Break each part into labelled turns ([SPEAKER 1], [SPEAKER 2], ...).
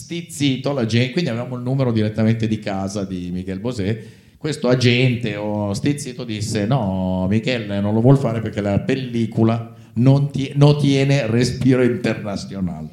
[SPEAKER 1] stizzito la gente, quindi avevamo il numero direttamente di casa di Michel Bosé. Questo agente o stizzito disse: No, Michele non lo vuol fare perché la pellicola non, ti- non tiene respiro internazionale.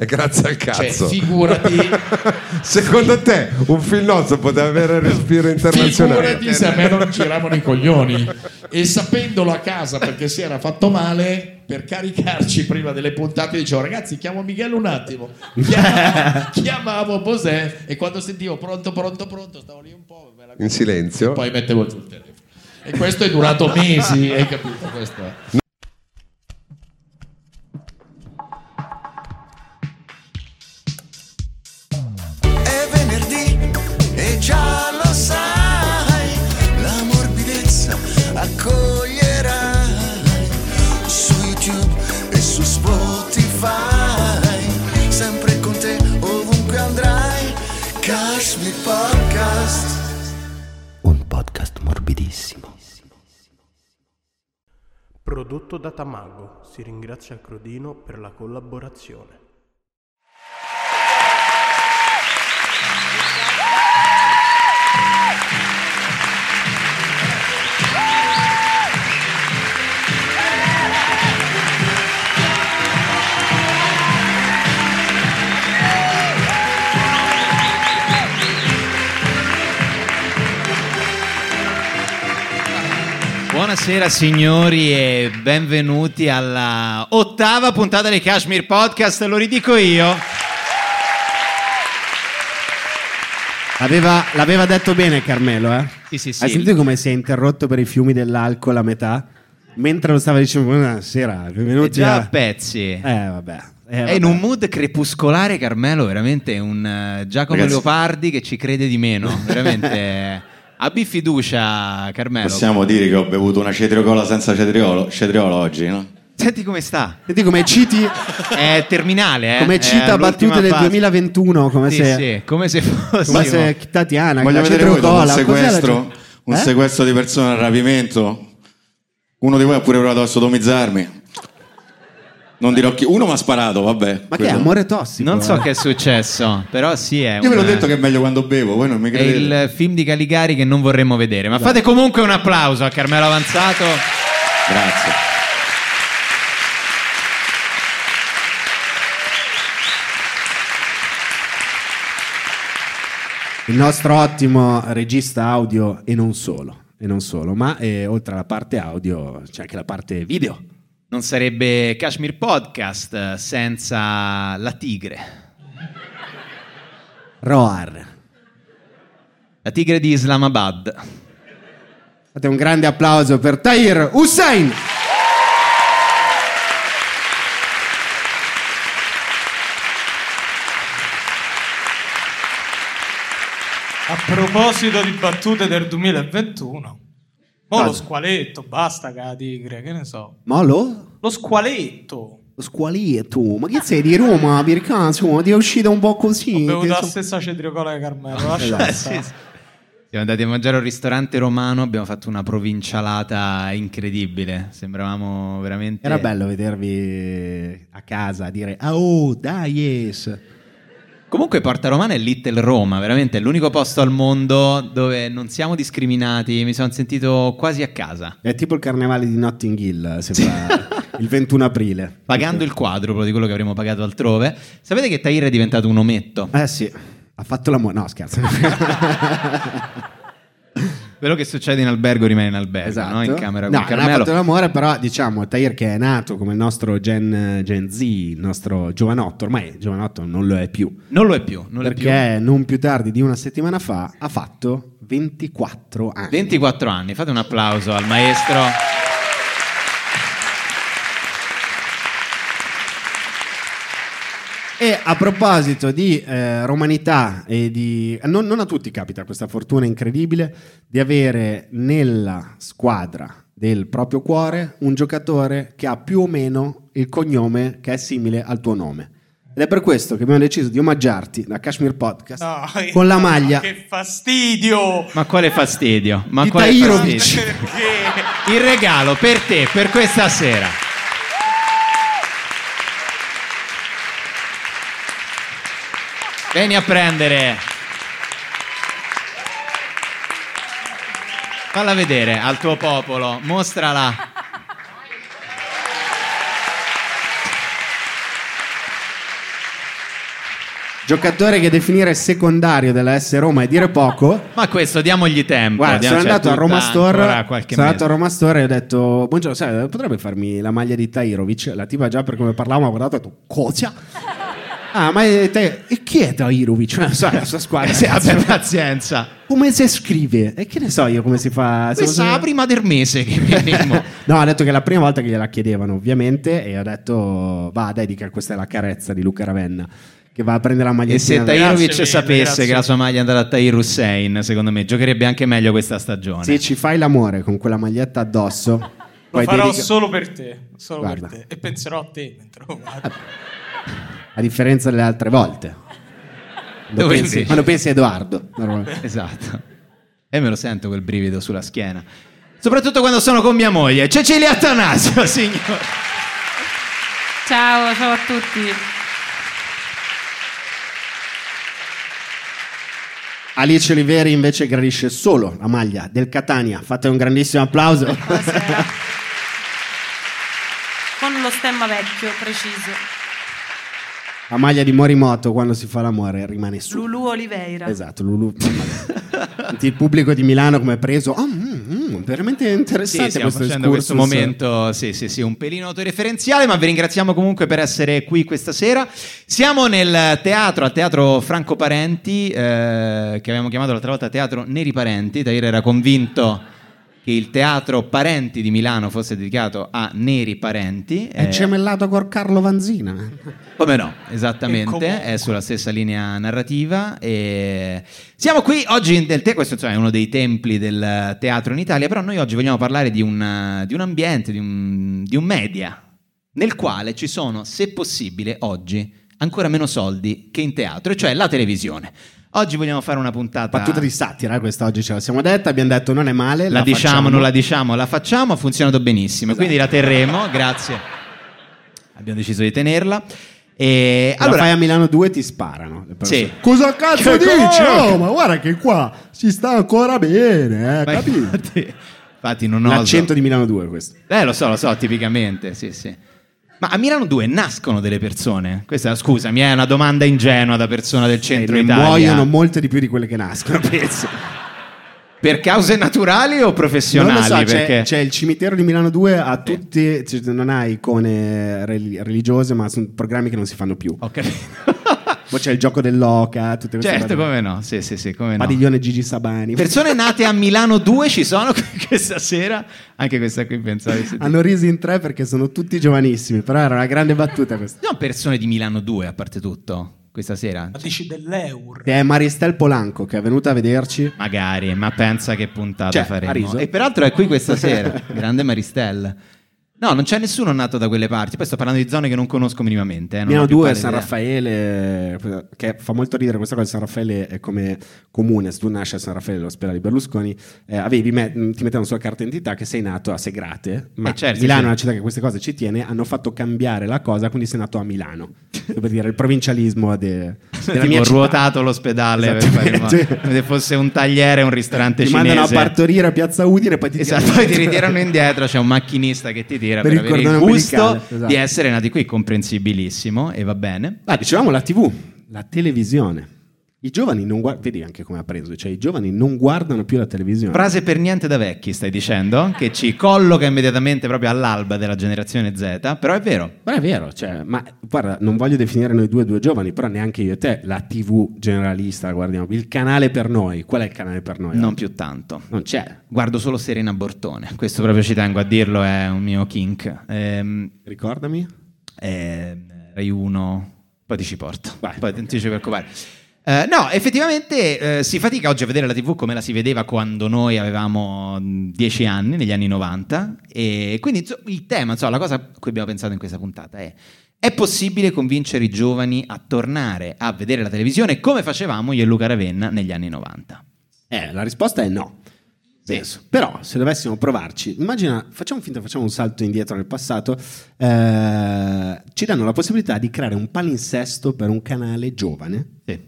[SPEAKER 2] E Eh, grazie al
[SPEAKER 1] Cioè,
[SPEAKER 2] cazzo.
[SPEAKER 1] figurati,
[SPEAKER 2] Secondo te un filozofo poteva avere il respiro internazionale?
[SPEAKER 1] figurati se a me non giravano i coglioni. E sapendolo a casa perché si era fatto male, per caricarci prima delle puntate, dicevo ragazzi, chiamo Michele un attimo. Chiamavo, chiamavo Bosè e quando sentivo pronto, pronto, pronto, stavo lì un po'. Me la...
[SPEAKER 2] In silenzio.
[SPEAKER 1] Poi mettevo giù il telefono. E questo è durato mesi, hai capito? Questo è.
[SPEAKER 3] È venerdì e già lo sai, la morbidezza accoglierai su YouTube e su Spotify, sempre con te ovunque andrai, Cashmere Podcast.
[SPEAKER 4] Un podcast morbidissimo.
[SPEAKER 5] Prodotto da Tamago, si ringrazia Crodino per la collaborazione.
[SPEAKER 6] Buonasera signori e benvenuti alla ottava puntata di Kashmir Podcast, lo ridico io.
[SPEAKER 4] Aveva- l'aveva detto bene Carmelo, eh?
[SPEAKER 6] Sì, sì, sì.
[SPEAKER 4] Hai sentito come si è interrotto per i fiumi dell'alcol a metà? Mentre lo stava dicendo buonasera,
[SPEAKER 6] È
[SPEAKER 4] benvenuti
[SPEAKER 6] già
[SPEAKER 4] a-"
[SPEAKER 6] a pezzi.
[SPEAKER 4] Eh, vabbè. Eh,
[SPEAKER 6] È in
[SPEAKER 4] vabbè.
[SPEAKER 6] un mood crepuscolare Carmelo, veramente un eh, Giacomo
[SPEAKER 7] Ragazzi-
[SPEAKER 6] Leopardi che ci crede di meno, veramente. Abbi fiducia Carmelo.
[SPEAKER 7] Possiamo dire che ho bevuto una cetricola senza cetriolo, cetriolo oggi, no?
[SPEAKER 6] Senti come sta.
[SPEAKER 4] Senti come citi,
[SPEAKER 6] È terminale, eh?
[SPEAKER 4] come
[SPEAKER 6] È
[SPEAKER 4] cita
[SPEAKER 6] all'ultima
[SPEAKER 4] battute del
[SPEAKER 6] fase.
[SPEAKER 4] 2021, come
[SPEAKER 6] Sì,
[SPEAKER 4] se...
[SPEAKER 6] sì, come se fosse
[SPEAKER 4] Come se Tatiana,
[SPEAKER 7] Vogliamo
[SPEAKER 4] la
[SPEAKER 7] vedere voi dopo un
[SPEAKER 4] Ah, cetricola, cos'è la
[SPEAKER 7] sequestro,
[SPEAKER 4] ce-
[SPEAKER 7] un
[SPEAKER 4] Eh?
[SPEAKER 7] sequestro di persone, un rapimento. Uno di voi ha pure provato a sodomizzarmi. Non dirò chi. Uno mi ha sparato, vabbè.
[SPEAKER 4] Ma che è
[SPEAKER 7] Quello-
[SPEAKER 4] amore tossico?
[SPEAKER 6] Non so
[SPEAKER 4] eh?
[SPEAKER 6] che è successo, però sì è
[SPEAKER 7] Io ve l'ho
[SPEAKER 6] un-
[SPEAKER 7] detto che è meglio quando bevo, voi non mi
[SPEAKER 6] È
[SPEAKER 7] credete.
[SPEAKER 6] il film di Caligari che non vorremmo vedere, ma fate comunque un applauso a Carmelo Avanzato.
[SPEAKER 7] Grazie.
[SPEAKER 4] Il nostro ottimo regista audio e non solo, e non solo ma eh, oltre alla parte audio c'è anche la parte video.
[SPEAKER 6] Non sarebbe Kashmir Podcast eh, senza la tigre,
[SPEAKER 4] Roar.
[SPEAKER 6] la tigre di Islamabad.
[SPEAKER 4] Fate un grande applauso per Tahir Hussein.
[SPEAKER 8] A proposito di battute del 2021, mo
[SPEAKER 4] Vado.
[SPEAKER 8] lo squaletto, basta che la tigre, che ne so.
[SPEAKER 4] Molo?
[SPEAKER 8] Lo squaletto,
[SPEAKER 4] Lo squalietto, ma che sei di Roma, Birkan? Insomma, ti è uscita un po'
[SPEAKER 8] ho
[SPEAKER 4] così.
[SPEAKER 8] bevuto
[SPEAKER 4] che
[SPEAKER 8] la
[SPEAKER 4] so-
[SPEAKER 8] stessa cetricola di
[SPEAKER 6] Ah,
[SPEAKER 8] Carmelo, lascia stare.
[SPEAKER 6] Siamo andati a mangiare a un ristorante romano, abbiamo fatto una provincialata incredibile, sembravamo veramente...
[SPEAKER 4] Era bello vedervi a casa a dire "Ah, oh, dai, yes".
[SPEAKER 6] Comunque Porta Romana è Little Roma, veramente è l'unico posto al mondo dove non siamo discriminati, mi sono sentito quasi a casa,
[SPEAKER 4] È tipo il carnevale di Notting Hill, sembra il 21 aprile.
[SPEAKER 6] pagando il quadruplo di quello che avremmo pagato altrove. Sapete che Tahir è diventato un ometto?
[SPEAKER 4] Eh sì, ha fatto la mo- No, scherzo.
[SPEAKER 6] Quello che succede in albergo rimane in albergo,
[SPEAKER 4] Esatto.
[SPEAKER 6] no? in camera
[SPEAKER 4] No,
[SPEAKER 6] con
[SPEAKER 4] non ha
[SPEAKER 6] Carmelo.
[SPEAKER 4] fatto l'amore, però diciamo Tahir che è nato come il nostro Gen, Gen Z, il nostro giovanotto, ormai giovanotto non lo è più.
[SPEAKER 6] Non lo è più, non lo è più.
[SPEAKER 4] perché non più tardi di una settimana fa ha fatto 24 anni.
[SPEAKER 6] 24 anni, fate un applauso al maestro.
[SPEAKER 4] E a proposito di eh, romanità e di... Non, non a tutti capita questa fortuna incredibile di avere nella squadra del proprio cuore un giocatore che ha più o meno il cognome che è simile al tuo nome. Ed è per questo che abbiamo deciso di omaggiarti da Kashmir Podcast
[SPEAKER 8] No,
[SPEAKER 4] con la maglia
[SPEAKER 8] Ah, Che fastidio!
[SPEAKER 6] Ma quale fastidio, ma
[SPEAKER 4] Di
[SPEAKER 6] quale
[SPEAKER 4] Tahirovic.
[SPEAKER 6] fastidio.
[SPEAKER 8] Perché?
[SPEAKER 6] Il regalo per te, per questa sera. Vieni a prendere. Falla vedere al tuo popolo, mostrala.
[SPEAKER 4] Giocatore che definire secondario della S Roma è dire poco.
[SPEAKER 6] Ma questo diamogli tempo.
[SPEAKER 4] Guarda,
[SPEAKER 6] diamo-
[SPEAKER 4] sono
[SPEAKER 6] cioè,
[SPEAKER 4] andato a
[SPEAKER 6] tutta
[SPEAKER 4] Roma Store.
[SPEAKER 6] ancora qualche
[SPEAKER 4] Sono
[SPEAKER 6] mese.
[SPEAKER 4] andato a Roma Store e ho detto: Buongiorno, sai, potrebbe farmi la maglia di Tairovic? La tipa già per come parlavamo ha guardato e ha detto: Cozia. Ah, ma è te- e chi è Tairovic? Non so, la sua squadra.
[SPEAKER 6] Eh, Sì, abbia pazienza.
[SPEAKER 4] come si scrive? E che ne so io come si fa? se
[SPEAKER 6] Questa è la
[SPEAKER 4] lo-
[SPEAKER 6] prima del mese che veniamo.
[SPEAKER 4] No, ha detto che è la prima volta che gliela chiedevano, ovviamente, e ha detto, va, dedica, questa è la carezza di Luca Ravenna, che va a prendere la
[SPEAKER 6] E
[SPEAKER 4] magliettina.
[SPEAKER 6] se Tairovic
[SPEAKER 8] mille,
[SPEAKER 6] sapesse
[SPEAKER 8] grazie.
[SPEAKER 6] che la sua maglia è andata a Tahir Hussein, secondo me giocherebbe anche meglio questa stagione.
[SPEAKER 4] Se ci fai l'amore con quella maglietta addosso,
[SPEAKER 8] Lo
[SPEAKER 4] poi
[SPEAKER 8] farò
[SPEAKER 4] dedica-
[SPEAKER 8] solo per te, solo
[SPEAKER 4] Guarda.
[SPEAKER 8] per te. E penserò a te mentre lo guardo.
[SPEAKER 4] a differenza delle altre volte. Quando
[SPEAKER 6] Dove
[SPEAKER 4] pensi,
[SPEAKER 6] invece?
[SPEAKER 4] quando pensi a Edoardo. normalmente.
[SPEAKER 6] Esatto. E me lo sento quel brivido sulla schiena. Soprattutto quando sono con mia moglie. Cecilia Attanasio, signore.
[SPEAKER 9] Ciao, ciao a tutti.
[SPEAKER 4] Alice Oliveri invece gradisce solo la maglia del Catania. Fate un grandissimo applauso.
[SPEAKER 9] Buonasera. Con lo stemma vecchio, preciso.
[SPEAKER 4] la maglia di Morimoto quando si fa l'amore rimane su.
[SPEAKER 9] Lulu Oliveira.
[SPEAKER 4] Esatto, Lulu. Senti, Il pubblico di Milano come è preso. Ah, mm, mm, veramente
[SPEAKER 6] Sì,
[SPEAKER 4] interessante
[SPEAKER 6] stiamo
[SPEAKER 4] questo
[SPEAKER 6] facendo questo
[SPEAKER 4] excursus.
[SPEAKER 6] momento, sì, sì, sì, un pelino autoreferenziale, ma vi ringraziamo comunque per essere qui questa sera. Siamo nel teatro, al teatro Franco Parenti, eh, che abbiamo chiamato l'altra volta teatro Neri Parenti. Tahir era convinto che il teatro Parenti di Milano fosse dedicato a Neri Parenti.
[SPEAKER 4] È
[SPEAKER 6] eh,
[SPEAKER 4] gemellato con Carlo Vanzina.
[SPEAKER 6] Come no,
[SPEAKER 8] E
[SPEAKER 6] esattamente,
[SPEAKER 8] comunque.
[SPEAKER 6] è sulla stessa linea narrativa. E siamo qui oggi in del te, questo insomma, è uno dei templi del teatro in Italia, però noi oggi vogliamo parlare di un, di un ambiente, di un, di un media, nel quale ci sono, se possibile, oggi ancora meno soldi che in teatro, e cioè la televisione. Oggi vogliamo fare una puntata...
[SPEAKER 4] Battuta di satira, questa oggi ce la siamo detta. Abbiamo detto non è male.
[SPEAKER 6] La, Esatto. diciamo,
[SPEAKER 4] facciamo.
[SPEAKER 6] non la diciamo, la facciamo, ha funzionato benissimo, quindi la terremo, grazie. Abbiamo deciso di tenerla. E
[SPEAKER 4] La
[SPEAKER 6] allora,
[SPEAKER 4] fai a Milano 2 ti sparano. le persone.
[SPEAKER 6] Sì.
[SPEAKER 4] Cosa cazzo
[SPEAKER 6] Che
[SPEAKER 4] dici?
[SPEAKER 6] cosa?
[SPEAKER 4] Oh, ma guarda che qua si sta ancora bene, eh,
[SPEAKER 6] Ma
[SPEAKER 4] capito?
[SPEAKER 6] infatti, infatti non ho
[SPEAKER 4] L'accento di Milano 2 questo.
[SPEAKER 6] Eh, lo so, lo so, tipicamente, sì, sì. Ma a Milano 2 nascono delle persone? Questa, scusami, è una domanda ingenua da persona del centro
[SPEAKER 4] Eh, Ne
[SPEAKER 6] Italia.
[SPEAKER 4] muoiono molte di più di quelle che nascono, penso.
[SPEAKER 6] Per cause naturali o professionali?
[SPEAKER 4] Non lo so, c'è,
[SPEAKER 6] Perché-
[SPEAKER 4] c'è il cimitero di Milano 2 a tutti, cioè, non ha icone rel- religiose, ma sono programmi che non si fanno più.
[SPEAKER 6] Ho capito.
[SPEAKER 4] Poi c'è il gioco dell'oca, tutte queste
[SPEAKER 6] certo,
[SPEAKER 4] cose.
[SPEAKER 6] come no, sì, sì, sì, come no.
[SPEAKER 4] Padiglione Gigi Sabani.
[SPEAKER 6] Persone nate a Milano 2 ci sono questa sera? Anche questa qui pensavo di sentire.
[SPEAKER 4] Hanno riso in tre perché sono tutti giovanissimi, però era una grande battuta questa.
[SPEAKER 6] No, persone di Milano 2 a parte tutto, questa sera.
[SPEAKER 8] Ma dici dell'Eur?
[SPEAKER 4] Che è Maristel Polanco che è venuta a vederci.
[SPEAKER 6] Magari, ma pensa che puntata
[SPEAKER 4] Cioè, ha
[SPEAKER 6] faremo.
[SPEAKER 4] riso?
[SPEAKER 6] E peraltro è qui questa sera, grande Maristella. No, non c'è nessuno nato da quelle parti. Poi sto parlando di zone che non conosco minimamente. eh, non
[SPEAKER 4] Milano
[SPEAKER 6] ho più
[SPEAKER 4] 2,
[SPEAKER 6] pallida
[SPEAKER 4] San
[SPEAKER 6] idea.
[SPEAKER 4] Raffaele, che fa molto ridere questa cosa. San Raffaele è come comune, se tu nasci a San Raffaele, l'ospedale di Berlusconi, eh, avevi me- mh, ti mettevano sulla carta d'identità che sei nato a Segrate, ma
[SPEAKER 6] Eh, certo,
[SPEAKER 4] Milano
[SPEAKER 6] sì.
[SPEAKER 4] è una città che queste cose ci tiene, hanno fatto cambiare la cosa, quindi sei nato a Milano. per dire il provincialismo de- della
[SPEAKER 6] Tipo
[SPEAKER 4] mia città.
[SPEAKER 6] ruotato l'ospedale per fare in modo-
[SPEAKER 4] Esattamente.
[SPEAKER 6] come se fosse un tagliere, un ristorante
[SPEAKER 4] Ti
[SPEAKER 6] cinese.
[SPEAKER 4] mandano a partorire a Piazza Udine e poi ti
[SPEAKER 6] Esatto,
[SPEAKER 4] tirano
[SPEAKER 6] poi ti
[SPEAKER 4] indietro.
[SPEAKER 6] ritirano indietro, c'è un macchinista che ti tira
[SPEAKER 4] Per
[SPEAKER 6] per,
[SPEAKER 4] il
[SPEAKER 6] avere il
[SPEAKER 4] cordone
[SPEAKER 6] gusto
[SPEAKER 4] ombelicale, esatto.
[SPEAKER 6] di essere nati qui, comprensibilissimo e va bene.
[SPEAKER 4] Ah, dicevamo la TV, la televisione. I giovani non guardano, vedi anche come ha preso, cioè i giovani non guardano più la televisione.
[SPEAKER 6] Frase per niente da vecchi, stai dicendo, che ci colloca immediatamente proprio all'alba della generazione Z, però è vero.
[SPEAKER 4] Ma è vero, cioè, ma guarda, non voglio definire noi due due giovani, però neanche io e te la TV generalista la guardiamo. Il canale per noi, qual è il canale per noi?
[SPEAKER 6] Non
[SPEAKER 4] oggi?
[SPEAKER 6] più tanto.
[SPEAKER 4] Non c'è,
[SPEAKER 6] Guardo solo Serena Bortone, questo proprio ci tengo a dirlo, è un mio kink. Ehm,
[SPEAKER 4] ricordami.
[SPEAKER 6] ehm, Rai 1, poi ti ci porto,
[SPEAKER 4] Vai.
[SPEAKER 6] poi ti ci preoccupare. Eh, no, effettivamente eh, si fatica oggi a vedere la TV come la si vedeva quando noi avevamo mh, 10 anni, negli anni 90, e quindi inso- il tema, insomma, la cosa a cui abbiamo pensato in questa puntata è è possibile convincere i giovani a tornare a vedere la televisione come facevamo io e Luca Ravenna negli anni 90?
[SPEAKER 4] Eh, la risposta è no. Penso. Però se dovessimo provarci, immagina, facciamo finta, facciamo un salto indietro nel passato, eh, ci danno la possibilità di creare un palinsesto per un canale giovane
[SPEAKER 6] Sì.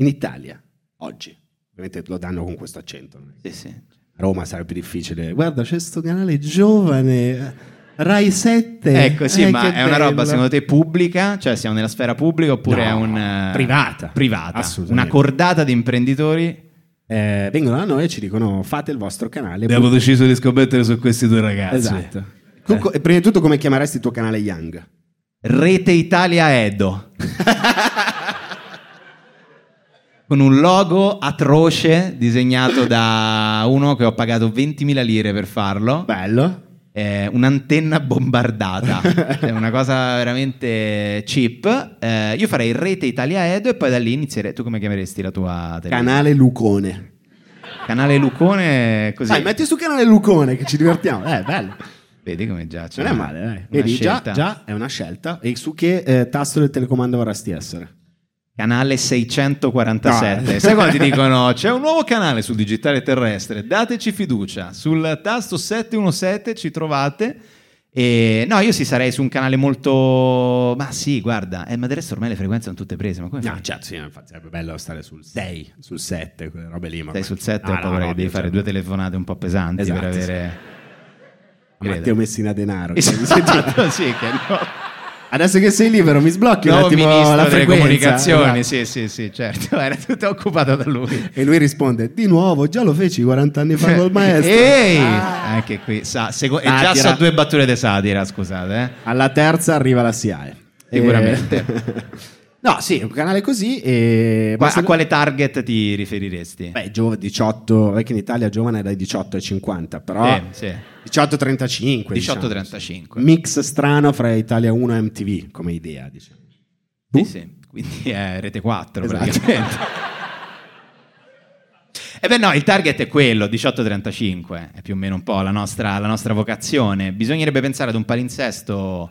[SPEAKER 4] in Italia, oggi, ovviamente lo danno con questo accento. non è?
[SPEAKER 6] Sì, sì.
[SPEAKER 4] A Roma sarebbe più difficile. Guarda, c'è questo canale giovane, Rai 7.
[SPEAKER 6] Ecco, sì,
[SPEAKER 4] Eh,
[SPEAKER 6] ma
[SPEAKER 4] che
[SPEAKER 6] è una roba
[SPEAKER 4] bello.
[SPEAKER 6] secondo te pubblica? Cioè siamo nella sfera pubblica oppure
[SPEAKER 4] No,
[SPEAKER 6] è un... eh,
[SPEAKER 4] privata.
[SPEAKER 6] Privata.
[SPEAKER 4] Assolutamente.
[SPEAKER 6] Una cordata di imprenditori.
[SPEAKER 4] Eh, vengono da noi e ci dicono fate il vostro canale.
[SPEAKER 6] deciso di scommettere su questi due ragazzi.
[SPEAKER 4] Esatto. Tu co- prima di tutto come chiameresti il tuo canale Young?
[SPEAKER 6] Rete Italia Edo. Con un logo atroce disegnato da uno che ho pagato 20.000 lire per farlo.
[SPEAKER 4] Bello.
[SPEAKER 6] Eh, un'antenna bombardata, Cioè, una cosa veramente cheap. Eh, io farei Rete Italia Edo e poi da lì inizierei. Tu come chiameresti la tua televisione?
[SPEAKER 4] Canale Lucone.
[SPEAKER 6] Canale Lucone, così.
[SPEAKER 4] Dai, metti su canale Lucone che ci divertiamo. Eh, bello.
[SPEAKER 6] Vedi come già c'è.
[SPEAKER 4] Non è male, dai.
[SPEAKER 6] una
[SPEAKER 4] Vedi, già,
[SPEAKER 6] scelta.
[SPEAKER 4] già è una scelta. E su che eh, tasto del telecomando vorresti essere?
[SPEAKER 6] Canale 647.
[SPEAKER 4] No.
[SPEAKER 6] Sai quando ti dicono c'è un nuovo canale sul digitale terrestre, dateci fiducia. Sul tasto 717 ci trovate. E, no, io sì sarei su un canale molto... Ma sì, guarda, eh, ma del resto ormai le frequenze sono tutte prese. Ma come fai?
[SPEAKER 4] certo, sì, infatti sarebbe bello stare sul 6, sul 7, quelle robe lì. Ma
[SPEAKER 6] Stai sul 7 ho paura che devi
[SPEAKER 4] cioè,
[SPEAKER 6] fare due telefonate un po' pesanti
[SPEAKER 4] Esatto,
[SPEAKER 6] per avere... Credo.
[SPEAKER 4] Matteo Messina Denaro. che mi senti-
[SPEAKER 6] Esatto, sì, che no.
[SPEAKER 4] Adesso che sei libero, mi sblocchi un
[SPEAKER 6] Nuovo
[SPEAKER 4] attimo
[SPEAKER 6] ministro
[SPEAKER 4] la
[SPEAKER 6] delle
[SPEAKER 4] frequenza.
[SPEAKER 6] comunicazioni,
[SPEAKER 4] Esatto.
[SPEAKER 6] sì, sì, sì, certo, era tutto occupato da lui. Cioè,
[SPEAKER 4] E lui risponde: Di nuovo, già lo feci 40 anni fa col maestro.
[SPEAKER 6] Ehi!
[SPEAKER 4] Ah.
[SPEAKER 6] Anche qui, sa, seco- e
[SPEAKER 4] Satira.
[SPEAKER 6] già so due battute di satira, scusate. eh.
[SPEAKER 4] Alla terza arriva la SIAE.
[SPEAKER 6] Sicuramente.
[SPEAKER 4] Eh, no, sì, un canale così. E
[SPEAKER 6] Qua-
[SPEAKER 4] basta-
[SPEAKER 6] a quale target ti riferiresti?
[SPEAKER 4] Beh, giova- 18, perché in Italia giovane è dai 18 ai 50, però
[SPEAKER 6] Eh, sì.
[SPEAKER 4] 18-35.
[SPEAKER 6] 18-35.
[SPEAKER 4] diciamo. Mix strano fra Italia 1 e MTV come idea, diciamo.
[SPEAKER 6] Sì, sì. Quindi è rete 4
[SPEAKER 4] Esatto.
[SPEAKER 6] praticamente. E beh no, il target è quello, 18-35, è più o meno un po' la nostra, la nostra vocazione. Bisognerebbe pensare ad un palinsesto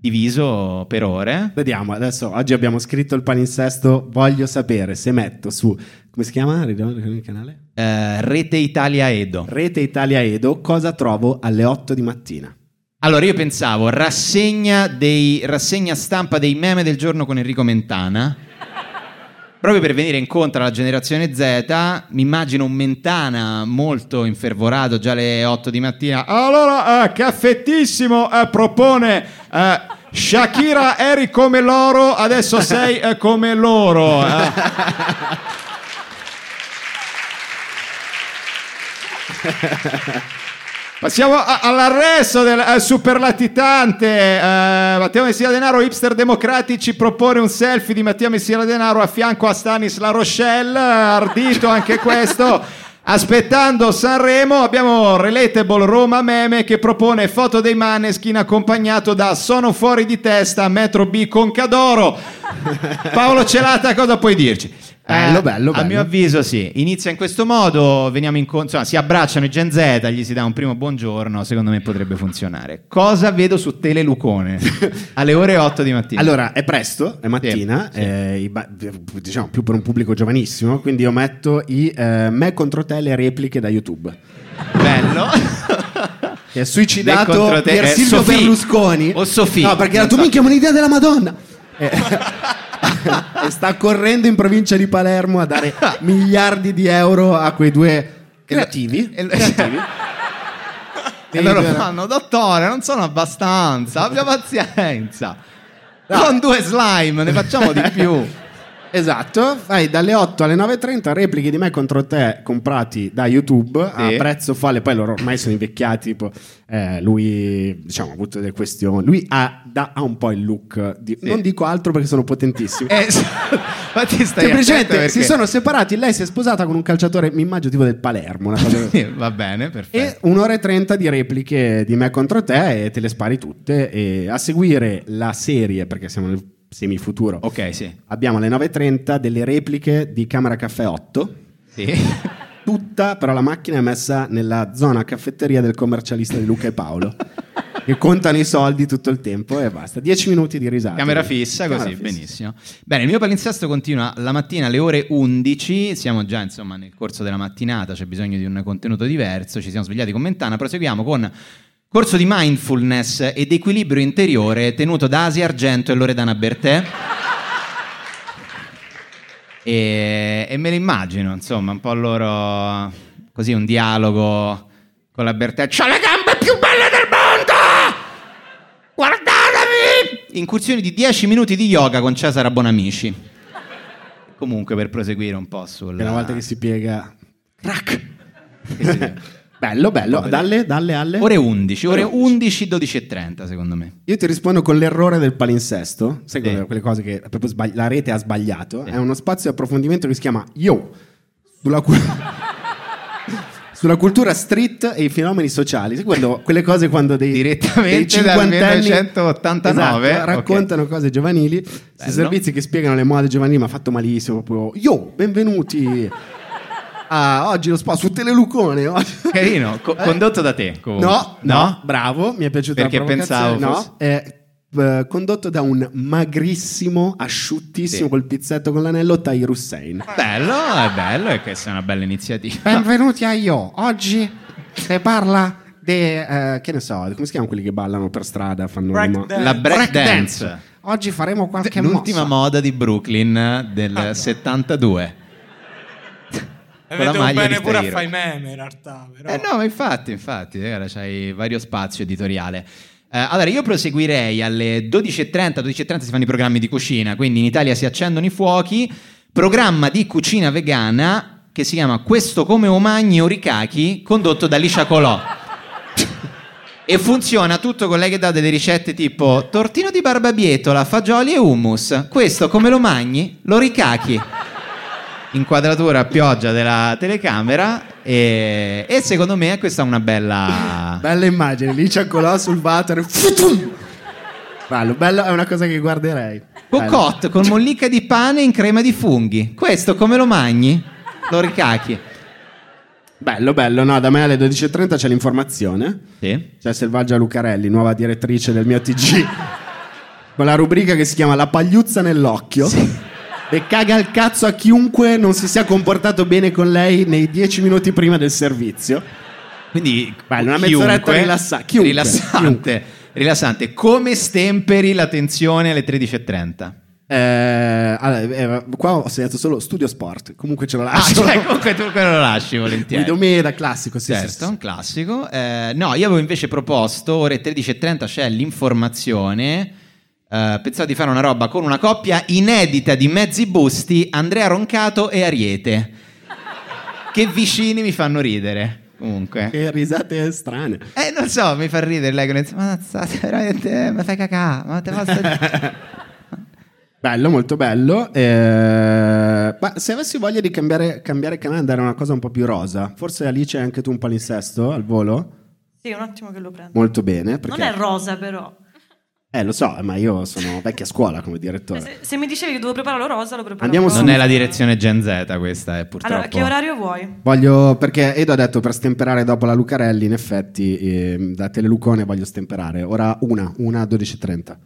[SPEAKER 6] diviso per ore.
[SPEAKER 4] Vediamo, adesso oggi abbiamo scritto il palinsesto, voglio sapere se metto su, come si chiama Ricordi il canale?
[SPEAKER 6] Eh, rete Italia Edo.
[SPEAKER 4] Rete Italia Edo, cosa trovo alle 8 di mattina?
[SPEAKER 6] Allora, io pensavo, rassegna, dei, rassegna stampa dei meme del giorno con Enrico Mentana. Proprio per venire incontro alla generazione Z, mi immagino un Mentana molto infervorato già alle 8 di mattina. Allora, eh, caffettissimo eh, propone eh, Shakira eri come loro, adesso sei eh, come loro. eh. Passiamo a- all'arresto del eh, superlatitante. Eh, Matteo Messina Denaro, hipster democratici, propone un selfie di Matteo Messina Denaro a fianco a Stanis La Rochelle. eh, Ardito anche questo. Aspettando Sanremo abbiamo Relatable Roma Meme che propone foto dei Maneskin accompagnato da Sono fuori di testa, Metro B con Cadoro. Paolo Celata, cosa puoi dirci? Eh,
[SPEAKER 4] Bello, bello,
[SPEAKER 6] A
[SPEAKER 4] bello.
[SPEAKER 6] mio avviso sì, inizia in questo modo, veniamo in con- insomma, si abbracciano i Gen Z, gli si dà un primo buongiorno, secondo me potrebbe funzionare. Cosa vedo su Telelucone alle ore 8 di mattina?
[SPEAKER 4] Allora, è presto, è mattina,
[SPEAKER 6] Sì, sì.
[SPEAKER 4] eh, i ba- diciamo più per un pubblico giovanissimo, quindi io metto i eh, me contro te le repliche da YouTube.
[SPEAKER 6] bello.
[SPEAKER 4] Che è suicidato
[SPEAKER 6] Contro te-
[SPEAKER 4] Pier
[SPEAKER 6] eh,
[SPEAKER 4] Silvio
[SPEAKER 6] Sofì.
[SPEAKER 4] Berlusconi.
[SPEAKER 6] O Sofì.
[SPEAKER 4] No, perché
[SPEAKER 6] Non
[SPEAKER 4] era tu
[SPEAKER 6] so.
[SPEAKER 4] minchia, ma un'idea della Madonna. Eh, e sta correndo in provincia di Palermo a dare miliardi di euro a quei due creativi.
[SPEAKER 6] E- Eh, E loro fanno, dottore, non sono abbastanza, abbia pazienza. Con due slime, ne facciamo di più.
[SPEAKER 4] Esatto, fai dalle 8 alle 9.30 repliche di me contro te comprati da YouTube
[SPEAKER 6] Sì.
[SPEAKER 4] a prezzo folle, poi loro ormai sono invecchiati, tipo, eh, lui diciamo ha avuto delle questioni, lui ha, dà- ha un po' il look, di- non dico altro perché sono potentissimi.
[SPEAKER 6] Eh, s- ma ti stai attento
[SPEAKER 4] Semplicemente
[SPEAKER 6] perché-
[SPEAKER 4] si sono separati, lei si è sposata con un calciatore, mi immagino tipo del Palermo, una cosa
[SPEAKER 6] Sì, Va bene, perfetto.
[SPEAKER 4] e un'ora e trenta di repliche di me contro te e te le spari tutte. E a seguire la serie, perché siamo nel semifuturo,
[SPEAKER 6] Ok, sì.
[SPEAKER 4] abbiamo alle 9.30 delle repliche di Camera Caffè 8.
[SPEAKER 6] Sì.
[SPEAKER 4] Tutta, però la macchina è messa nella zona caffetteria del commercialista di Luca e Paolo. che contano i soldi tutto il tempo e basta. 10 minuti di risata.
[SPEAKER 6] Esatto, Camera fissa, così, benissimo. Bene, il mio palinsesto continua la mattina alle ore 11, siamo già insomma nel corso della mattinata, c'è bisogno di un contenuto diverso, ci siamo svegliati con Mentana, proseguiamo con corso di mindfulness ed equilibrio interiore tenuto da Asia Argento e Loredana Bertè. E, e me lo immagino, insomma, un po' loro così un dialogo con la Bertè. C'ha le gambe più belle del mondo! Guardatemi! Incursioni di 10 minuti di yoga con Cesare Bonamici. Comunque, per proseguire un po' sul.
[SPEAKER 4] E una volta che si piega...
[SPEAKER 6] Sì,
[SPEAKER 4] Bello, bello. Dalle, dalle, alle.
[SPEAKER 6] sì. Ore 11, ore 11, 12 e 30 secondo me.
[SPEAKER 4] Io ti rispondo con l'errore del palinsesto, sai
[SPEAKER 6] Sì.
[SPEAKER 4] quelle, quelle cose che proprio sbagli- la rete ha sbagliato, è uno spazio di approfondimento che si chiama Yo, sulla, cu- sulla cultura street e i fenomeni sociali, sai quello- quelle cose quando dei, dei
[SPEAKER 6] Direttamente dal
[SPEAKER 4] cinquantenni
[SPEAKER 6] 1989
[SPEAKER 4] esatto, raccontano cose giovanili, questi servizi che spiegano le mode giovanili ma fatto malissimo, proprio Yo, benvenuti a oggi lo spazio su Telelucone. oggi-
[SPEAKER 6] Carino, co- condotto da te. comunque.
[SPEAKER 4] No, no, bravo, mi è piaciuta
[SPEAKER 6] Perché
[SPEAKER 4] la provocazione.
[SPEAKER 6] pensavo
[SPEAKER 4] no,
[SPEAKER 6] fosse-
[SPEAKER 4] è eh, condotto da un magrissimo, asciuttissimo
[SPEAKER 6] Sì.
[SPEAKER 4] col pizzetto con l'anello Tahir Hussein.
[SPEAKER 6] Bello, è bello, è questa è una bella iniziativa.
[SPEAKER 4] Benvenuti a Io. Oggi si parla di che ne so, come si chiamano quelli che ballano per strada, fanno
[SPEAKER 8] Break
[SPEAKER 4] le mo-
[SPEAKER 8] dance.
[SPEAKER 6] La break dance.
[SPEAKER 4] Oggi faremo qualche
[SPEAKER 6] L'ultima
[SPEAKER 4] mossa.
[SPEAKER 6] moda di Brooklyn eh, del
[SPEAKER 4] Ah.
[SPEAKER 6] 72.
[SPEAKER 8] E
[SPEAKER 6] Con la
[SPEAKER 8] vedevo
[SPEAKER 6] maglia
[SPEAKER 8] Eh, bene
[SPEAKER 6] di
[SPEAKER 8] pure a
[SPEAKER 6] Tairo.
[SPEAKER 8] fai meme in realtà, però.
[SPEAKER 6] Eh no, ma infatti, infatti, eh, ora c'hai vario spazio editoriale. Eh, allora, io proseguirei alle 12.30, 12.30 si fanno i programmi di cucina, quindi in Italia si accendono i fuochi. Programma di cucina vegana che si chiama Questo come omagni orikaki, condotto da Licia Colò. E funziona tutto con lei che dà delle ricette tipo tortino di barbabietola, fagioli e hummus. Questo come lo magni, lo ricachi. Inquadratura a pioggia della telecamera e, e secondo me questa è una bella...
[SPEAKER 4] Bella immagine, lì c'è Colò sul water. Futum! Bello, bello, è una cosa che guarderei. Bello.
[SPEAKER 6] Cocotte con mollica di pane in crema di funghi. Questo come lo magni? Lo ricachi.
[SPEAKER 4] Bello, bello, no, da me alle 12.30 c'è l'informazione.
[SPEAKER 6] Sì.
[SPEAKER 4] C'è Selvaggia Lucarelli, nuova direttrice del mio TG, con la rubrica che si chiama La pagliuzza nell'occhio. E caga il cazzo a chiunque non si sia comportato bene con lei nei dieci minuti prima del servizio.
[SPEAKER 6] Quindi
[SPEAKER 4] Bello, una
[SPEAKER 6] chiunque-
[SPEAKER 4] mezz'oretta rilassa- chiunque,
[SPEAKER 6] rilassante. Rilassante. Come stemperi la tensione alle 13.30?
[SPEAKER 4] Eh, allora, eh, qua ho segnato solo Studio Sport, comunque ce lo
[SPEAKER 6] Ah,
[SPEAKER 4] lascio.
[SPEAKER 6] cioè, comunque tu quello lo lasci volentieri.
[SPEAKER 4] Guido Meda, classico, sì, sì,
[SPEAKER 6] certo,
[SPEAKER 4] sì.
[SPEAKER 6] un classico. Eh, no, io avevo invece proposto, ore 13.30 c'è l'informazione. eh, pensavo di fare una roba con una coppia inedita di mezzi busti, Andrea Roncato e Ariete. che vicini mi fanno ridere. Comunque.
[SPEAKER 4] Che risate strane.
[SPEAKER 6] Eh, non so, mi fa ridere lei con le- Ma mazzate, veramente, eh, ma fai cacà, ma te basta...
[SPEAKER 4] Bello, molto bello. Eh, ma se avessi voglia di cambiare, cambiare canale e andare a una cosa un po' più rosa, forse Alice hai anche tu un palinsesto al volo?
[SPEAKER 9] Sì, un attimo che lo prendo.
[SPEAKER 4] Molto bene. Perché,
[SPEAKER 9] Non è rosa, però.
[SPEAKER 4] Eh, lo so, ma io sono vecchia scuola come
[SPEAKER 9] Cioè,
[SPEAKER 4] direttore.
[SPEAKER 9] Se, se mi dicevi che dovevo prepararlo rosa, lo preparo.
[SPEAKER 4] Andiamo
[SPEAKER 9] rosa.
[SPEAKER 4] su-
[SPEAKER 6] non è la direzione Gen Z questa, è purtroppo...
[SPEAKER 9] Allora, che orario vuoi?
[SPEAKER 4] Voglio, perché Edo ha detto per stemperare dopo la Lucarelli, in effetti, ehm, da Telelucone voglio stemperare. Ora una, una a 12.30.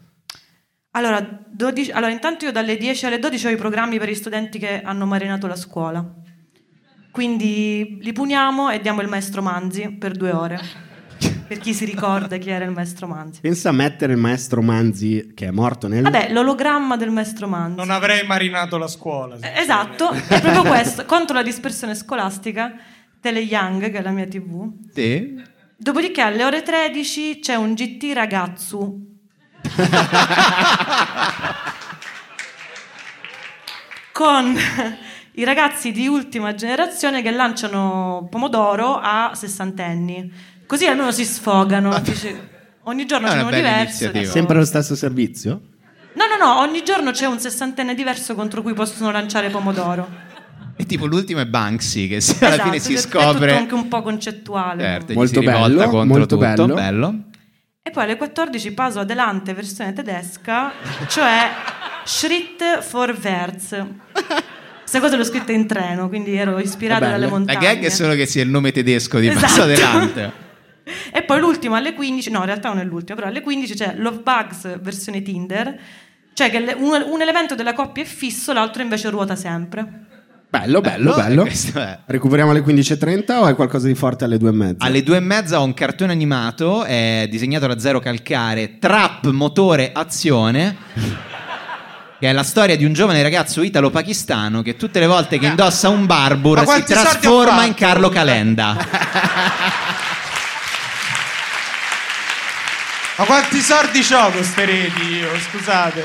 [SPEAKER 9] Allora, 12 allora, intanto io dalle 10 alle 12 ho i programmi per gli studenti che hanno marinato la scuola. Quindi li puniamo e diamo il maestro Manzi per due ore. per chi si ricorda chi era il maestro Manzi.
[SPEAKER 4] Pensa a mettere il maestro Manzi, che è morto nel...
[SPEAKER 9] Vabbè, l'ologramma del maestro Manzi.
[SPEAKER 8] Non avrei marinato la scuola.
[SPEAKER 9] Eh, Esatto, è proprio questo, contro la dispersione scolastica, Tele Young, che è la mia tv.
[SPEAKER 6] Sì?
[SPEAKER 9] Dopodiché alle ore 13 c'è un GT ragazzu. con i ragazzi di ultima generazione che lanciano pomodoro a sessantenni. Così almeno si sfogano. dice, ogni giorno
[SPEAKER 6] Ah. È
[SPEAKER 9] c'è
[SPEAKER 6] una
[SPEAKER 9] uno
[SPEAKER 6] bella
[SPEAKER 9] diverso.
[SPEAKER 6] iniziativa.
[SPEAKER 9] dico-
[SPEAKER 4] Sempre lo stesso servizio?
[SPEAKER 9] No, no, no, ogni giorno c'è un sessantenne diverso contro cui possono lanciare pomodoro.
[SPEAKER 6] E tipo l'ultimo è Banksy, che se alla
[SPEAKER 9] Esatto,
[SPEAKER 6] fine si
[SPEAKER 9] è
[SPEAKER 6] scopre...
[SPEAKER 9] tutto anche un po' concettuale.
[SPEAKER 6] Certo, gli
[SPEAKER 4] Molto
[SPEAKER 6] si rivolta
[SPEAKER 4] bello,
[SPEAKER 6] contro
[SPEAKER 4] molto
[SPEAKER 6] tutto,
[SPEAKER 4] bello.
[SPEAKER 9] E poi alle 14 paso adelante versione tedesca, cioè Schritt vorwärts. Questa cosa l'ho scritta in treno, quindi ero ispirata
[SPEAKER 4] È bello.
[SPEAKER 9] dalle
[SPEAKER 6] La
[SPEAKER 9] montagne.
[SPEAKER 6] gag è solo che sia il nome tedesco di
[SPEAKER 9] Esatto.
[SPEAKER 6] passo adelante.
[SPEAKER 9] E poi l'ultima alle 15, no in realtà non è l'ultima, però alle 15 c'è Love Bugs versione Tinder, cioè che le- un, un elemento della coppia è fisso, l'altro invece ruota sempre.
[SPEAKER 4] Bello, bello,
[SPEAKER 6] Bello,
[SPEAKER 4] bello.
[SPEAKER 6] e questo è.
[SPEAKER 4] Recuperiamo alle 15.30 o hai qualcosa di forte alle 2.30?
[SPEAKER 6] Alle due e mezza ho un cartone animato, è disegnato da Zero Calcare, Trap, motore, azione. Che è la storia di un giovane ragazzo italo-pakistano che tutte le volte che indossa un
[SPEAKER 8] Ma
[SPEAKER 6] barbur si
[SPEAKER 8] quanti soldi ho
[SPEAKER 6] trasforma
[SPEAKER 8] fatto?
[SPEAKER 6] in Carlo Calenda.
[SPEAKER 8] Ma quanti sordi c'ho con queste reti io? Scusate.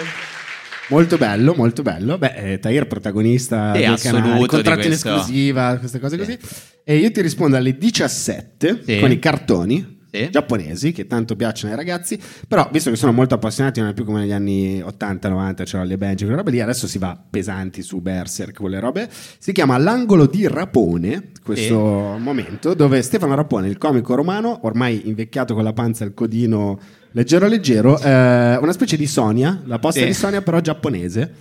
[SPEAKER 4] Molto bello, molto bello. Beh, eh, Tahir protagonista
[SPEAKER 6] Sì,
[SPEAKER 4] del
[SPEAKER 6] assoluto
[SPEAKER 4] canale,
[SPEAKER 6] di
[SPEAKER 4] contratto in
[SPEAKER 6] questo.
[SPEAKER 4] esclusiva, queste cose così. E io ti rispondo alle 17
[SPEAKER 6] Sì.
[SPEAKER 4] con i cartoni
[SPEAKER 6] Sì.
[SPEAKER 4] giapponesi che tanto piacciono ai ragazzi, però visto che sono molto appassionati non è più come negli anni 80, 90, c'era le Benji, quelle robe lì, adesso si va pesanti su Berserk, quelle robe. Si chiama L'angolo di Rapone, questo momento dove Stefano Rapone, il comico romano, ormai invecchiato con la panza e il codino leggero leggero, eh, una specie di Sonia, la posta
[SPEAKER 6] Sì.
[SPEAKER 4] di Sonia però giapponese.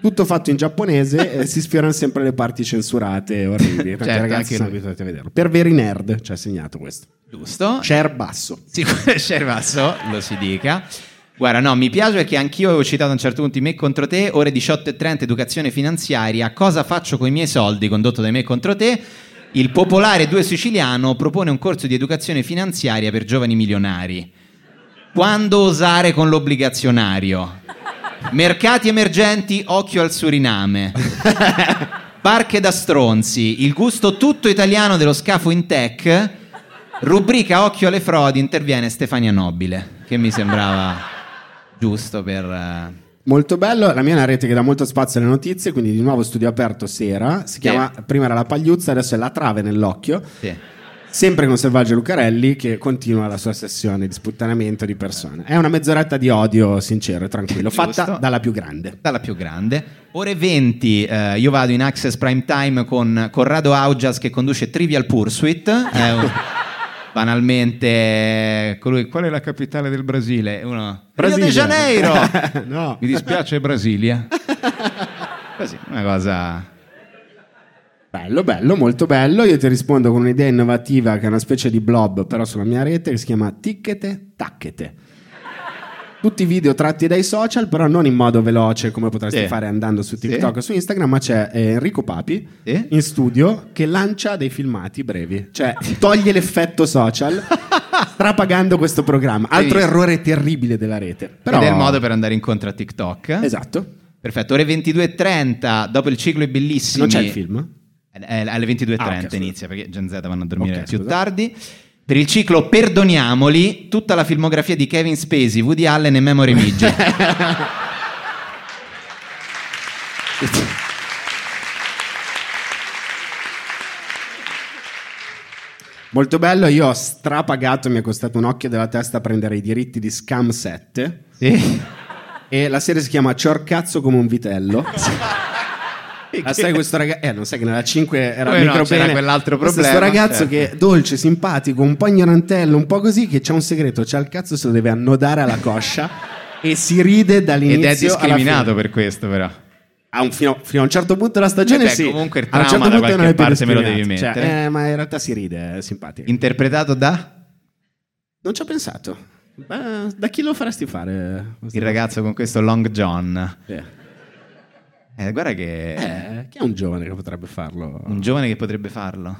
[SPEAKER 4] Tutto fatto in giapponese e si sfiorano sempre le parti censurate orribili. Tanti
[SPEAKER 6] Certo, anche
[SPEAKER 4] ragazzi sono
[SPEAKER 6] lui.
[SPEAKER 4] abituati a vederlo. Per veri nerd ci ha segnato questo.
[SPEAKER 6] Giusto?
[SPEAKER 4] Cher basso.
[SPEAKER 6] Sicuro Cervasso, lo si dica. Guarda, no, mi piace perché anch'io avevo citato a un certo punto i me contro te, ore 18.30, educazione finanziaria, cosa faccio con i miei soldi, condotto da me contro te. Il popolare 2 siciliano propone un corso di educazione finanziaria per giovani milionari. Quando osare con l'obbligazionario? Mercati emergenti, occhio al Suriname. Barche da stronzi, il gusto tutto italiano dello scafo in tech. Rubrica Occhio alle frodi interviene Stefania Nobile, che mi sembrava giusto per... eh,
[SPEAKER 4] Molto bello, la mia è una rete che dà molto spazio alle notizie, quindi di nuovo studio aperto sera. Si chiama, prima era la pagliuzza, adesso è la trave nell'occhio.
[SPEAKER 6] sì.
[SPEAKER 4] Sempre con Selvaggio Lucarelli che continua la sua sessione di sputtanamento di persone. È una mezz'oretta di odio sincero e tranquillo,
[SPEAKER 6] Giusto.
[SPEAKER 4] fatta dalla più grande.
[SPEAKER 6] Dalla più grande. Ore 20, eh, io vado in Access Prime Time con Corrado Augias che conduce Trivial Pursuit. È un- banalmente, colui, qual è la capitale del Brasile? Uno, Rio de
[SPEAKER 4] Brasilia.
[SPEAKER 6] Janeiro!
[SPEAKER 4] no.
[SPEAKER 6] Mi dispiace Brasilia. Così, una cosa...
[SPEAKER 4] Bello, bello, molto bello. Io ti rispondo con un'idea innovativa che è una specie di blob, però sulla mia rete, che si chiama Ticchete Tacchete. Tutti i video tratti dai social, però non in modo veloce come potresti
[SPEAKER 6] Sì.
[SPEAKER 4] fare andando su TikTok
[SPEAKER 6] Sì.
[SPEAKER 4] o su Instagram, ma c'è eh, Enrico Papi
[SPEAKER 6] Sì.
[SPEAKER 4] in studio che lancia dei filmati brevi, cioè toglie l'effetto social, strapagando questo programma. Altro
[SPEAKER 6] Benissimo.
[SPEAKER 4] errore terribile della rete. Però...
[SPEAKER 6] Ed è il modo per andare incontro a TikTok.
[SPEAKER 4] Esatto.
[SPEAKER 6] Perfetto, ore 22.30, dopo il ciclo I Bellissimi.
[SPEAKER 4] Non c'è il film?
[SPEAKER 6] Eh, eh, Alle 22.30
[SPEAKER 4] Ah, ok, scusa.
[SPEAKER 6] inizia, perché Gen Z vanno a dormire
[SPEAKER 4] Ok,
[SPEAKER 6] più
[SPEAKER 4] scusa.
[SPEAKER 6] tardi. Per il ciclo Perdoniamoli, tutta la filmografia di Kevin Spacey, Woody Allen e Memory Midge.
[SPEAKER 4] Molto bello, io ho strapagato, mi è costato un occhio della testa prendere i diritti di Scam 7
[SPEAKER 6] sì.
[SPEAKER 4] e la serie si chiama Ciorcazzo come un vitello. Ah, sai questo ragazzo? Eh, non sai che nella 5 era
[SPEAKER 6] Come
[SPEAKER 4] il
[SPEAKER 6] no,
[SPEAKER 4] micro
[SPEAKER 6] c'era
[SPEAKER 4] bene.
[SPEAKER 6] quell'altro
[SPEAKER 4] Questo
[SPEAKER 6] problema,
[SPEAKER 4] ragazzo
[SPEAKER 6] certo.
[SPEAKER 4] che è dolce, simpatico, un po' ignorantello, un po' così, che c'ha un segreto, c'ha il cazzo, se lo deve annodare alla coscia e si ride
[SPEAKER 6] Ed
[SPEAKER 4] dall'inizio
[SPEAKER 6] è
[SPEAKER 4] alla
[SPEAKER 6] discriminato
[SPEAKER 4] fine.
[SPEAKER 6] per questo però.
[SPEAKER 4] A un- fino, fino a un certo punto della stagione
[SPEAKER 6] Vabbè,
[SPEAKER 4] sì.
[SPEAKER 6] comunque il
[SPEAKER 4] A un
[SPEAKER 6] trauma
[SPEAKER 4] certo
[SPEAKER 6] da
[SPEAKER 4] punto non è
[SPEAKER 6] qualche
[SPEAKER 4] più
[SPEAKER 6] parte me lo devi
[SPEAKER 4] discriminato. Cioè,
[SPEAKER 6] mettere.
[SPEAKER 4] eh, ma in realtà si ride, è simpatico.
[SPEAKER 6] Interpretato da
[SPEAKER 4] Non ci ho pensato. Beh, da chi lo faresti fare?
[SPEAKER 6] il ragazzo con questo Long John.
[SPEAKER 4] Eh,
[SPEAKER 6] Eh, guarda che
[SPEAKER 4] eh, chi è un giovane che potrebbe farlo?
[SPEAKER 6] un giovane che potrebbe farlo.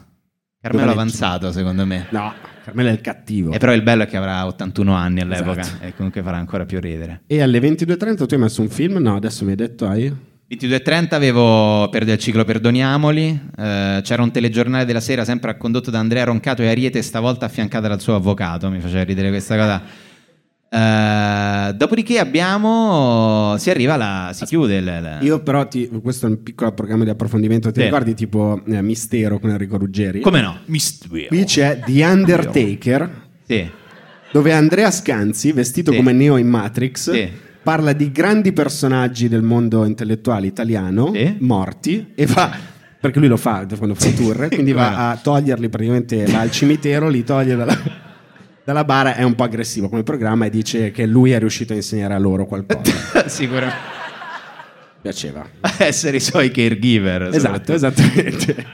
[SPEAKER 6] Carmelo
[SPEAKER 4] Giovaneccio.
[SPEAKER 6] Avanzato, secondo me.
[SPEAKER 4] No, Carmelo è il cattivo.
[SPEAKER 6] E però il bello è che avrà 81 anni all'epoca
[SPEAKER 4] Esatto.
[SPEAKER 6] e comunque farà ancora più ridere.
[SPEAKER 4] E alle 22.30 tu hai messo un film? No, adesso mi hai detto hai...
[SPEAKER 6] Eh. 22.30 avevo per del ciclo Perdoniamoli, eh, c'era un telegiornale della sera sempre condotto da Andrea Roncato e Ariete, stavolta affiancata dal suo avvocato, mi faceva ridere questa cosa. Eh, dopodiché abbiamo... si arriva la... si chiude il... il-
[SPEAKER 4] Io però ti... Questo è un piccolo programma di approfondimento. Ti
[SPEAKER 6] Sì.
[SPEAKER 4] ricordi tipo eh, Mistero con Enrico Ruggeri?
[SPEAKER 6] Come no? Mysterio.
[SPEAKER 4] Qui c'è The Undertaker,
[SPEAKER 6] Sì.
[SPEAKER 4] dove Andrea Scanzi, vestito
[SPEAKER 6] Sì.
[SPEAKER 4] come Neo in Matrix,
[SPEAKER 6] Sì.
[SPEAKER 4] parla di grandi personaggi del mondo intellettuale italiano
[SPEAKER 6] Sì.
[SPEAKER 4] morti e va. Perché lui lo fa quando fa il tour, quindi va a toglierli praticamente va al cimitero, li toglie dalla, dalla bara. È un po' aggressivo come programma e dice che lui è riuscito a insegnare a loro qualcosa.
[SPEAKER 6] Sicuramente.
[SPEAKER 4] Piaceva.
[SPEAKER 6] Essere i suoi caregiver. soprattutto.
[SPEAKER 4] Esatto, esattamente.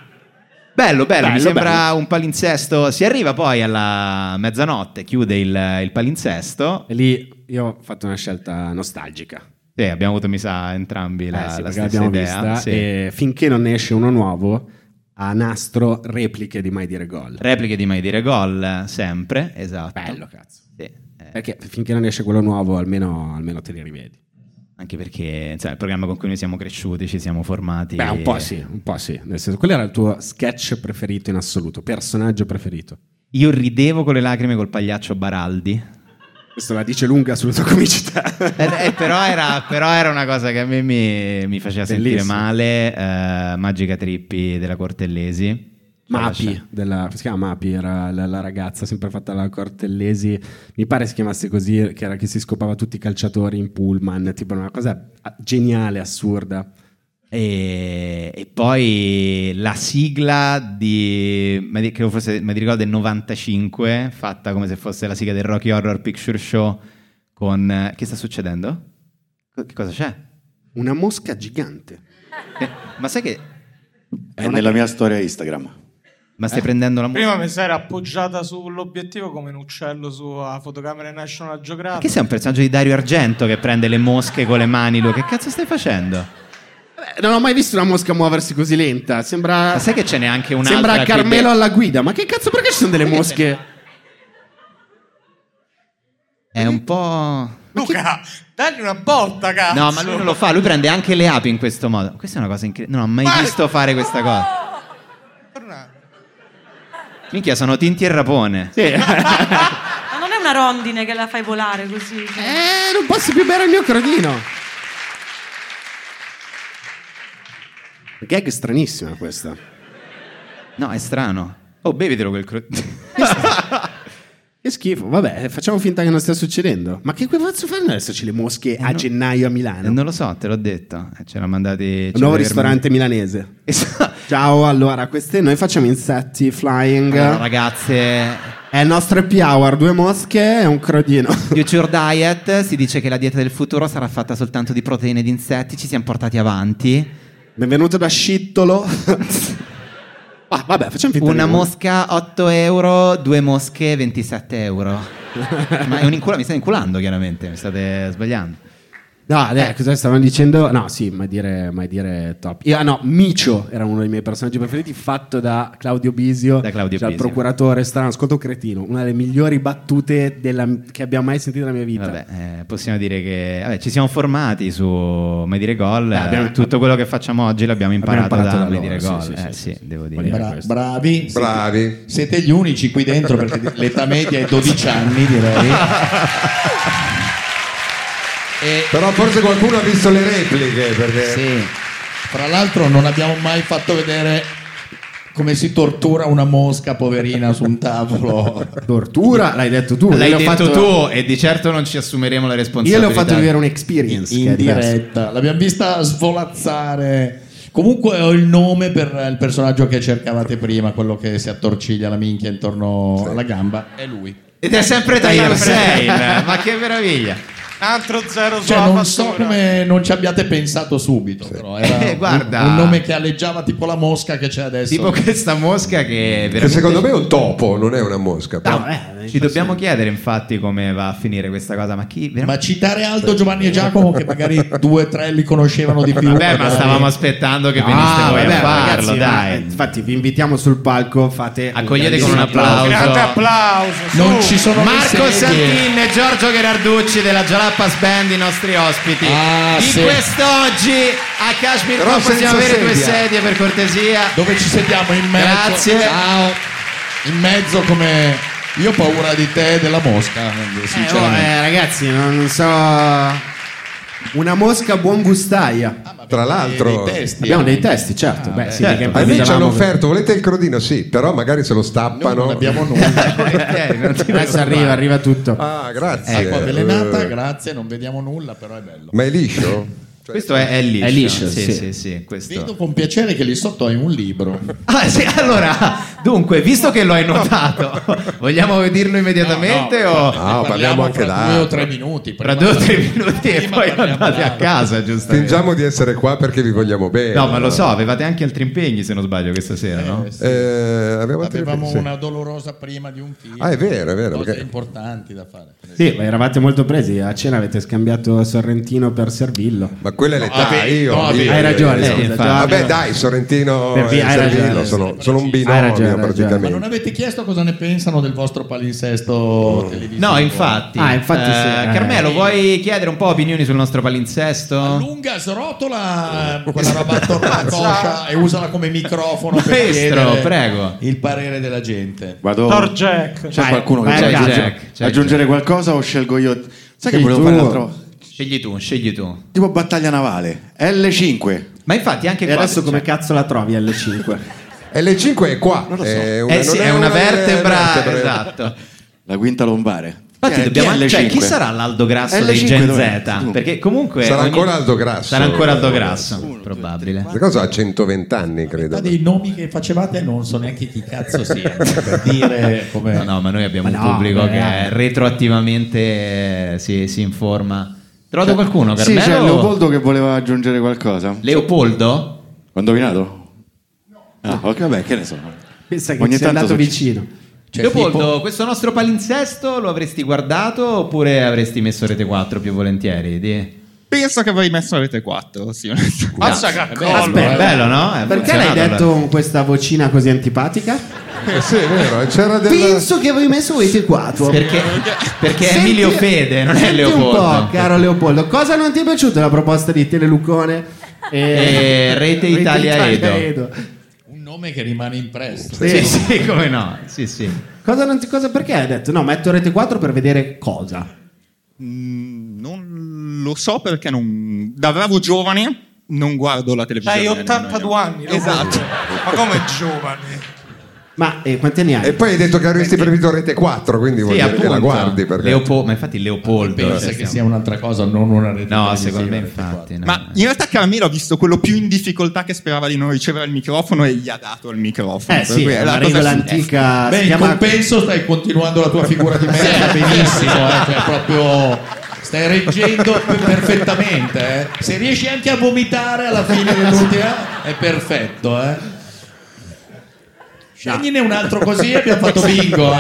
[SPEAKER 6] Bello, bello, mi
[SPEAKER 4] Bello,
[SPEAKER 6] sembra
[SPEAKER 4] bello.
[SPEAKER 6] un palinsesto. Si arriva poi alla mezzanotte, chiude il, il palinsesto.
[SPEAKER 4] E lì io ho fatto una scelta nostalgica.
[SPEAKER 6] Sì, abbiamo avuto, mi sa, entrambi la,
[SPEAKER 4] Eh sì,
[SPEAKER 6] la
[SPEAKER 4] perché
[SPEAKER 6] stessa
[SPEAKER 4] l'abbiamo
[SPEAKER 6] idea.
[SPEAKER 4] vista.
[SPEAKER 6] sì.
[SPEAKER 4] E finché non ne esce uno nuovo, a nastro repliche di Mai Dire Gol.
[SPEAKER 6] Repliche di Mai Dire Gol, sempre, esatto.
[SPEAKER 4] Bello, cazzo.
[SPEAKER 6] Sì, eh,
[SPEAKER 4] Perché finché non esce quello nuovo, almeno, almeno te li rivedi.
[SPEAKER 6] anche perché cioè, è il programma con cui noi siamo cresciuti, ci siamo formati.
[SPEAKER 4] Beh, un po' sì, un po' sì. Nel senso, quello era il tuo sketch preferito in assoluto, personaggio preferito.
[SPEAKER 6] Io ridevo con le lacrime col pagliaccio Baraldi.
[SPEAKER 4] Questo la dice lunga sulla tua comicità.
[SPEAKER 6] Eh, eh, però, era, però era una cosa che a me mi, mi faceva sentire
[SPEAKER 4] Bellissimo.
[SPEAKER 6] male. eh, Magica Trippi della Cortellesi.
[SPEAKER 4] Mapi, della, si chiama Mapi, era la, la ragazza sempre fatta alla Cortellesi, mi pare si chiamasse così, che era che si scopava tutti i calciatori in pullman, tipo una cosa ah, geniale, assurda.
[SPEAKER 6] E, e poi la sigla di, mi di- credo fosse, mi ricordo del 95, fatta come se fosse la sigla del Rocky Horror Picture Show con... eh, Che sta succedendo? Co- Che cosa c'è?
[SPEAKER 4] Una mosca gigante.
[SPEAKER 6] Eh, Ma sai che...
[SPEAKER 7] È nella mia storia Instagram.
[SPEAKER 6] Ma stai prendendo la musica?
[SPEAKER 8] Prima mi sei appoggiata sull'obiettivo come un uccello sulla fotocamera National Geographic.
[SPEAKER 6] Che sei un personaggio di Dario Argento che prende le mosche con le mani, lui? Che cazzo stai facendo?
[SPEAKER 4] Beh, non ho mai visto una mosca muoversi così lenta, sembra,
[SPEAKER 6] Ma sai che ce n'è anche un'altra
[SPEAKER 4] sembra
[SPEAKER 6] qui
[SPEAKER 4] Carmelo
[SPEAKER 6] de-
[SPEAKER 4] alla guida, ma che cazzo perché ci sono delle mosche?
[SPEAKER 6] È un po'...
[SPEAKER 8] Luca, dagli una botta, cazzo.
[SPEAKER 6] No, ma lui non lo fa, lui prende anche le api in questo modo. Questa è una cosa incredibile. Non ho mai
[SPEAKER 8] Ma-
[SPEAKER 6] visto fare questa cosa. Minchia, sono Tinti e Rapone.
[SPEAKER 4] Eh,
[SPEAKER 9] Ma non è una rondine che la fai volare così. cioè.
[SPEAKER 4] Eh, non posso più bere il mio crodino. Gag stranissima questa.
[SPEAKER 6] No, è strano. Oh, bevetelo quel cro...
[SPEAKER 4] Che schifo, vabbè, facciamo finta che non stia succedendo. Ma che cazzo fanno adesso le mosche a
[SPEAKER 6] no.
[SPEAKER 4] gennaio a Milano?
[SPEAKER 6] Eh, non lo so, te l'ho detto. Eh, Ce l'ha mandati... Esatto.
[SPEAKER 4] Un nuovo ristorante milanese. Ciao, allora, queste noi facciamo insetti flying.
[SPEAKER 6] Allora, ragazze,
[SPEAKER 4] È il nostro happy hour, due mosche e un crodino.
[SPEAKER 6] Future Diet si dice che la dieta del futuro sarà fatta soltanto di proteine ed insetti. Ci siamo portati avanti.
[SPEAKER 4] Benvenuto da Scittolo. ah, vabbè, facciamo finta
[SPEAKER 6] Una
[SPEAKER 4] di-
[SPEAKER 6] mosca 8 euro, due mosche 27 euro. Ma è un incula- mi state inculando chiaramente, mi state sbagliando.
[SPEAKER 4] No,
[SPEAKER 6] Eh.
[SPEAKER 4] dai, cosa stavano dicendo? No, sì, mai dire, mai dire top. Io, ah, no, Micio era uno dei miei personaggi preferiti, fatto da Claudio Bisio,
[SPEAKER 6] Da Claudio
[SPEAKER 4] cioè il
[SPEAKER 6] Bisio.
[SPEAKER 4] procuratore strano, ascolto cretino, una delle migliori battute della- che abbia mai sentito nella mia vita.
[SPEAKER 6] Vabbè, eh, possiamo dire che vabbè, ci siamo formati su Mai dire gol.
[SPEAKER 4] Eh, abbiamo-
[SPEAKER 6] eh, tutto quello che facciamo oggi l'abbiamo imparato,
[SPEAKER 4] imparato
[SPEAKER 6] da,
[SPEAKER 4] da
[SPEAKER 6] Mai
[SPEAKER 4] loro,
[SPEAKER 6] dire
[SPEAKER 4] sì,
[SPEAKER 6] gol.
[SPEAKER 4] sì, sì, sì,
[SPEAKER 6] eh, sì,
[SPEAKER 4] sì.
[SPEAKER 6] devo
[SPEAKER 4] Volevo-
[SPEAKER 6] dire.
[SPEAKER 1] Bra-
[SPEAKER 4] questo.
[SPEAKER 1] bravi,
[SPEAKER 2] Bravi.
[SPEAKER 1] siete gli unici qui dentro perché l'età media è 12 anni direi. E
[SPEAKER 2] Però forse qualcuno ha visto le repliche perché
[SPEAKER 6] Sì.
[SPEAKER 1] Fra l'altro non abbiamo mai fatto vedere come si tortura una mosca poverina su un tavolo.
[SPEAKER 4] Tortura, l'hai detto tu.
[SPEAKER 6] L'hai
[SPEAKER 4] io l'ho
[SPEAKER 6] detto
[SPEAKER 4] fatto-
[SPEAKER 6] tu e di certo non ci assumeremo la
[SPEAKER 4] Io le
[SPEAKER 6] responsabilità.
[SPEAKER 4] ho fatto vivere un'experience. che
[SPEAKER 1] in
[SPEAKER 4] è diverso.
[SPEAKER 1] diretta. L'abbiamo vista svolazzare. Comunque ho il nome per eh, il personaggio che cercavate prima, quello che si attorciglia la minchia intorno alla gamba. È lui.
[SPEAKER 6] Ed è sempre Taylor Hussein, ma che meraviglia.
[SPEAKER 8] Un altro zero
[SPEAKER 1] Cioè,
[SPEAKER 8] sulla
[SPEAKER 1] non so
[SPEAKER 8] fattura.
[SPEAKER 1] come non ci abbiate pensato subito, però era
[SPEAKER 6] Eh, guarda.
[SPEAKER 1] un, un nome che alleggiava tipo la mosca che c'è adesso.
[SPEAKER 6] Tipo questa mosca che
[SPEAKER 2] che
[SPEAKER 6] veramente...
[SPEAKER 2] secondo me è un topo, non è una mosca. però-
[SPEAKER 4] eh,
[SPEAKER 6] Ci dobbiamo chiedere infatti come va a finire questa cosa, ma chi... veramente-
[SPEAKER 1] Ma citare Aldo, Giovanni e Giacomo, che magari due o tre li conoscevano di più.
[SPEAKER 6] Vabbè, ma
[SPEAKER 1] magari.
[SPEAKER 6] stavamo aspettando che
[SPEAKER 4] No,
[SPEAKER 6] veniste voi
[SPEAKER 4] Ah, vabbè,
[SPEAKER 6] a farlo,
[SPEAKER 4] ragazzi,
[SPEAKER 6] dai.
[SPEAKER 4] ma- Infatti, vi invitiamo sul palco. Fate un
[SPEAKER 6] Accogliete con un
[SPEAKER 4] grandissimo
[SPEAKER 6] applauso.
[SPEAKER 8] Grande applauso. su.
[SPEAKER 1] Non ci sono
[SPEAKER 6] Marco
[SPEAKER 1] le sedie.
[SPEAKER 6] Santin e Giorgio Gherarducci della Jalapas Band, i nostri ospiti.
[SPEAKER 1] Ah,
[SPEAKER 6] di
[SPEAKER 1] sì.
[SPEAKER 6] quest'oggi a Kashmir
[SPEAKER 2] Però
[SPEAKER 6] Club possiamo
[SPEAKER 2] senza
[SPEAKER 6] avere due
[SPEAKER 2] sedia.
[SPEAKER 6] sedie per cortesia.
[SPEAKER 1] Dove ci sediamo in mezzo?
[SPEAKER 6] Grazie.
[SPEAKER 1] Ciao. In mezzo come io ho paura di te e della mosca,
[SPEAKER 4] Eh, oh,
[SPEAKER 1] sinceramente.
[SPEAKER 4] eh, ragazzi, non so.
[SPEAKER 6] eh,
[SPEAKER 4] Una mosca buon gustaia.
[SPEAKER 2] Tra l'altro,
[SPEAKER 1] dei testi.
[SPEAKER 4] Abbiamo
[SPEAKER 1] eh.
[SPEAKER 4] dei testi, certo. Beh, sì, perché
[SPEAKER 2] a me ci hanno
[SPEAKER 4] improvvisavamo-
[SPEAKER 2] offerto, volete il crodino? Sì, però magari se lo
[SPEAKER 1] Noi
[SPEAKER 2] stappano.
[SPEAKER 1] non abbiamo nulla.
[SPEAKER 6] Ok, non ti
[SPEAKER 4] Adesso arriva, arriva tutto.
[SPEAKER 2] Ah, grazie.
[SPEAKER 1] Acqua avvelenata,
[SPEAKER 2] Eh,
[SPEAKER 1] grazie, non vediamo nulla, però è bello.
[SPEAKER 2] Ma è liscio?
[SPEAKER 1] Eh.
[SPEAKER 2] Cioè,
[SPEAKER 6] Questo è, è liscio.
[SPEAKER 4] È liscio,
[SPEAKER 6] sì,
[SPEAKER 4] sì.
[SPEAKER 6] sì, sì, questo.
[SPEAKER 1] Vedo con piacere che lì sotto hai un libro.
[SPEAKER 6] Ah, sì, allora, dunque, visto che lo hai notato, vogliamo dirlo immediatamente
[SPEAKER 1] No,
[SPEAKER 6] o...
[SPEAKER 1] Ne
[SPEAKER 2] No, Ah, parliamo anche
[SPEAKER 1] fra
[SPEAKER 2] da-
[SPEAKER 1] due o tre minuti.
[SPEAKER 6] Tra
[SPEAKER 1] prima-
[SPEAKER 6] due o tre minuti e
[SPEAKER 1] prima
[SPEAKER 6] poi
[SPEAKER 1] parliamo
[SPEAKER 6] andate
[SPEAKER 1] da-
[SPEAKER 6] a casa, giustamente.
[SPEAKER 2] Fingiamo di essere qua perché vi vogliamo bene.
[SPEAKER 6] No, ma lo so, avevate anche altri impegni se non sbaglio questa sera, no?
[SPEAKER 1] Eh, sì.
[SPEAKER 2] Eh, abbiamo altri
[SPEAKER 1] Avevamo
[SPEAKER 2] sì.
[SPEAKER 1] una dolorosa prima di un film.
[SPEAKER 2] Ah, è vero, è vero,
[SPEAKER 1] Cose
[SPEAKER 2] perché-
[SPEAKER 1] importanti da fare.
[SPEAKER 4] Sì, ma eravate molto presi. A cena avete scambiato Sorrentino per Servillo.
[SPEAKER 2] Ma quella è l'età.
[SPEAKER 1] vabbè,
[SPEAKER 2] io,
[SPEAKER 1] no, vabbè.
[SPEAKER 2] io-
[SPEAKER 4] Hai ragione,
[SPEAKER 2] io-
[SPEAKER 4] scusa,
[SPEAKER 2] io-
[SPEAKER 4] Giorgio.
[SPEAKER 2] Vabbè, dai, Sorrentino
[SPEAKER 4] Per
[SPEAKER 2] e
[SPEAKER 4] via- hai
[SPEAKER 2] Servillo
[SPEAKER 4] ragione.
[SPEAKER 2] sono, sono un
[SPEAKER 4] Hai ragione, hai
[SPEAKER 2] binomio
[SPEAKER 4] ragione.
[SPEAKER 1] Ma non
[SPEAKER 2] praticamente.
[SPEAKER 1] avete chiesto cosa ne pensano del vostro
[SPEAKER 2] Oh.
[SPEAKER 1] palinsesto televisivo?
[SPEAKER 6] No, infatti.
[SPEAKER 4] Ah, infatti sì,
[SPEAKER 6] Eh,
[SPEAKER 4] eh.
[SPEAKER 6] Carmelo, vuoi chiedere un po' opinioni sul nostro palinsesto?
[SPEAKER 1] Lunga srotola eh, quella roba attorno alla coscia e usala come microfono per
[SPEAKER 6] Maestro,
[SPEAKER 1] chiedere
[SPEAKER 6] prego.
[SPEAKER 1] il parere della gente.
[SPEAKER 7] Vado.
[SPEAKER 8] Thor Jack.
[SPEAKER 7] C'è
[SPEAKER 4] Vai,
[SPEAKER 7] qualcuno che
[SPEAKER 4] vai,
[SPEAKER 7] vuole
[SPEAKER 4] Jack,
[SPEAKER 7] aggiungere-
[SPEAKER 6] Jack, Jack.
[SPEAKER 7] aggiungere qualcosa o scelgo io? Sai che
[SPEAKER 2] Scegli
[SPEAKER 7] volevo
[SPEAKER 2] tu.
[SPEAKER 7] fare l'altra volta?
[SPEAKER 6] Scegli tu, scegli tu.
[SPEAKER 7] Tipo battaglia navale. L5.
[SPEAKER 6] Ma infatti anche
[SPEAKER 4] E
[SPEAKER 6] qua...
[SPEAKER 4] adesso come cazzo la trovi L5?
[SPEAKER 2] L5 è qua. È
[SPEAKER 6] Eh sì, è una vertebra,
[SPEAKER 2] vertebra.
[SPEAKER 6] esatto.
[SPEAKER 7] La quinta lombare.
[SPEAKER 6] Infatti
[SPEAKER 7] Chi è-
[SPEAKER 6] dobbiamo...
[SPEAKER 7] chi è L5?
[SPEAKER 6] Cioè, chi sarà l'Aldo Grasso
[SPEAKER 7] L5
[SPEAKER 6] dei Gen
[SPEAKER 7] dov'è?
[SPEAKER 6] Z?
[SPEAKER 7] Tu.
[SPEAKER 6] Perché comunque...
[SPEAKER 2] Sarà
[SPEAKER 6] ogni-
[SPEAKER 2] ancora Aldo Grasso.
[SPEAKER 6] Sarà ancora Aldo Grasso, probabile.
[SPEAKER 2] Questa cosa ha 120 anni, credo.
[SPEAKER 1] Tra dei nomi che facevate non so neanche chi cazzo sia per dire come
[SPEAKER 6] No, no, ma noi abbiamo
[SPEAKER 4] Eh, Ma
[SPEAKER 6] un
[SPEAKER 4] no,
[SPEAKER 6] pubblico
[SPEAKER 4] vabbè,
[SPEAKER 6] che
[SPEAKER 4] dai.
[SPEAKER 6] retroattivamente eh, si, si informa.
[SPEAKER 4] Cioè,
[SPEAKER 6] Trovato qualcuno,
[SPEAKER 7] Sì,
[SPEAKER 6] Carmelo?
[SPEAKER 7] c'è Leopoldo che voleva aggiungere qualcosa.
[SPEAKER 6] Leopoldo?
[SPEAKER 7] Ho indovinato? Ah, ok, vabbè, che ne so.
[SPEAKER 4] Pensa che
[SPEAKER 7] Ogni
[SPEAKER 4] ci è
[SPEAKER 7] tanto
[SPEAKER 4] andato
[SPEAKER 7] succede.
[SPEAKER 4] vicino.
[SPEAKER 1] Cioè,
[SPEAKER 6] Leopoldo,
[SPEAKER 1] tipo-
[SPEAKER 6] questo nostro palinsesto lo avresti guardato oppure avresti messo Rete 4 più volentieri? Di...
[SPEAKER 10] Penso che avrei messo rete 4. Sì, onestamente.
[SPEAKER 8] Mazza che accollo,
[SPEAKER 6] Aspetta,
[SPEAKER 8] eh.
[SPEAKER 6] bello, cioè, no? È
[SPEAKER 4] Perché l'hai
[SPEAKER 6] funzionato,
[SPEAKER 4] detto
[SPEAKER 6] allora.
[SPEAKER 4] con questa vocina così antipatica?
[SPEAKER 2] Eh sì, è vero. C'era del...
[SPEAKER 4] Penso che avevi messo Wete 4.
[SPEAKER 6] Perché, perché è
[SPEAKER 4] Senti-
[SPEAKER 6] Emilio Fede, non è
[SPEAKER 4] senti un
[SPEAKER 6] Leopoldo.
[SPEAKER 4] po', caro Leopoldo, cosa non ti è piaciuta la proposta di Telelucone e,
[SPEAKER 6] E Eh, Rete Italia Edo.
[SPEAKER 1] un nome che rimane impresso.
[SPEAKER 4] Sì.
[SPEAKER 6] Sì, sì, come no? Sì, sì.
[SPEAKER 4] Cosa non ti- cosa- perché hai detto no, metto Rete 4 per vedere cosa?
[SPEAKER 10] Mm, Non lo so perché non... Da bravo giovane non guardo la televisione.
[SPEAKER 8] C'hai
[SPEAKER 10] nemmeno
[SPEAKER 8] 82
[SPEAKER 10] io.
[SPEAKER 8] anni. lo
[SPEAKER 10] Esatto.
[SPEAKER 8] voglio. Ma come giovane?
[SPEAKER 4] Ma eh, quanti anni hai?
[SPEAKER 2] E poi hai detto che avresti preferito Rete 4, quindi vuol
[SPEAKER 6] Sì,
[SPEAKER 2] dire che
[SPEAKER 6] appunto.
[SPEAKER 2] la guardi. Perché...
[SPEAKER 6] Leopo- ma infatti Leopoldo...
[SPEAKER 1] Pensa
[SPEAKER 6] cioè,
[SPEAKER 1] che
[SPEAKER 6] stiamo-
[SPEAKER 1] sia un'altra cosa, non una rete.
[SPEAKER 6] No,
[SPEAKER 1] televisiva,
[SPEAKER 6] secondo me
[SPEAKER 1] rete
[SPEAKER 6] infatti. no.
[SPEAKER 10] Ma in realtà Carmelo ha visto quello più in difficoltà che sperava di non ricevere il microfono e gli ha dato il microfono.
[SPEAKER 4] eh
[SPEAKER 10] Per
[SPEAKER 4] sì,
[SPEAKER 10] cui
[SPEAKER 4] è
[SPEAKER 10] è la
[SPEAKER 4] una
[SPEAKER 10] cosa
[SPEAKER 4] regola
[SPEAKER 10] su-
[SPEAKER 4] antica.
[SPEAKER 1] Beh,
[SPEAKER 4] si
[SPEAKER 1] Ah, in
[SPEAKER 4] chiama-
[SPEAKER 1] compenso stai continuando la tua figura di merda benissimo, eh, cioè proprio stai reggendo per- perfettamente. eh. Se riesci anche a vomitare alla fine dell'ultima è perfetto. Eh. Scegliene un altro così e abbiamo fatto bingo. Eh.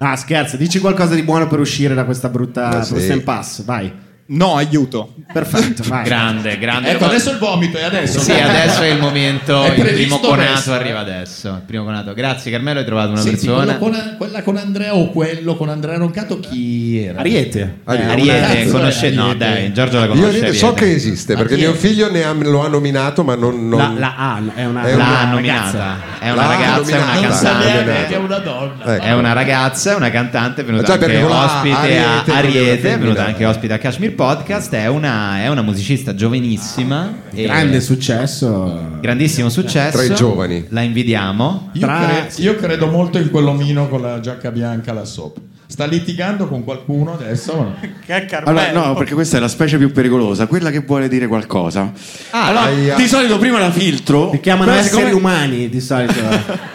[SPEAKER 4] Ah, scherzo, dici qualcosa di buono per uscire da questa brutta
[SPEAKER 2] Ma sì.
[SPEAKER 4] brutta impasse, vai.
[SPEAKER 10] No, aiuto.
[SPEAKER 4] Perfetto, vai.
[SPEAKER 6] Grande, grande.
[SPEAKER 1] Ecco, adesso il vomito e adesso. eh.
[SPEAKER 6] Sì, adesso è il momento.
[SPEAKER 1] È
[SPEAKER 6] il primo
[SPEAKER 1] previsto
[SPEAKER 6] conato
[SPEAKER 1] adesso.
[SPEAKER 6] arriva adesso. Il primo conato. Grazie, Carmelo, hai trovato una
[SPEAKER 1] Senti,
[SPEAKER 6] persona.
[SPEAKER 1] quello con- quella con Andrea o quello con Andrea Roncato chi era?
[SPEAKER 4] Ariete.
[SPEAKER 2] Ah, io-
[SPEAKER 1] una
[SPEAKER 6] Ariete,
[SPEAKER 1] cazzo,
[SPEAKER 6] conosce...
[SPEAKER 1] eh,
[SPEAKER 6] No,
[SPEAKER 1] Ariete.
[SPEAKER 6] dai, Giorgio la
[SPEAKER 2] Io
[SPEAKER 6] conosce.
[SPEAKER 2] Ariete so
[SPEAKER 6] Ariete.
[SPEAKER 2] che esiste perché
[SPEAKER 1] chi è?
[SPEAKER 2] mio figlio ne ha- lo ha nominato, ma non. non-
[SPEAKER 4] La, la A è una,
[SPEAKER 2] È
[SPEAKER 6] L'ha
[SPEAKER 2] una
[SPEAKER 6] nominata. È una
[SPEAKER 2] L'ha
[SPEAKER 6] ragazza, è una
[SPEAKER 2] nominata.
[SPEAKER 1] Non sa
[SPEAKER 2] Andrea.
[SPEAKER 1] neanche
[SPEAKER 6] cantante.
[SPEAKER 1] che è una donna.
[SPEAKER 2] Ecco.
[SPEAKER 6] È una ragazza, è una cantante, è venuta
[SPEAKER 2] Già, perché
[SPEAKER 6] anche
[SPEAKER 2] con la
[SPEAKER 6] ospite a
[SPEAKER 2] Ariete,
[SPEAKER 6] Ariete,
[SPEAKER 2] quindi
[SPEAKER 6] è venuta
[SPEAKER 2] una-
[SPEAKER 6] anche ospite a Kashmir Podcast, è una, è una musicista giovanissima, e-
[SPEAKER 4] Grande successo.
[SPEAKER 6] grandissimo successo.
[SPEAKER 2] Tra i giovani.
[SPEAKER 6] La invidiamo.
[SPEAKER 1] Io,
[SPEAKER 4] Tra-
[SPEAKER 1] cre- io credo molto in quell'omino con la giacca bianca là sopra. Sta litigando con qualcuno adesso?
[SPEAKER 8] Che è Carmelo.
[SPEAKER 7] Allora, no, perché questa è la specie più pericolosa, quella che vuole dire qualcosa.
[SPEAKER 6] Ah,
[SPEAKER 7] allora,
[SPEAKER 2] aia.
[SPEAKER 7] di solito prima la filtro.
[SPEAKER 4] Li chiamano
[SPEAKER 7] però
[SPEAKER 4] esseri
[SPEAKER 7] siccome-
[SPEAKER 4] umani di solito.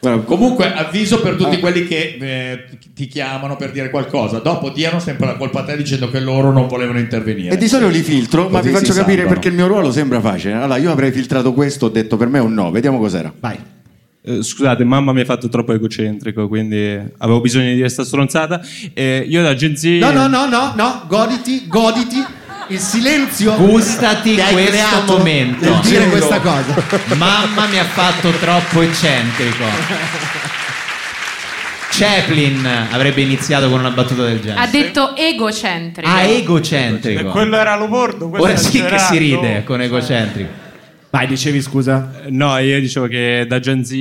[SPEAKER 7] Guarda,
[SPEAKER 1] Comunque, avviso per tutti quelli che eh, ti chiamano per dire qualcosa. Dopo diano sempre la colpa a te dicendo che loro non volevano intervenire.
[SPEAKER 7] E di solito li filtro, ma
[SPEAKER 1] Così
[SPEAKER 7] vi
[SPEAKER 1] si
[SPEAKER 7] faccio capire
[SPEAKER 1] salvano.
[SPEAKER 7] perché il mio ruolo sembra facile. Allora, io avrei filtrato questo, ho detto per me è un no, vediamo cos'era.
[SPEAKER 4] vai.
[SPEAKER 11] Eh, scusate, mamma mi ha fatto troppo egocentrico, quindi avevo bisogno di questa stronzata. Eh, io da agenzia...
[SPEAKER 4] No, no, no, no, no, goditi, goditi il silenzio.
[SPEAKER 6] Gustati
[SPEAKER 4] che hai
[SPEAKER 6] questo
[SPEAKER 4] creato
[SPEAKER 6] momento.
[SPEAKER 4] Nel dire
[SPEAKER 6] Giuro.
[SPEAKER 4] questa cosa.
[SPEAKER 6] Mamma mi ha fatto troppo eccentrico. Chaplin avrebbe iniziato con una battuta del
[SPEAKER 12] Ha
[SPEAKER 6] genere.
[SPEAKER 12] detto egocentrico.
[SPEAKER 6] Ah,
[SPEAKER 8] Eh,
[SPEAKER 6] egocentrico.
[SPEAKER 8] Quello era Lobordo. questo
[SPEAKER 6] Ora
[SPEAKER 8] era
[SPEAKER 6] sì che si
[SPEAKER 8] Gerardo.
[SPEAKER 6] ride con egocentrico.
[SPEAKER 4] Vai, dicevi scusa.
[SPEAKER 11] Eh, No, io dicevo che da Gen Z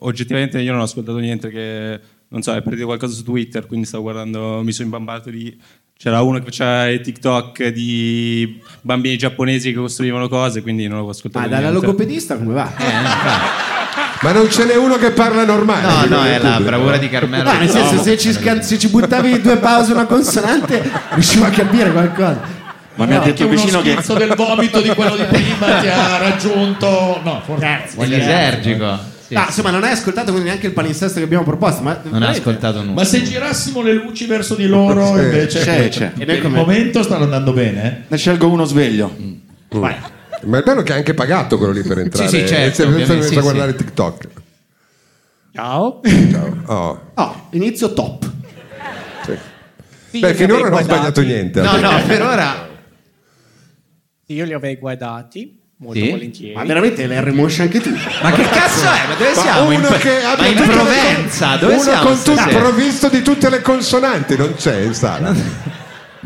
[SPEAKER 11] oggettivamente io non ho ascoltato niente che non so, è partito qualcosa su Twitter, quindi stavo guardando, mi sono imbambato di c'era uno che faceva i TikTok di bambini giapponesi che costruivano cose, quindi non ho ascoltato
[SPEAKER 4] Ma Ah, dalla
[SPEAKER 11] niente.
[SPEAKER 4] logopedista come va?
[SPEAKER 6] Eh, infatti.
[SPEAKER 2] Ma non ce n'è uno che parla normale.
[SPEAKER 6] no,
[SPEAKER 2] dico
[SPEAKER 6] no,
[SPEAKER 2] nel
[SPEAKER 6] è la
[SPEAKER 2] pubblico.
[SPEAKER 6] bravura di Carmelo.
[SPEAKER 4] No, nel senso, se ci, scan- se ci buttavi due pause una consonante, riuscivo a capire qualcosa.
[SPEAKER 7] Ma mi ha detto
[SPEAKER 1] Che
[SPEAKER 7] il
[SPEAKER 1] uno
[SPEAKER 7] vicino che...
[SPEAKER 1] schizzo del vomito di quello di prima ti ha raggiunto. No, forse.
[SPEAKER 6] Voglio esergico. Sì,
[SPEAKER 4] Ah,
[SPEAKER 6] sì.
[SPEAKER 4] insomma, non hai ascoltato quindi neanche il palinsesto che abbiamo proposto. Ma
[SPEAKER 6] Non ha ascoltato nulla.
[SPEAKER 1] Ma se girassimo le luci verso di loro,
[SPEAKER 2] Sì,
[SPEAKER 1] invece,
[SPEAKER 7] c'è, c'è.
[SPEAKER 1] per il momento stanno andando bene. eh?
[SPEAKER 7] Ne scelgo uno sveglio.
[SPEAKER 2] Ma è bello che ha anche pagato quello lì per entrare.
[SPEAKER 6] sì, certo,
[SPEAKER 2] E si è messo
[SPEAKER 6] ovviamente, sì,
[SPEAKER 2] a guardare TikTok.
[SPEAKER 11] Ciao.
[SPEAKER 2] Ciao. Oh.
[SPEAKER 4] Oh, inizio top.
[SPEAKER 2] Beh, finora non ho sbagliato niente.
[SPEAKER 6] No, no, per ora
[SPEAKER 12] Io li avrei guardati molto
[SPEAKER 4] Sì?
[SPEAKER 12] volentieri.
[SPEAKER 4] Ma veramente l'Harry Motion anche tu?
[SPEAKER 12] Ma che cazzo è? Ma dove siamo? In- ma in
[SPEAKER 2] tutte le con-
[SPEAKER 12] Provenza, dove
[SPEAKER 2] uno
[SPEAKER 12] siamo
[SPEAKER 2] con tutto
[SPEAKER 12] stasera?
[SPEAKER 2] provvisto di tutte le consonanti, non c'è in sala.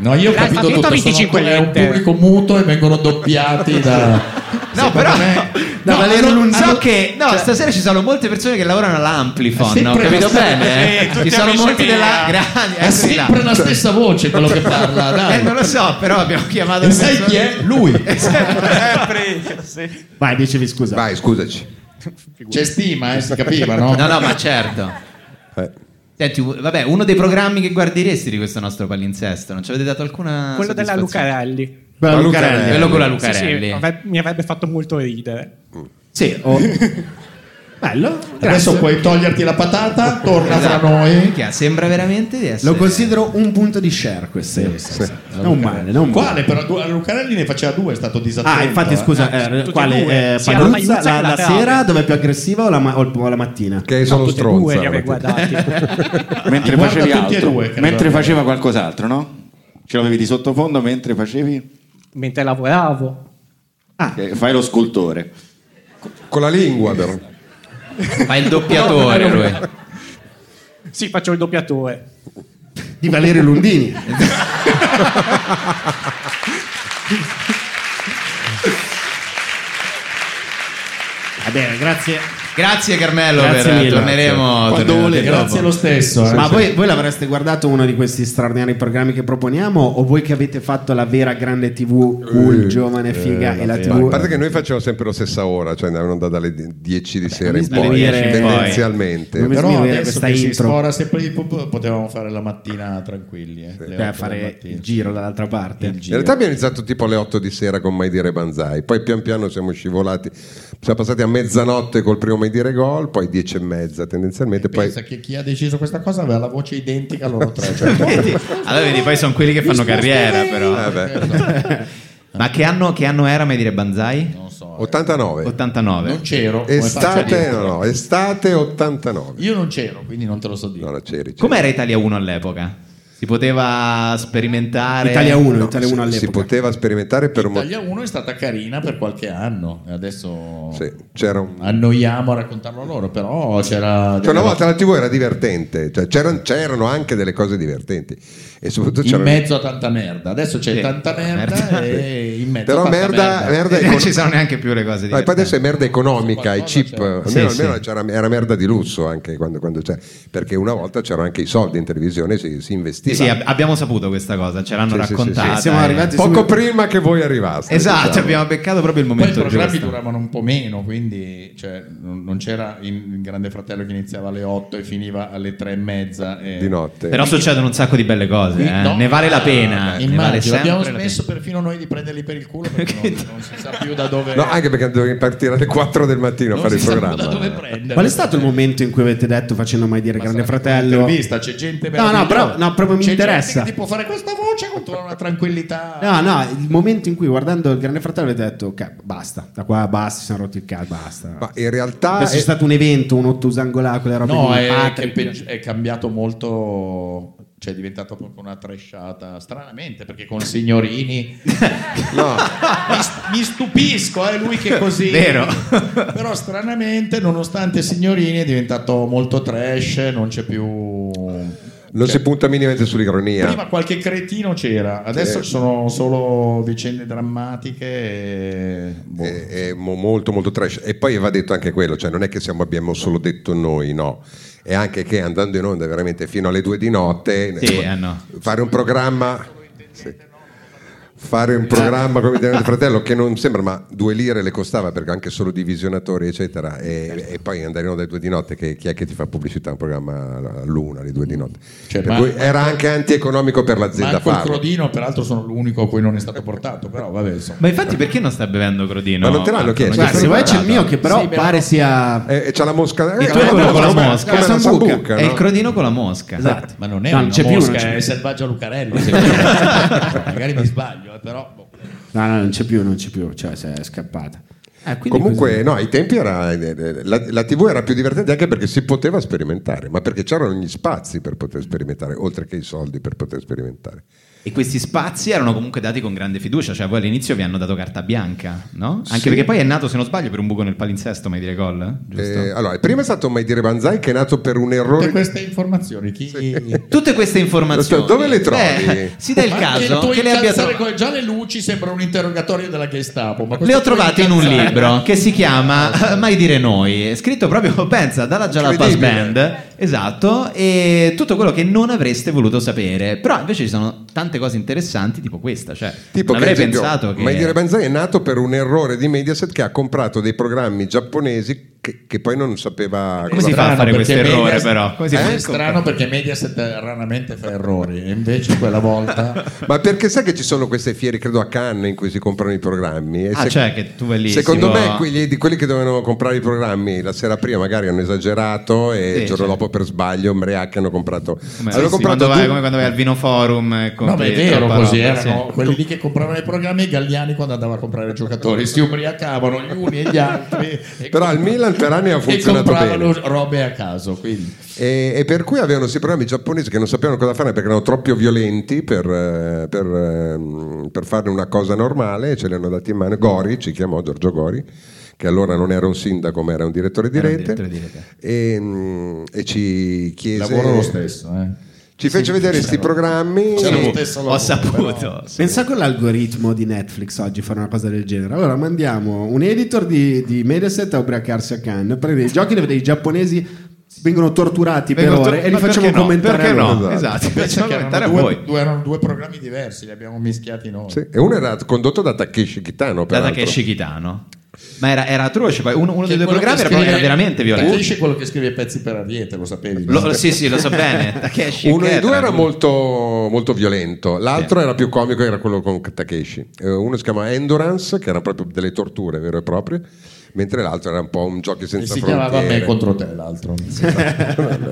[SPEAKER 1] No, io ho capito tutto, sono
[SPEAKER 12] 25
[SPEAKER 1] ancora- è un
[SPEAKER 12] lettere.
[SPEAKER 1] pubblico muto e vengono doppiati da...
[SPEAKER 6] No, però no, hanno- so che no, stasera ci sono molte persone che lavorano all'Amplifon, ho
[SPEAKER 1] Sempre
[SPEAKER 6] capito
[SPEAKER 1] la stessa-
[SPEAKER 6] bene?
[SPEAKER 1] Sì,
[SPEAKER 6] eh?
[SPEAKER 1] tutti
[SPEAKER 6] Ci sono
[SPEAKER 1] amici
[SPEAKER 6] molti
[SPEAKER 1] miei.
[SPEAKER 6] della grandi,
[SPEAKER 1] È
[SPEAKER 6] eccoci là.
[SPEAKER 1] sempre la stessa voce quello che parla, dai.
[SPEAKER 6] Eh, non lo so, però abbiamo chiamato
[SPEAKER 1] E
[SPEAKER 6] le
[SPEAKER 1] sai
[SPEAKER 6] persone-
[SPEAKER 1] chi è? Lui.
[SPEAKER 4] Eh, Vai, dicevi scusa.
[SPEAKER 2] Vai, scusaci.
[SPEAKER 1] C'è stima, eh, si capiva, no?
[SPEAKER 6] No, no, ma certo. Senti, u- vabbè, uno dei programmi che guardiresti di questo nostro palinsesto, non ci avete dato alcuna
[SPEAKER 12] Quello della
[SPEAKER 6] soddisfazione?
[SPEAKER 12] Lucarelli.
[SPEAKER 6] Quello della Lucarelli. Quello con la
[SPEAKER 12] Sì, sì,
[SPEAKER 6] Lucarelli.
[SPEAKER 12] avre- mi avrebbe fatto molto ridere.
[SPEAKER 4] Sì, Bello.
[SPEAKER 1] Adesso puoi toglierti la patata, torna
[SPEAKER 6] Esatto.
[SPEAKER 1] fra noi.
[SPEAKER 6] Minchia, sembra veramente di essere
[SPEAKER 4] Lo considero un punto di share questo. Non male, non male.
[SPEAKER 1] Quale? Però du- Lucarelli ne faceva due, è stato disattento.
[SPEAKER 4] Ah, infatti,
[SPEAKER 1] eh.
[SPEAKER 4] scusa, eh, quale? Eh, Panuzza,
[SPEAKER 1] Sì, la Pagliuzza
[SPEAKER 4] la,
[SPEAKER 1] e la
[SPEAKER 4] la
[SPEAKER 1] Trave.
[SPEAKER 4] sera dove è più aggressiva o la, ma- o il- o la mattina? Che
[SPEAKER 2] sono
[SPEAKER 4] tutte e due
[SPEAKER 2] stronza,
[SPEAKER 4] li avrei guardati.
[SPEAKER 7] Mentre
[SPEAKER 4] Guarda
[SPEAKER 7] facevi
[SPEAKER 4] tutti e
[SPEAKER 7] altro,
[SPEAKER 4] due, credo.
[SPEAKER 7] mentre faceva qualcos'altro, no? Ce l'avevi di sottofondo mentre facevi?
[SPEAKER 12] Mentre lavoravo.
[SPEAKER 7] Che Fai lo scultore.
[SPEAKER 2] Con la lingua, però.
[SPEAKER 6] Fa il doppiatore
[SPEAKER 12] No, no,
[SPEAKER 6] lui.
[SPEAKER 12] no. Sì, faccio il doppiatore.
[SPEAKER 4] Di Valerio Lundini. Vabbè, grazie.
[SPEAKER 6] Grazie Carmelo,
[SPEAKER 4] Grazie
[SPEAKER 6] per-
[SPEAKER 4] mille,
[SPEAKER 6] torneremo.
[SPEAKER 4] grazie.
[SPEAKER 6] torneremo dopo.
[SPEAKER 1] eh.
[SPEAKER 4] Ma voi, voi l'avreste guardato uno di questi straordinari programmi che proponiamo? O voi che avete fatto la vera grande
[SPEAKER 2] Eh,
[SPEAKER 4] TV, cool, giovane, figa e la
[SPEAKER 2] A
[SPEAKER 4] TV?
[SPEAKER 2] parte che noi facevamo sempre la stessa ora, cioè andavano da dalle 10 di sera in
[SPEAKER 4] mi
[SPEAKER 2] poi,
[SPEAKER 4] sminuire poi.
[SPEAKER 2] tendenzialmente.
[SPEAKER 4] Non mi
[SPEAKER 1] Però
[SPEAKER 4] sminuire
[SPEAKER 1] adesso
[SPEAKER 4] questa
[SPEAKER 1] che si
[SPEAKER 4] intro.
[SPEAKER 1] sbora sempre di più, potevamo fare la mattina tranquilli. Eh, le
[SPEAKER 4] Cioè,
[SPEAKER 1] otto
[SPEAKER 4] fare
[SPEAKER 1] del mattino.
[SPEAKER 4] il giro dall'altra parte.
[SPEAKER 2] In realtà abbiamo iniziato tipo alle 8 di sera con Mai Dire Banzai, poi pian piano siamo scivolati, siamo passati a mezzanotte col primo Mai Dire Gol, poi 10 e mezza tendenzialmente, poi
[SPEAKER 1] Pensa che chi ha deciso questa cosa aveva la voce identica a loro tre. Cioè,
[SPEAKER 6] Allora vedi, poi sono quelli che fanno
[SPEAKER 1] sposto
[SPEAKER 6] carriera,
[SPEAKER 1] lei.
[SPEAKER 6] però.
[SPEAKER 2] Eh
[SPEAKER 6] Ma che anno, che anno era, mai dire Banzai? Non so.
[SPEAKER 1] eh.
[SPEAKER 2] 89.
[SPEAKER 6] 89.
[SPEAKER 1] Non c'ero. come faccio a
[SPEAKER 2] estate, no,
[SPEAKER 1] dirlo?
[SPEAKER 2] no, estate 89.
[SPEAKER 1] Io non c'ero, quindi non te lo so dire.
[SPEAKER 2] No, no, c'eri, c'eri.
[SPEAKER 6] Com'era Italia 1 all'epoca? Si poteva sperimentare.
[SPEAKER 2] No, si- Si poteva sperimentare per un mo-
[SPEAKER 1] Italia 1 è stata carina per qualche anno e adesso
[SPEAKER 2] sì, c'era un...
[SPEAKER 1] annoiamo a raccontarlo loro, però c'era
[SPEAKER 2] Cioè, una volta la TV era divertente, cioè, c'erano, c'erano anche delle cose divertenti e soprattutto
[SPEAKER 1] in
[SPEAKER 2] c'erano
[SPEAKER 1] mezzo a tanta merda. Adesso c'è
[SPEAKER 6] Sì.
[SPEAKER 1] tanta merda,
[SPEAKER 6] Merda.
[SPEAKER 1] e in mezzo
[SPEAKER 2] Però
[SPEAKER 1] a tanta
[SPEAKER 2] merda- merda è
[SPEAKER 6] non
[SPEAKER 2] Eh, con-
[SPEAKER 6] Eh, ci sono neanche più le cose
[SPEAKER 2] No, Ah, e
[SPEAKER 6] di
[SPEAKER 2] poi adesso è merda economica, i chip,
[SPEAKER 6] Sì,
[SPEAKER 2] almeno,
[SPEAKER 6] sì.
[SPEAKER 2] almeno c'era, era merda di lusso anche quando, quando c'è, perché una volta c'erano anche i soldi in televisione, si, si investiva.
[SPEAKER 6] Sì, ab- abbiamo saputo questa cosa, ce l'hanno
[SPEAKER 2] Sì, sì, sì,
[SPEAKER 6] raccontata.
[SPEAKER 2] sì. Siamo
[SPEAKER 6] eh.
[SPEAKER 2] arrivati Poco subito- prima che voi arrivaste.
[SPEAKER 6] Esatto,
[SPEAKER 2] diciamo.
[SPEAKER 6] abbiamo beccato proprio il
[SPEAKER 1] Poi i
[SPEAKER 6] momento
[SPEAKER 1] programmi
[SPEAKER 6] giusto.
[SPEAKER 1] duravano un po' meno, quindi cioè, non, non c'era il il Grande Fratello che iniziava alle 8 e finiva alle 3 e mezza. e-
[SPEAKER 2] Di notte.
[SPEAKER 6] Però succedono un sacco di belle cose, eh.
[SPEAKER 1] No. Ah, eh,
[SPEAKER 6] ne vale la pena. ne
[SPEAKER 1] Immagino,
[SPEAKER 6] vale sempre
[SPEAKER 1] abbiamo
[SPEAKER 6] la pena.
[SPEAKER 1] smesso perfino noi di prenderli per il culo perché non, non si sa più da dove...
[SPEAKER 2] No, anche perché dovevi partire alle 4 del mattino a
[SPEAKER 1] Non
[SPEAKER 2] fare il
[SPEAKER 1] si sa da
[SPEAKER 2] programma.
[SPEAKER 1] dove Cioè, prendere.
[SPEAKER 4] Qual è stato il momento in cui avete detto facendo mai dire Grande Fratello?
[SPEAKER 1] Intervista, c'è gente
[SPEAKER 4] No, no,
[SPEAKER 1] meravigliosa.
[SPEAKER 4] però, no, proprio mi
[SPEAKER 1] C'è
[SPEAKER 4] interessa.
[SPEAKER 1] gente che ti può fare questa voce con tutta una tranquillità.
[SPEAKER 4] No, no, il momento in cui guardando il Grande Fratello avete detto ok, basta, da qua basta, si sono rotti il cazzo, basta.
[SPEAKER 2] Ma eh, in realtà
[SPEAKER 4] Adesso
[SPEAKER 2] è-
[SPEAKER 4] c'è stato un evento, un ottosangolà, quelle robe
[SPEAKER 1] No,
[SPEAKER 2] eh,
[SPEAKER 4] di
[SPEAKER 1] è,
[SPEAKER 4] Patrick.
[SPEAKER 1] è peggi- è cambiato molto, cioè è diventato proprio una tresciata, stranamente, perché con signorini... mi, st- mi stupisco, è lui che è così...
[SPEAKER 6] Vero.
[SPEAKER 1] Però stranamente, nonostante signorini, è diventato molto trash, non c'è più... Cioè,
[SPEAKER 2] Non si punta minimamente sull'ironia.
[SPEAKER 1] Prima qualche cretino c'era, adesso
[SPEAKER 2] Sì.
[SPEAKER 1] ci sono solo vicende drammatiche. e- boh.
[SPEAKER 2] È, è mo- molto molto trash e poi va detto anche quello cioè non è che siamo, abbiamo solo detto noi no è anche che andando in onda veramente fino alle 2 di notte
[SPEAKER 6] Sì,
[SPEAKER 2] eh,
[SPEAKER 6] eh, no.
[SPEAKER 2] fare un programma sì. fare un programma come dire del fratello che non sembra ma due lire le costava perché anche solo divisionatori eccetera e, e poi andare in onda alle 2 di notte che chi è che ti fa pubblicità un programma all'una alle 2 di notte
[SPEAKER 1] Cioè,
[SPEAKER 2] Per
[SPEAKER 1] ma-
[SPEAKER 2] cui era anche antieconomico per l'azienda
[SPEAKER 1] Marco il
[SPEAKER 2] farlo
[SPEAKER 1] Crodino, peraltro, sono l'unico a cui non è stato portato. Però vabbè, insomma.
[SPEAKER 6] Ma infatti perché non sta bevendo Crodino?
[SPEAKER 2] Ma non te l'hanno
[SPEAKER 6] Marco?
[SPEAKER 2] chiesto?
[SPEAKER 6] Non gli
[SPEAKER 2] Guarda,
[SPEAKER 6] è
[SPEAKER 2] se vuoi
[SPEAKER 6] stato
[SPEAKER 2] c'è il
[SPEAKER 6] dato?
[SPEAKER 4] Mio che però
[SPEAKER 2] Sì, però-
[SPEAKER 4] pare sia...
[SPEAKER 2] e, e c'è la mosca
[SPEAKER 6] Il
[SPEAKER 2] eh,
[SPEAKER 6] tuo è quello con la
[SPEAKER 2] come-
[SPEAKER 6] mosca.
[SPEAKER 2] come la
[SPEAKER 6] Sambuca.
[SPEAKER 2] sambuca,
[SPEAKER 6] È il
[SPEAKER 2] no?
[SPEAKER 6] Crodino con la mosca.
[SPEAKER 4] Esatto.
[SPEAKER 1] Ma non è
[SPEAKER 4] No,
[SPEAKER 1] una
[SPEAKER 4] non c'è più,
[SPEAKER 1] mosca,
[SPEAKER 4] non c'è
[SPEAKER 1] è
[SPEAKER 4] più.
[SPEAKER 1] Selvaggio Lucarelli. secondo me. Magari mi sbaglio, eh, però. boh.
[SPEAKER 4] No, no, non c'è più, non c'è più, cioè se è scappata. Eh, quindi
[SPEAKER 2] Comunque,
[SPEAKER 4] così.
[SPEAKER 2] no, ai tempi era eh, la, la TV era più divertente anche perché si poteva sperimentare, ma perché c'erano gli spazi per poter sperimentare, oltre che i soldi per poter sperimentare.
[SPEAKER 6] E questi spazi erano comunque dati con grande fiducia, cioè voi all'inizio vi hanno dato carta bianca, no? Anche
[SPEAKER 2] Sì.
[SPEAKER 6] perché poi è nato, se non sbaglio, per un buco nel palinsesto, mai dire gol, eh? giusto?
[SPEAKER 2] Eh, allora, il primo è stato Mai dire Banzai che è nato per un errore.
[SPEAKER 1] Tutte queste informazioni, chi...
[SPEAKER 6] Tutte queste informazioni.
[SPEAKER 2] Dove le trovi?
[SPEAKER 6] Beh, si dà il
[SPEAKER 1] Ma
[SPEAKER 6] caso
[SPEAKER 1] puoi
[SPEAKER 6] che le abbia
[SPEAKER 1] incalzare
[SPEAKER 6] trovate.
[SPEAKER 1] con- Già le luci sembrano un interrogatorio della Gestapo.
[SPEAKER 6] Le
[SPEAKER 1] Ma questo
[SPEAKER 6] ho
[SPEAKER 1] puoi
[SPEAKER 6] trovate in un
[SPEAKER 1] incalzare.
[SPEAKER 6] libro che si
[SPEAKER 2] Eh,
[SPEAKER 6] chiama Mai dire noi, è scritto proprio, pensa, dalla Jalapas
[SPEAKER 1] Incredibile.
[SPEAKER 6] Band, esatto, e tutto quello che non avreste voluto sapere, però invece ci sono tante cose interessanti tipo questa, cioè
[SPEAKER 2] Tipo
[SPEAKER 6] non
[SPEAKER 2] che,
[SPEAKER 6] avrei
[SPEAKER 2] ad esempio,
[SPEAKER 6] pensato che...
[SPEAKER 2] Mai dire Banzai è nato per un errore di Mediaset che ha comprato dei programmi giapponesi che, che poi non sapeva
[SPEAKER 6] Come si fa a
[SPEAKER 2] cosa-
[SPEAKER 6] fare questo
[SPEAKER 1] Perché
[SPEAKER 6] errore,
[SPEAKER 1] Mediaset-
[SPEAKER 6] però? Come si fa?
[SPEAKER 1] Eh, È strano perché Mediaset raramente fa errori, e invece quella volta...
[SPEAKER 2] Ma perché sai che ci sono queste fiere, credo a Cannes, in cui si comprano i programmi? E
[SPEAKER 6] Ah, cioè, che tu vai lì,
[SPEAKER 2] Secondo
[SPEAKER 6] si
[SPEAKER 2] me,
[SPEAKER 6] può-
[SPEAKER 2] quelli, di quelli che dovevano comprare i programmi la sera prima magari hanno esagerato e
[SPEAKER 6] Sì,
[SPEAKER 2] il giorno
[SPEAKER 6] cioè.
[SPEAKER 2] dopo, per sbaglio, ubriachi hanno comprato.
[SPEAKER 6] Come,
[SPEAKER 2] hanno
[SPEAKER 6] sì, sì, quando
[SPEAKER 2] comprato
[SPEAKER 6] vai,
[SPEAKER 2] due-
[SPEAKER 6] come quando vai al Vino Forum eh, con
[SPEAKER 1] No, ma è
[SPEAKER 6] troppa
[SPEAKER 1] vero,
[SPEAKER 6] roba,
[SPEAKER 1] così eh,
[SPEAKER 6] sì.
[SPEAKER 1] erano quelli lì che compravano i programmi e Galliani quando andava a comprare i giocatori si ubriacavano gli uni e gli altri. e
[SPEAKER 2] Però al Milan per anni ha funzionato
[SPEAKER 1] e compravano
[SPEAKER 2] bene.
[SPEAKER 1] robe a caso, quindi.
[SPEAKER 2] E, e per cui avevano questi programmi giapponesi che non sapevano cosa fare perché erano troppo violenti per, eh, per, ehm, per farne una cosa normale e ce li hanno dati in mano. Gori ci chiamò Giorgio Gori, che allora non era un sindaco ma era un direttore di
[SPEAKER 6] Era un
[SPEAKER 2] rete,
[SPEAKER 6] direttore di rete.
[SPEAKER 2] E, mm, e ci chiese...
[SPEAKER 1] Lavoro lo stesso, eh.
[SPEAKER 2] Ci fece
[SPEAKER 1] Sì,
[SPEAKER 2] vedere
[SPEAKER 1] c'era-
[SPEAKER 2] questi programmi.
[SPEAKER 1] c'era lo
[SPEAKER 2] e-
[SPEAKER 1] stesso lavoro, però-
[SPEAKER 4] Pensa con l'algoritmo di Netflix oggi fare una cosa del genere. Allora mandiamo un editor di, di Mediaset a ubriacarsi a Cannes, prende i giochi dei giapponesi vengono torturati
[SPEAKER 6] Vengono
[SPEAKER 4] per
[SPEAKER 6] tor-
[SPEAKER 4] ore e
[SPEAKER 6] ma
[SPEAKER 4] li facciamo
[SPEAKER 6] perché no?
[SPEAKER 4] commentare
[SPEAKER 6] Perché
[SPEAKER 4] a loro.
[SPEAKER 6] no? Esatto, li
[SPEAKER 1] Pensa
[SPEAKER 6] facciamo
[SPEAKER 1] che
[SPEAKER 6] commentare
[SPEAKER 1] erano
[SPEAKER 6] a
[SPEAKER 1] due,
[SPEAKER 6] voi.
[SPEAKER 1] due- erano due programmi diversi, li abbiamo mischiati noi.
[SPEAKER 2] Sì, e uno era condotto da Takeshi Kitano.
[SPEAKER 6] Da
[SPEAKER 2] peraltro.
[SPEAKER 6] Takeshi Kitano. Ma era, era atroce, poi uno, uno
[SPEAKER 1] Che
[SPEAKER 6] dei due
[SPEAKER 1] quello
[SPEAKER 6] programmi
[SPEAKER 1] che
[SPEAKER 6] era, proprio- era
[SPEAKER 1] scrive-
[SPEAKER 6] veramente violento.
[SPEAKER 1] Takeshi è quello che scrive i pezzi per Ariete, lo sapevi? no?
[SPEAKER 6] Lo- sì, sì, lo so bene. Takeshi
[SPEAKER 2] Uno
[SPEAKER 6] che
[SPEAKER 2] dei due
[SPEAKER 6] tra-
[SPEAKER 2] era molto, molto violento, l'altro era più comico, era quello con Takeshi. Eh, Uno si chiama Endurance, che era proprio delle torture vere e proprie, mentre l'altro era un po' un giochi
[SPEAKER 1] E
[SPEAKER 2] senza
[SPEAKER 1] si
[SPEAKER 2] frontiere.
[SPEAKER 1] chiamava me contro te l'altro.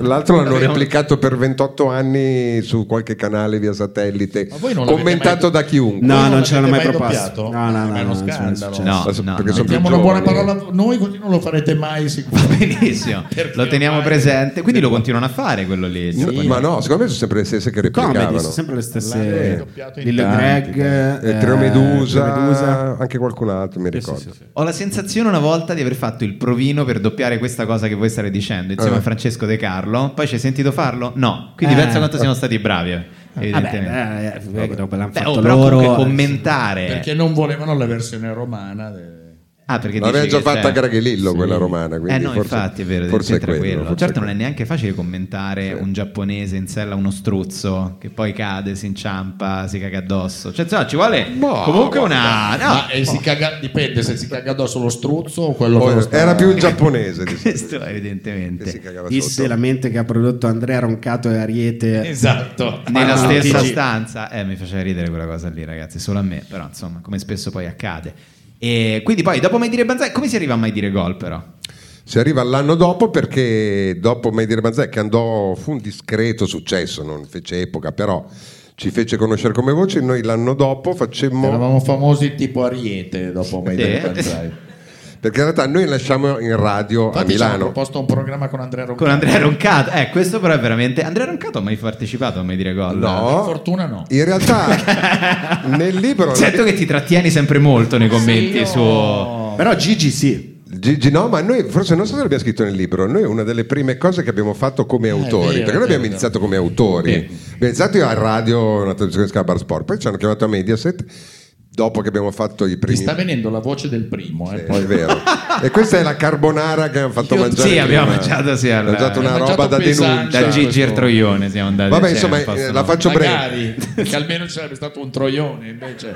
[SPEAKER 2] L'altro l'hanno
[SPEAKER 1] Abbiamo-
[SPEAKER 2] replicato per 28 anni su qualche canale via satellite,
[SPEAKER 1] voi non l'avete
[SPEAKER 2] commentato da chiunque.
[SPEAKER 4] No, non, ce l'hanno mai
[SPEAKER 1] l'avete mai
[SPEAKER 4] proposto. No, no, no, no,
[SPEAKER 1] È uno
[SPEAKER 4] non ce l'hanno
[SPEAKER 1] scandalo.
[SPEAKER 4] successo.
[SPEAKER 2] Perché sono più
[SPEAKER 1] Mettiamo una buona
[SPEAKER 2] giovani.
[SPEAKER 1] parola a noi, così non lo farete mai sicuramente.
[SPEAKER 6] Benissimo, lo teniamo presente, quindi lo continuano a fare quello lì.
[SPEAKER 2] No,
[SPEAKER 6] Poi-
[SPEAKER 2] Ma no, secondo me sono sempre le stesse che
[SPEAKER 4] Comedy,
[SPEAKER 2] replicavano.
[SPEAKER 4] sono sempre le
[SPEAKER 2] Eh,
[SPEAKER 4] stesse. Lille
[SPEAKER 2] Lillo
[SPEAKER 4] Greg,
[SPEAKER 2] eh,
[SPEAKER 4] eh,
[SPEAKER 2] Trio Medusa,
[SPEAKER 4] Trio Medusa.
[SPEAKER 2] anche qualcun altro, mi ricordo.
[SPEAKER 6] Ho la sensazione una volta di aver fatto il provino per doppiare questa cosa che voi state dicendo insieme
[SPEAKER 2] Eh.
[SPEAKER 6] a Francesco De Carlo. Poi ci hai sentito farlo? No. Quindi
[SPEAKER 4] Eh.
[SPEAKER 6] pensa quanto siamo stati bravi.
[SPEAKER 2] Ah.
[SPEAKER 6] eh, Evidentemente.
[SPEAKER 4] Vabbè, eh, eh, dopo l'hanno
[SPEAKER 6] Beh,
[SPEAKER 4] fatto
[SPEAKER 6] oh, però comunque
[SPEAKER 4] loro, eh,
[SPEAKER 6] commentare.
[SPEAKER 1] Perché non volevano la versione romana. de-
[SPEAKER 6] Ah, perché
[SPEAKER 2] L'aveva
[SPEAKER 6] dici
[SPEAKER 2] già
[SPEAKER 6] che
[SPEAKER 2] fatta
[SPEAKER 6] c'è-
[SPEAKER 2] Graghellillo,
[SPEAKER 6] Sì.
[SPEAKER 2] quella romana, quindi
[SPEAKER 6] eh no,
[SPEAKER 2] forse-
[SPEAKER 6] infatti è vero,
[SPEAKER 2] forse è
[SPEAKER 6] c'entra
[SPEAKER 2] quello,
[SPEAKER 6] quello.
[SPEAKER 2] forse è
[SPEAKER 6] Certo non è neanche facile commentare un giapponese in sella uno struzzo che poi cade, si inciampa, si caga addosso. Cioè, insomma, ci vuole
[SPEAKER 2] Boh,
[SPEAKER 6] comunque una... Ah, no,
[SPEAKER 1] Ma eh, si caga- dipende se si caga addosso lo struzzo o quello
[SPEAKER 2] Poi
[SPEAKER 1] che lo sta-
[SPEAKER 2] era più il giapponese. di
[SPEAKER 6] questo evidentemente.
[SPEAKER 4] Disse la mente che ha prodotto Andrea Roncato e Ariete.
[SPEAKER 1] Esatto.
[SPEAKER 6] Nella
[SPEAKER 4] Ah,
[SPEAKER 6] stessa
[SPEAKER 4] TG.
[SPEAKER 6] stanza, eh, mi faceva ridere quella cosa lì, ragazzi. Solo a me, però, insomma, come spesso poi accade. E quindi, poi dopo mai dire Banzai, come si arriva a mai dire gol, però?
[SPEAKER 2] Si arriva l'anno dopo perché dopo Medir Banzai che andò fu un discreto successo, non fece epoca, però ci fece conoscere come voce, noi l'anno dopo facemmo
[SPEAKER 1] Eravamo famosi tipo Ariete dopo Made in Banzai.
[SPEAKER 2] perché in realtà noi lasciamo in radio a
[SPEAKER 1] Infatti ci hanno
[SPEAKER 2] Milano.
[SPEAKER 1] proposto un programma con Andrea Roncato.
[SPEAKER 6] Con Andrea Roncato, eh, questo però è veramente. Andrea Roncato ha mai partecipato a mai dire gol?
[SPEAKER 1] Per
[SPEAKER 2] No,
[SPEAKER 1] fortuna no.
[SPEAKER 2] in realtà nel libro
[SPEAKER 6] Sento certo che ti trattieni sempre molto nei commenti su.
[SPEAKER 4] Però Gigi sì.
[SPEAKER 2] Gigi no, ma noi forse non so se l'abbiamo scritto nel libro, noi una delle prime cose che abbiamo fatto come autori,
[SPEAKER 1] vero,
[SPEAKER 2] perché noi
[SPEAKER 1] è
[SPEAKER 2] abbiamo
[SPEAKER 1] vero.
[SPEAKER 2] iniziato come autori,
[SPEAKER 1] Sì.
[SPEAKER 2] abbiamo iniziato io a radio, una televisione che si chiama Bar Sport, poi ci hanno chiamato a Mediaset, dopo che abbiamo fatto i
[SPEAKER 1] Ti
[SPEAKER 2] primi...
[SPEAKER 1] sta venendo la voce del primo, eh,
[SPEAKER 2] Eh,
[SPEAKER 1] poi.
[SPEAKER 2] è vero. e questa è la carbonara che abbiamo fatto
[SPEAKER 1] Io-
[SPEAKER 2] mangiare.
[SPEAKER 6] Sì,
[SPEAKER 2] prima.
[SPEAKER 6] abbiamo mangiato, sì, al-
[SPEAKER 2] Abbiamo mangiato una
[SPEAKER 1] Abbiamo
[SPEAKER 2] roba
[SPEAKER 1] mangiato
[SPEAKER 2] da denuncia.
[SPEAKER 1] pesante.
[SPEAKER 6] Da Gigi
[SPEAKER 1] questo-
[SPEAKER 6] Ertroione siamo andati.
[SPEAKER 2] Vabbè,
[SPEAKER 6] insieme,
[SPEAKER 2] insomma,
[SPEAKER 6] forse
[SPEAKER 2] eh, la
[SPEAKER 6] no.
[SPEAKER 2] faccio breve.
[SPEAKER 1] Magari, che almeno ci sarebbe stato un troione, invece,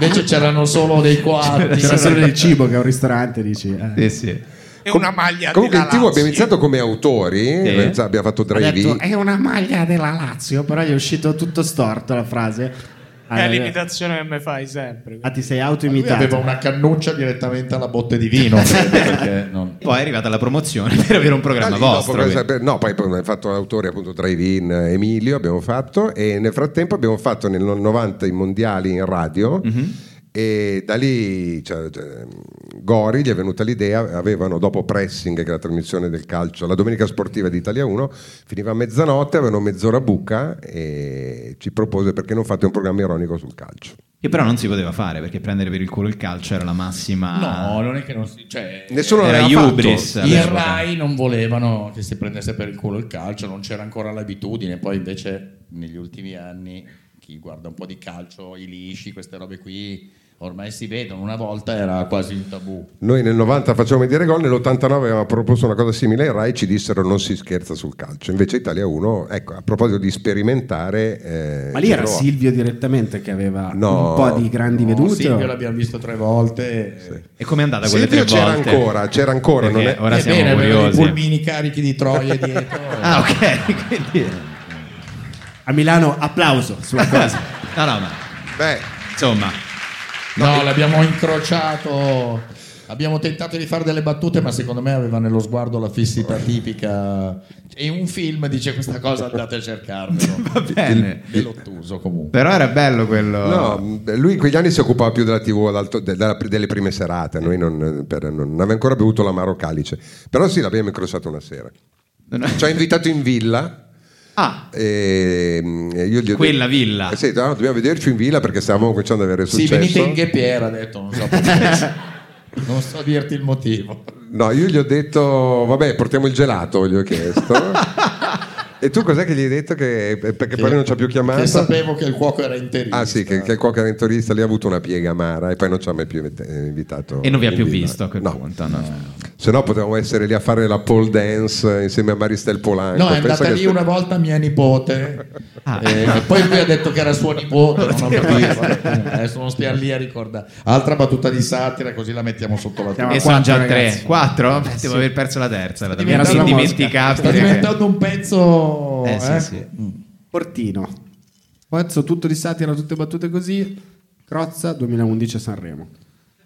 [SPEAKER 1] invece c'erano solo dei quarti.
[SPEAKER 4] C'era solo del cibo che è un ristorante, dici. eh.
[SPEAKER 6] Sì, sì.
[SPEAKER 12] È una maglia
[SPEAKER 2] Comunque in
[SPEAKER 12] della
[SPEAKER 2] TV
[SPEAKER 12] Lazio.
[SPEAKER 2] abbiamo iniziato come autori, pensa- abbiamo fatto
[SPEAKER 4] Ha
[SPEAKER 2] drive-in.
[SPEAKER 4] detto, è una maglia della Lazio, però gli è uscito tutto storto la frase.
[SPEAKER 8] È
[SPEAKER 4] Ah,
[SPEAKER 8] l'imitazione che mi fai sempre.
[SPEAKER 4] ah, ti sei
[SPEAKER 1] Lui
[SPEAKER 4] autoimitato.
[SPEAKER 1] aveva una cannuccia direttamente alla botte di vino. credo, perché non-
[SPEAKER 6] Poi è arrivata la promozione per avere un
[SPEAKER 2] Ah,
[SPEAKER 6] programma
[SPEAKER 2] lì, dopo
[SPEAKER 6] vostro.
[SPEAKER 2] questa- per- no, poi abbiamo fatto autori appunto drive-in eh,
[SPEAKER 6] Mhm.
[SPEAKER 2] Emilio, abbiamo fatto e nel frattempo abbiamo fatto nel 90 i mondiali in radio E da lì cioè, cioè, Gori gli è venuta l'idea, avevano dopo pressing, che è la trasmissione del calcio, la domenica sportiva di Italia 1, finiva a mezzanotte, avevano mezz'ora buca e ci propose perché non fate un programma ironico sul calcio.
[SPEAKER 6] Che però non si poteva fare perché prendere per il culo il calcio era la massima.
[SPEAKER 2] Ah.
[SPEAKER 1] No, non è che non si. Cioè,
[SPEAKER 2] Nessuno
[SPEAKER 6] era
[SPEAKER 2] l'aveva fatto.
[SPEAKER 6] Ubris.
[SPEAKER 1] I Rai non volevano che si prendesse per il culo il calcio, non c'era ancora l'abitudine, poi invece negli ultimi anni chi guarda un po' di calcio, i lisci, queste robe qui, ormai si vedono, una volta era quasi un tabù.
[SPEAKER 2] Noi nel 90 facevamo dire gol, nell'89 avevamo proposto una cosa simile ai Rai ci dissero non si scherza sul calcio. Invece Italia 1, ecco, a proposito di sperimentare... eh,
[SPEAKER 4] Ma lì era
[SPEAKER 2] Giro-
[SPEAKER 4] Silvio direttamente che aveva
[SPEAKER 2] No,
[SPEAKER 4] un po' di grandi
[SPEAKER 1] No,
[SPEAKER 4] vedute.
[SPEAKER 1] Silvio l'abbiamo visto tre volte.
[SPEAKER 6] E com'è andata
[SPEAKER 2] quelle Silvio tre c'era volte? ancora, c'era ancora, non è- ora siamo
[SPEAKER 1] Ebbene, aveva dei
[SPEAKER 2] curiosi.
[SPEAKER 1] pulmini carichi di troie dietro.
[SPEAKER 6] ah, ok. Quindi...
[SPEAKER 4] A Milano applauso sulla cosa.
[SPEAKER 6] no, no, ma.
[SPEAKER 2] Beh,
[SPEAKER 6] insomma.
[SPEAKER 1] No, l'abbiamo incrociato. Abbiamo tentato di fare delle battute, ma secondo me aveva nello sguardo la fissità tipica. E un film dice questa cosa, andate a cercarvelo. Va
[SPEAKER 6] bene.
[SPEAKER 1] Dell'ottuso comunque.
[SPEAKER 6] Però era bello quello.
[SPEAKER 2] No, mh, lui in quegli anni si occupava più della TV, ad alto- de- della- delle prime serate, noi non, per- non- non aveva ancora bevuto l'amaro calice, però sì, l'abbiamo incrociato una sera. Ci ha invitato in villa.
[SPEAKER 6] Ah.
[SPEAKER 2] E, mh, e io gli ho
[SPEAKER 6] Quella
[SPEAKER 2] detto-
[SPEAKER 6] villa.
[SPEAKER 2] Eh sì, no, dobbiamo vederci in villa perché stavamo cominciando ad avere
[SPEAKER 1] Sì,
[SPEAKER 2] successo.
[SPEAKER 1] venite in Ghepiera, ha detto, non so, perché. non so dirti il motivo.
[SPEAKER 2] No, io gli ho detto, vabbè, portiamo il gelato, gli ho chiesto. e tu cos'è che gli hai detto? Che, eh, perché poi non ci ha più chiamato?
[SPEAKER 1] Che sapevo che il cuoco era interista.
[SPEAKER 2] Ah sì, che, che il cuoco era in turista, lì ha avuto una piega amara e poi non ci ha mai più invit- eh, invitato.
[SPEAKER 6] E non vi ha
[SPEAKER 2] in
[SPEAKER 6] più
[SPEAKER 2] villa.
[SPEAKER 6] visto a quel punto. No.
[SPEAKER 2] Se no potevamo essere lì a fare la pole dance eh, insieme a Maristel Polanco.
[SPEAKER 1] No, è
[SPEAKER 2] Pensa
[SPEAKER 1] andata
[SPEAKER 2] che
[SPEAKER 1] lì una volta mia nipote, eh, e poi lui ha detto che era suo nipote. Non ho capito. vabbè, comunque, adesso non stiamo lì a ricordare. Altra battuta di satira, così la mettiamo sotto la
[SPEAKER 6] E sono già tre. Quattro? Beh, Devo aver perso la terza. Era
[SPEAKER 1] Era
[SPEAKER 6] davvero
[SPEAKER 1] sulla mosca. Sta
[SPEAKER 6] indimenticabile.
[SPEAKER 1] diventando un pezzo.
[SPEAKER 6] Eh, sì,
[SPEAKER 1] eh?
[SPEAKER 6] sì.
[SPEAKER 4] Portino. Pozzo tutto di satira, tutte battute così. Crozza 2011 a Sanremo.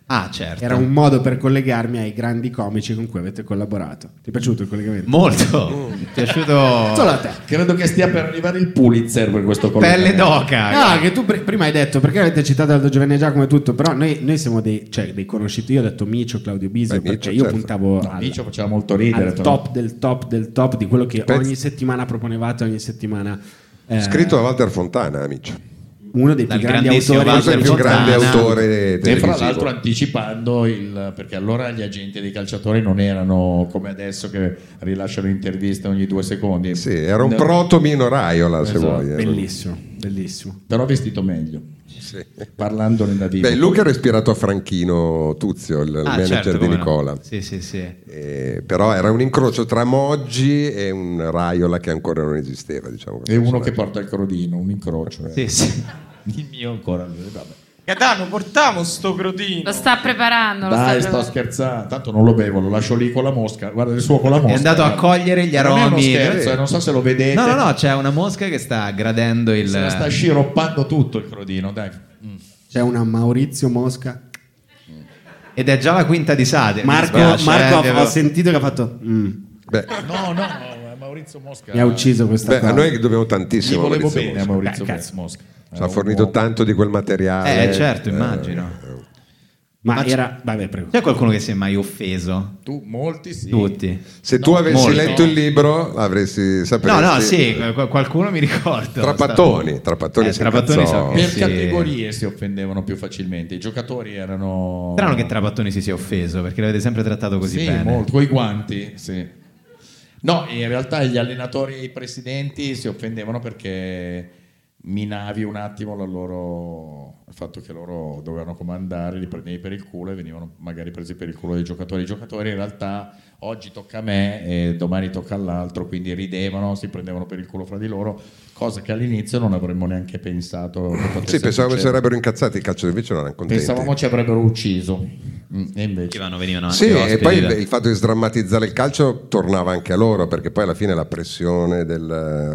[SPEAKER 6] Ah, certo.
[SPEAKER 4] Era un modo per collegarmi ai grandi comici con cui avete collaborato. Ti è piaciuto il collegamento?
[SPEAKER 6] Molto. Mi è piaciuto.
[SPEAKER 4] Solo a te.
[SPEAKER 1] Credo che stia per arrivare il Pulitzer per questo
[SPEAKER 6] Pelle
[SPEAKER 1] collegamento.
[SPEAKER 6] d'oca. Ah,
[SPEAKER 4] No, che tu pr- prima hai detto perché avete citato Aldo Giovanni e Giacomo e tutto, però noi, noi siamo dei, cioè, dei conosciuti. Io ho detto Micio, Claudio Bisio,
[SPEAKER 1] Beh, Micio,
[SPEAKER 4] perché io
[SPEAKER 1] certo.
[SPEAKER 4] puntavo
[SPEAKER 1] No,
[SPEAKER 4] al,
[SPEAKER 1] Micio faceva molto ridere,
[SPEAKER 4] al
[SPEAKER 1] però.
[SPEAKER 4] top del top del top di quello che
[SPEAKER 2] Pezzo.
[SPEAKER 4] ogni settimana proponevate, ogni settimana. eh,
[SPEAKER 2] Scritto da Walter Fontana, amici.
[SPEAKER 4] uno dei più
[SPEAKER 1] Dal
[SPEAKER 4] grandi
[SPEAKER 1] grandissimo
[SPEAKER 4] autori
[SPEAKER 1] Walter
[SPEAKER 2] Forse il più grande
[SPEAKER 1] Fontana.
[SPEAKER 2] autore
[SPEAKER 1] E fra
[SPEAKER 2] televisivo.
[SPEAKER 1] l'altro anticipando il perché allora gli agenti dei calciatori non erano come adesso che rilasciano interviste ogni due secondi.
[SPEAKER 2] Sì, era un proto Mino Raiola, se
[SPEAKER 1] Esatto.
[SPEAKER 2] vuoi. eh.
[SPEAKER 4] Bellissimo, bellissimo.
[SPEAKER 1] Però vestito meglio. Parlandone da vivo.
[SPEAKER 2] Beh, Luca era ispirato a Franchino Tuzio, il
[SPEAKER 1] Ah,
[SPEAKER 2] manager
[SPEAKER 1] certo,
[SPEAKER 2] di
[SPEAKER 1] come no.
[SPEAKER 2] Nicola.
[SPEAKER 6] Sì, sì, sì.
[SPEAKER 2] Eh, però era un incrocio tra Moggi e un Raiola che ancora non esisteva. Diciamo,
[SPEAKER 1] E uno che porta il crodino, un incrocio.
[SPEAKER 6] Sì,
[SPEAKER 1] eh.
[SPEAKER 6] sì.
[SPEAKER 1] Il mio ancora. Vabbè.
[SPEAKER 8] Catano, portiamo sto crotino.
[SPEAKER 13] Lo sta preparando. lo sta
[SPEAKER 1] Dai, sto
[SPEAKER 13] preparando.
[SPEAKER 1] scherzando. Tanto non lo bevo, lo lascio lì con la mosca. Guarda il suo con la mosca.
[SPEAKER 6] È andato a cogliere gli aromi.
[SPEAKER 1] Non è uno scherzo, eh, non so se lo vedete.
[SPEAKER 6] No, no, no, c'è una mosca che sta gradendo il.
[SPEAKER 1] Se la sta sciroppando tutto il crodino, dai.
[SPEAKER 4] C'è una Maurizio Mosca.
[SPEAKER 6] Ed è già la quinta di Sade. mi
[SPEAKER 4] Marco,
[SPEAKER 6] dispiace,
[SPEAKER 4] Marco
[SPEAKER 6] eh,
[SPEAKER 4] ha-
[SPEAKER 6] devo-
[SPEAKER 4] ho sentito che ha fatto. "Mm",
[SPEAKER 1] No, no, è Maurizio Mosca.
[SPEAKER 4] Mi ha ucciso questa
[SPEAKER 2] Beh,
[SPEAKER 4] cosa.
[SPEAKER 2] a noi che dobbiamo tantissimo.
[SPEAKER 1] Gli volevo bene a
[SPEAKER 2] Maurizio
[SPEAKER 1] Maurizio Mosca.
[SPEAKER 2] Ci ha fornito tanto di quel materiale.
[SPEAKER 6] Eh, certo, immagino.
[SPEAKER 4] Ma,
[SPEAKER 6] c'è-
[SPEAKER 4] era. Vabbè, prego.
[SPEAKER 6] C'è qualcuno che si è mai offeso?
[SPEAKER 1] Tu, molti sì.
[SPEAKER 6] Tutti.
[SPEAKER 2] Se tu
[SPEAKER 6] No,
[SPEAKER 2] avessi
[SPEAKER 6] molto.
[SPEAKER 2] letto il libro, avresti saputo.
[SPEAKER 6] No, no, sì, eh, qual- qualcuno mi ricordo.
[SPEAKER 2] Trapattoni, Trapattoni
[SPEAKER 6] Eh,
[SPEAKER 2] si
[SPEAKER 6] Trapattoni so
[SPEAKER 2] incazzò.
[SPEAKER 6] che
[SPEAKER 1] Per
[SPEAKER 6] sì.
[SPEAKER 1] categorie si offendevano più facilmente. I giocatori erano.
[SPEAKER 6] Strano che Trapattoni si sia offeso perché l'avete sempre trattato così
[SPEAKER 1] sì,
[SPEAKER 6] bene.
[SPEAKER 1] molto, con i guanti, sì. No, in realtà gli allenatori e i presidenti si offendevano perché minavi un attimo la loro- il fatto che loro dovevano comandare, li prendevi per il culo e venivano magari presi per il culo dai giocatori. I giocatori in realtà oggi tocca a me e domani tocca all'altro, quindi ridevano, si prendevano per il culo fra di loro, cosa che all'inizio non avremmo neanche pensato. che potesse
[SPEAKER 2] Ah, Sì, pensavamo che
[SPEAKER 1] succedere.
[SPEAKER 2] sarebbero incazzati i calcio invece non erano contenti.
[SPEAKER 1] Pensavamo ci avrebbero ucciso. Mm,
[SPEAKER 6] Che vanno, venivano anche
[SPEAKER 2] Sì, e
[SPEAKER 6] ospiti
[SPEAKER 2] poi
[SPEAKER 6] da-
[SPEAKER 2] il il fatto di sdrammatizzare il calcio tornava anche a loro, perché poi alla fine la pressione del...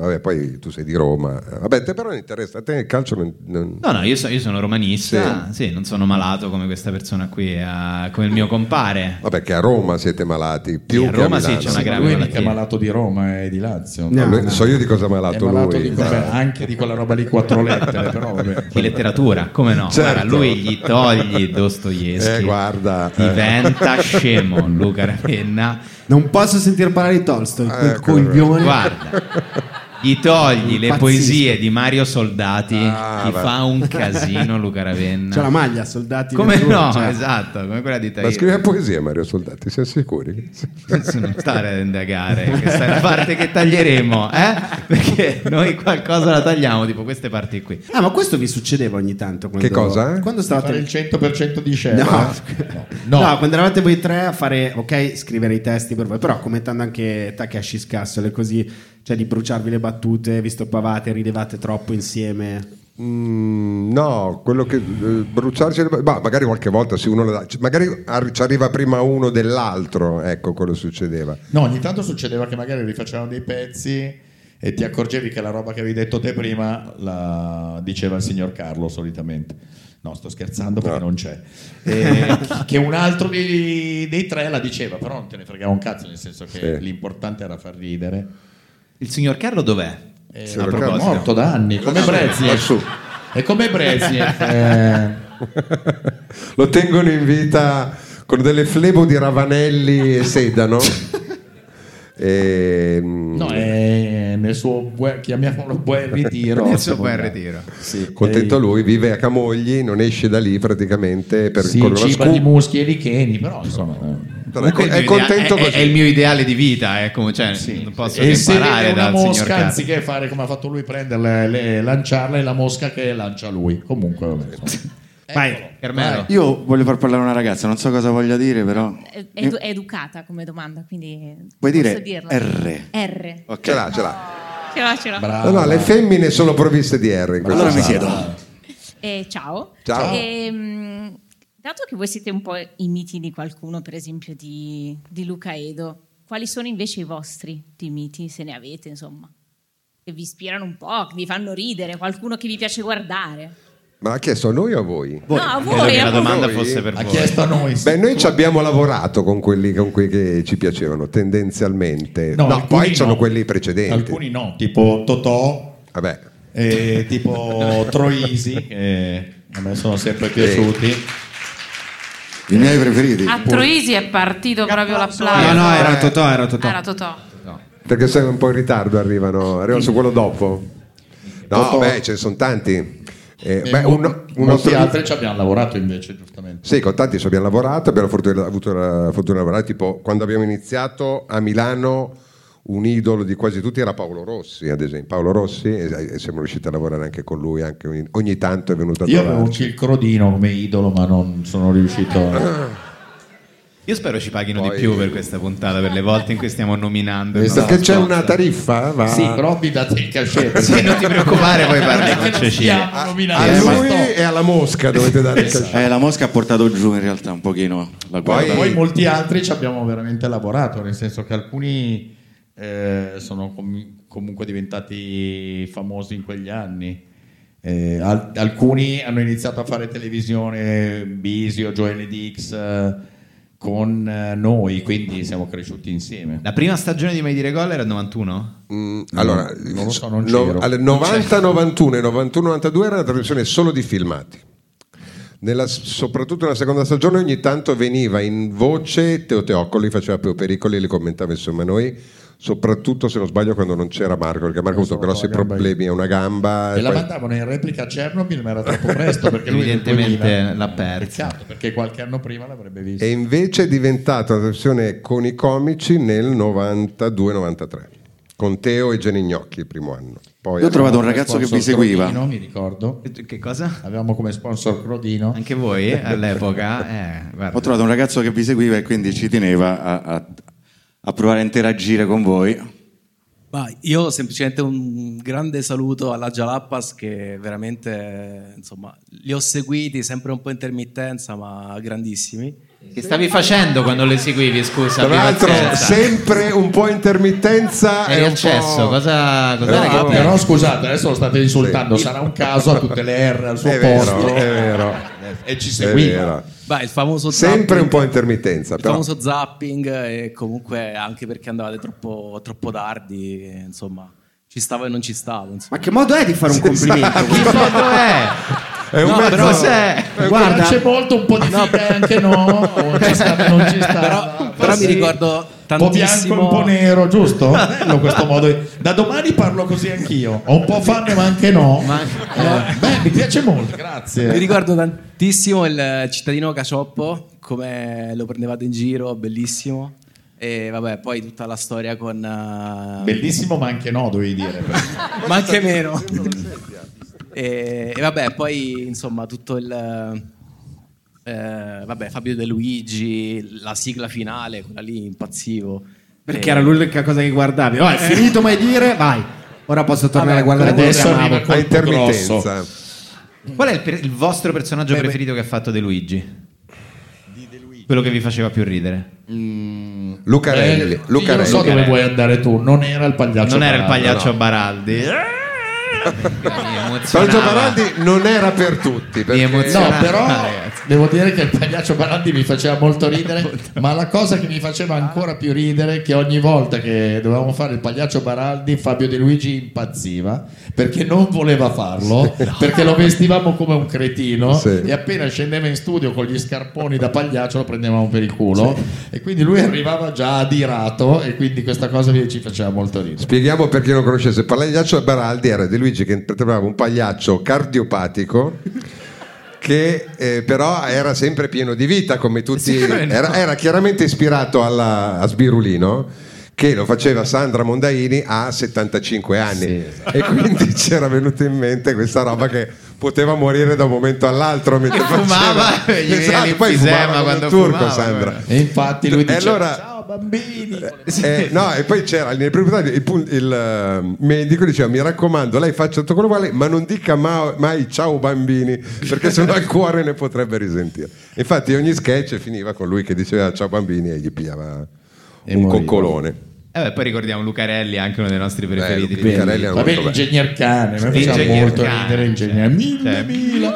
[SPEAKER 2] Vabbè, poi tu sei di Roma. eh, Vabbè, te però non interessa, a te il calcio non... non-
[SPEAKER 6] No, no, io, so- io sono romanista, sì. non sono malato come questa persona qui, eh, come il mio compare.
[SPEAKER 2] Vabbè, che a Roma siete malati, più
[SPEAKER 6] Sì, a
[SPEAKER 2] che
[SPEAKER 6] Roma
[SPEAKER 2] a
[SPEAKER 6] sì,
[SPEAKER 2] Milano.
[SPEAKER 6] c'è una grave
[SPEAKER 1] Lui mica
[SPEAKER 6] malattia.
[SPEAKER 1] è malato di Roma, è di Lazio. Eh,
[SPEAKER 2] No, lui- so io di cosa è malato
[SPEAKER 1] È malato di-
[SPEAKER 2] lui.
[SPEAKER 1] vabbè, anche di quella roba lì, quattro lettere, però vabbè.
[SPEAKER 6] Di letteratura, come no?
[SPEAKER 1] Certo.
[SPEAKER 6] Guarda, lui gli togli Dostoevsky,
[SPEAKER 2] Eh, guarda, eh.
[SPEAKER 6] diventa scemo Luca Ravenna.
[SPEAKER 4] Non posso sentire parlare di Tolstoi, quel
[SPEAKER 6] ecco,
[SPEAKER 4] coglione.
[SPEAKER 6] Guarda, gli togli le
[SPEAKER 4] Impazzisco.
[SPEAKER 6] poesie di Mario Soldati, gli
[SPEAKER 4] va.
[SPEAKER 6] fa un casino Luca Ravenna.
[SPEAKER 4] C'è la maglia, soldati.
[SPEAKER 6] Come
[SPEAKER 4] del
[SPEAKER 6] no,
[SPEAKER 4] Cioè,
[SPEAKER 6] esatto, come quella di
[SPEAKER 2] Ma
[SPEAKER 6] Tahir.
[SPEAKER 2] scrive poesia Mario Soldati, siamo sicuri?
[SPEAKER 6] non stare ad indagare, questa è la parte che taglieremo, eh? Perché noi qualcosa la tagliamo, tipo queste parti qui.
[SPEAKER 4] Ah, ma questo vi succedeva ogni tanto? Quando,
[SPEAKER 6] Che cosa?
[SPEAKER 4] Quando
[SPEAKER 1] Fare
[SPEAKER 4] stavate...
[SPEAKER 1] il 100% di eh?
[SPEAKER 4] No.
[SPEAKER 1] scena.
[SPEAKER 4] No. quando eravate voi tre a fare, ok, scrivere i testi per voi, però commentando anche Takeshi Scassole così, cioè di bruciarvi le battute, vi stoppavate, ridevate troppo insieme.
[SPEAKER 2] Mm, no, quello che eh, bruciarsi, le- ma magari qualche volta sì, uno la- magari ar- ci arriva prima uno dell'altro, ecco quello succedeva.
[SPEAKER 1] No, ogni tanto succedeva che magari rifacevano dei pezzi e ti accorgevi che la roba che avevi detto te prima la diceva il signor Carlo solitamente. No, sto scherzando perché non c'è. Eh, che un altro di- dei tre la diceva, però non te ne fregava un cazzo, nel senso che
[SPEAKER 6] Sì.
[SPEAKER 1] l'importante era far ridere.
[SPEAKER 6] Il signor Carlo dov'è?
[SPEAKER 1] Eh,
[SPEAKER 6] A
[SPEAKER 1] a proposito.
[SPEAKER 6] proposito.
[SPEAKER 1] è morto da
[SPEAKER 2] Eh,
[SPEAKER 1] anni, come
[SPEAKER 6] Lassù,
[SPEAKER 1] Brezzi.
[SPEAKER 6] lassù.
[SPEAKER 1] È come Brezzi. eh.
[SPEAKER 2] Lo tengono in vita con delle flebo di Ravanelli e Sedano. E, mm,
[SPEAKER 1] No, è nel suo bue- chiamiamolo buon ritiro.
[SPEAKER 6] Nel suo buon
[SPEAKER 1] secondo me.
[SPEAKER 6] ritiro.
[SPEAKER 1] Sì,
[SPEAKER 2] Contento
[SPEAKER 1] e-
[SPEAKER 2] lui, vive a Camogli, non esce da lì praticamente per
[SPEAKER 1] Sì,
[SPEAKER 2] con la
[SPEAKER 1] ciba
[SPEAKER 2] scu-
[SPEAKER 1] di muschi e licheni, però insomma. eh.
[SPEAKER 6] Comunque il
[SPEAKER 2] è
[SPEAKER 6] mio idea-
[SPEAKER 2] contento
[SPEAKER 6] è,
[SPEAKER 2] così.
[SPEAKER 6] è il mio ideale di vita, eh, come- cioè, non posso che
[SPEAKER 1] E se vede
[SPEAKER 6] imparare
[SPEAKER 1] una
[SPEAKER 6] dal signor
[SPEAKER 1] mosca,
[SPEAKER 6] Carlo.
[SPEAKER 1] anziché fare come ha fatto lui, prenderla e lanciarla, è la mosca che lancia lui. Comunque, vabbè, insomma.
[SPEAKER 7] Vai,
[SPEAKER 1] Carmelo.
[SPEAKER 7] Io voglio far parlare una ragazza, non so cosa voglia dire, però.
[SPEAKER 9] Eh,
[SPEAKER 13] È, edu- è educata come domanda, quindi
[SPEAKER 7] Vuoi dire
[SPEAKER 13] posso dirla?
[SPEAKER 7] R?
[SPEAKER 13] R.
[SPEAKER 7] Ok.
[SPEAKER 2] Ce l'ha, ce l'ha.
[SPEAKER 13] Ce l'ho, ce l'ho.
[SPEAKER 2] No, no, le femmine sono provviste di R. in questa
[SPEAKER 7] Allora mi
[SPEAKER 2] sala.
[SPEAKER 7] siedo.
[SPEAKER 13] Eh, ciao.
[SPEAKER 2] Ciao.
[SPEAKER 13] Ehm, dato che voi siete un po' i miti di qualcuno, per esempio di, di Luca Edo, quali sono invece i vostri di miti, se ne avete, insomma? Che vi ispirano un po', che vi fanno ridere, qualcuno che vi piace guardare.
[SPEAKER 2] Ma ha chiesto a noi o a voi?
[SPEAKER 13] Voi. No,
[SPEAKER 6] eh,
[SPEAKER 13] a voi, Credo che a la voi. domanda
[SPEAKER 1] fosse per Ha voi. chiesto a noi, sì.
[SPEAKER 2] Beh, noi ci abbiamo lavorato con quelli con cui che ci piacevano, tendenzialmente.
[SPEAKER 1] No,
[SPEAKER 2] No,
[SPEAKER 1] alcuni
[SPEAKER 2] poi
[SPEAKER 1] no.
[SPEAKER 2] sono quelli precedenti.
[SPEAKER 1] Alcuni no, tipo Totò,
[SPEAKER 2] Vabbè.
[SPEAKER 1] eh, tipo Troisi, che a me sono sempre piaciuti.
[SPEAKER 7] I miei preferiti.
[SPEAKER 14] A Troisi è partito proprio l'applauso.
[SPEAKER 2] No,
[SPEAKER 6] Eh.
[SPEAKER 2] no, era Totò,
[SPEAKER 4] era Totò.
[SPEAKER 14] Era Totò.
[SPEAKER 2] Perché sei un po' in ritardo, arrivano, arrivano su quello dopo. No,
[SPEAKER 1] Totò.
[SPEAKER 2] beh, ce ne sono tanti. Eh,
[SPEAKER 1] E
[SPEAKER 2] beh,
[SPEAKER 1] mo-
[SPEAKER 2] un, un
[SPEAKER 1] molti
[SPEAKER 2] altro-
[SPEAKER 1] altri ci abbiamo lavorato invece, giustamente.
[SPEAKER 2] Sì, con tanti ci abbiamo lavorato, abbiamo fortuna- avuto la fortuna di lavorare, tipo quando abbiamo iniziato a Milano un idolo di quasi tutti era Paolo Rossi, ad esempio. Paolo Rossi, e, e siamo riusciti a lavorare anche con lui, anche ogni, ogni tanto è venuto a
[SPEAKER 1] Io avevo
[SPEAKER 2] trovarci.
[SPEAKER 1] il Crodino come idolo, ma non sono riuscito.
[SPEAKER 6] Io spero ci paghino di più per questa puntata, per le volte in cui stiamo nominando. il
[SPEAKER 2] Esatto.
[SPEAKER 6] nostro
[SPEAKER 2] Perché c'è
[SPEAKER 6] sponsor.
[SPEAKER 2] una tariffa? Va.
[SPEAKER 1] certo Sì, però mi date il cachetto.
[SPEAKER 6] Sì, non ti preoccupare, poi parliamo
[SPEAKER 1] Perché
[SPEAKER 6] con
[SPEAKER 1] Ah. non
[SPEAKER 6] Cecilia.
[SPEAKER 1] stiamo nominando.
[SPEAKER 2] A
[SPEAKER 7] Eh, ma-
[SPEAKER 2] lui e alla mosca dovete dare il cachetto.
[SPEAKER 7] Eh, la mosca ha portato giù in realtà un pochino la
[SPEAKER 1] Poi,
[SPEAKER 7] guarda.
[SPEAKER 1] poi molti altri ci abbiamo veramente lavorato, nel senso che alcuni eh, sono com- comunque diventati famosi in quegli anni. Eh, al- alcuni hanno iniziato a fare televisione, Bisio, Joel Dix, eh, con eh, noi, quindi siamo cresciuti insieme.
[SPEAKER 6] La prima stagione di Mai Dire Gol era il 91?
[SPEAKER 2] Allora,
[SPEAKER 1] Mm,
[SPEAKER 2] eh,
[SPEAKER 1] non lo so, non
[SPEAKER 2] no-
[SPEAKER 1] c'ero.
[SPEAKER 2] alle
[SPEAKER 1] Non
[SPEAKER 2] 90, 91 e 91, 92 era una trasmissione solo di filmati. Nella- soprattutto nella seconda stagione ogni tanto veniva in voce Teo Teoccoli, faceva più pericoli e li commentava insieme a noi, soprattutto se non sbaglio quando non c'era Marco, perché Marco ha avuto grossi problemi a una gamba.
[SPEAKER 1] E la
[SPEAKER 2] poi-
[SPEAKER 1] mandavano in replica a Chernobyl, ma era troppo presto perché lui nel
[SPEAKER 6] Evidentemente
[SPEAKER 1] 2000
[SPEAKER 6] l'ha persa.
[SPEAKER 1] Peccato, perché qualche anno prima l'avrebbe visto.
[SPEAKER 2] E invece è diventata una trasmissione con i comici nel 92-93, con Teo e Gianni Gnocchi il primo anno. Poi
[SPEAKER 7] Io ho trovato un
[SPEAKER 1] Avevamo
[SPEAKER 7] ragazzo che mi
[SPEAKER 1] sponsor
[SPEAKER 7] seguiva.
[SPEAKER 1] Crodino, mi ricordo.
[SPEAKER 6] Che cosa?
[SPEAKER 1] Avevamo come sponsor Crodino.
[SPEAKER 6] Esatto. Anche voi eh, all'epoca? Eh, guarda.
[SPEAKER 7] Ho trovato un ragazzo che vi seguiva e quindi ci teneva a, a- a provare a interagire con voi.
[SPEAKER 15] Ma io semplicemente un grande saluto alla Jalappas che veramente, insomma, li ho seguiti sempre un po' in intermittenza, ma grandissimi.
[SPEAKER 6] Che stavi facendo quando lo eseguivi, scusa?
[SPEAKER 2] Tra l'altro,
[SPEAKER 6] pazienza.
[SPEAKER 2] sempre un po' intermittenza
[SPEAKER 6] Eri
[SPEAKER 2] e un
[SPEAKER 6] al cesso,
[SPEAKER 2] po'...
[SPEAKER 6] cosa- cosa
[SPEAKER 2] No,
[SPEAKER 6] era che-
[SPEAKER 1] Però scusate, adesso lo state insultando,
[SPEAKER 2] Sì.
[SPEAKER 1] sarà un caso a tutte le R al suo
[SPEAKER 2] È vero,
[SPEAKER 1] posto. Eh,
[SPEAKER 2] è vero.
[SPEAKER 1] E ci
[SPEAKER 2] È
[SPEAKER 1] seguiva.
[SPEAKER 2] vero.
[SPEAKER 15] Beh, il famoso
[SPEAKER 2] Sempre
[SPEAKER 15] zapping-
[SPEAKER 2] un po' intermittenza,
[SPEAKER 15] Il
[SPEAKER 2] però.
[SPEAKER 15] famoso zapping eh, e comunque anche perché andavate troppo, troppo tardi, e, insomma, ci stavo e non ci stavo. insomma.
[SPEAKER 4] Ma che modo è di fare un complimento?
[SPEAKER 6] esatto.
[SPEAKER 15] È un No, mezzo- però se-
[SPEAKER 1] Guarda, c'è molto un po' di figa e anche no. o ci sta, non ci sta.
[SPEAKER 15] Però- però mi
[SPEAKER 1] Sì.
[SPEAKER 15] ricordo
[SPEAKER 1] Un po' bianco,
[SPEAKER 15] tantissimo-
[SPEAKER 1] un po' nero, giusto? Bello questo modo. di- Da domani parlo così anch'io. Ho un po' fame, ma anche no. Eh, beh, mi piace molto, grazie.
[SPEAKER 15] Mi ricordo tantissimo il cittadino Cacioppo, come lo prendevate in giro, bellissimo. E vabbè, poi tutta la storia con... eh,
[SPEAKER 1] Bellissimo, ma anche no, dovevi dire.
[SPEAKER 15] ma anche meno. e, e vabbè, poi insomma tutto il... eh, vabbè, Fabio De Luigi, la sigla finale, quella lì impazzivo.
[SPEAKER 4] Perché era l'unica cosa che guardavi. Oh, è
[SPEAKER 6] Eh.
[SPEAKER 4] finito mai dire? Vai. Ora posso tornare
[SPEAKER 15] Vabbè,
[SPEAKER 4] a guardare
[SPEAKER 15] comunque
[SPEAKER 4] quello che
[SPEAKER 15] arriva
[SPEAKER 4] amavo.
[SPEAKER 15] col
[SPEAKER 2] Ah,
[SPEAKER 15] A intermittenza.
[SPEAKER 6] Qual è il, per- il vostro
[SPEAKER 2] Eh,
[SPEAKER 6] personaggio
[SPEAKER 15] Beh, beh.
[SPEAKER 6] preferito che ha fatto De Luigi? Quello che vi faceva più ridere.
[SPEAKER 1] Lucarelli, Eh, Lucarelli. io lo so dove vuoi andare tu, non era il pagliaccio
[SPEAKER 6] Non era il
[SPEAKER 1] Baraldi,
[SPEAKER 6] pagliaccio
[SPEAKER 1] no.
[SPEAKER 6] Baraldi.
[SPEAKER 2] Sergio Eh. Baraldi non era per tutti. Perché...
[SPEAKER 1] No, però
[SPEAKER 2] Ah,
[SPEAKER 6] Ah,
[SPEAKER 1] devo dire che il pagliaccio Baraldi mi faceva molto ridere, ma la cosa che mi faceva ancora più ridere è che ogni volta che dovevamo fare il pagliaccio Baraldi, Fabio De Luigi impazziva perché non voleva farlo, perché lo vestivamo come un cretino
[SPEAKER 2] Sì.
[SPEAKER 1] e appena scendeva in studio con gli scarponi da pagliaccio lo prendevamo per il culo e quindi lui arrivava già adirato e quindi questa cosa lì ci faceva molto ridere.
[SPEAKER 2] Spieghiamo per chi non conoscesse. Il pagliaccio Baraldi era De Luigi che interpretava un pagliaccio cardiopatico che eh, però era sempre pieno di vita come tutti.
[SPEAKER 3] Sì, no.
[SPEAKER 2] Era, era chiaramente ispirato alla- a Sbirulino che lo faceva Sandra Mondaini a 75 anni
[SPEAKER 6] esatto.
[SPEAKER 2] e quindi c'era venuta in mente questa roba che poteva morire da un momento all'altro mentre
[SPEAKER 6] fumava,
[SPEAKER 2] faceva
[SPEAKER 6] gli veniva
[SPEAKER 2] Esatto, poi
[SPEAKER 6] l'enfisema
[SPEAKER 2] fumava come
[SPEAKER 6] quando
[SPEAKER 2] un turco
[SPEAKER 6] fumava, eh.
[SPEAKER 2] Sandra
[SPEAKER 6] guarda. E infatti lui
[SPEAKER 2] e
[SPEAKER 6] diceva,
[SPEAKER 2] Eh, allora
[SPEAKER 1] Ciao bambini!
[SPEAKER 2] eh, no, e poi c'era nel primo episodio il, pun- il, eh, medico diceva: Mi raccomando, lei faccia tutto quello che vuole, ma non dica ma- mai ciao bambini, perché sennò il cuore ne potrebbe risentire. Infatti, ogni sketch finiva con lui che diceva ciao bambini e gli pigliava un coccolone.
[SPEAKER 6] Eh beh, poi ricordiamo Lucarelli, anche uno dei nostri preferiti.
[SPEAKER 2] Lu- Lucarelli era
[SPEAKER 1] Va bene, l'ingegner cane, a me faceva
[SPEAKER 6] L'ingegner
[SPEAKER 1] molto
[SPEAKER 6] cane,
[SPEAKER 1] ridere l'ingegner. Mille,
[SPEAKER 6] cioè.
[SPEAKER 1] mila.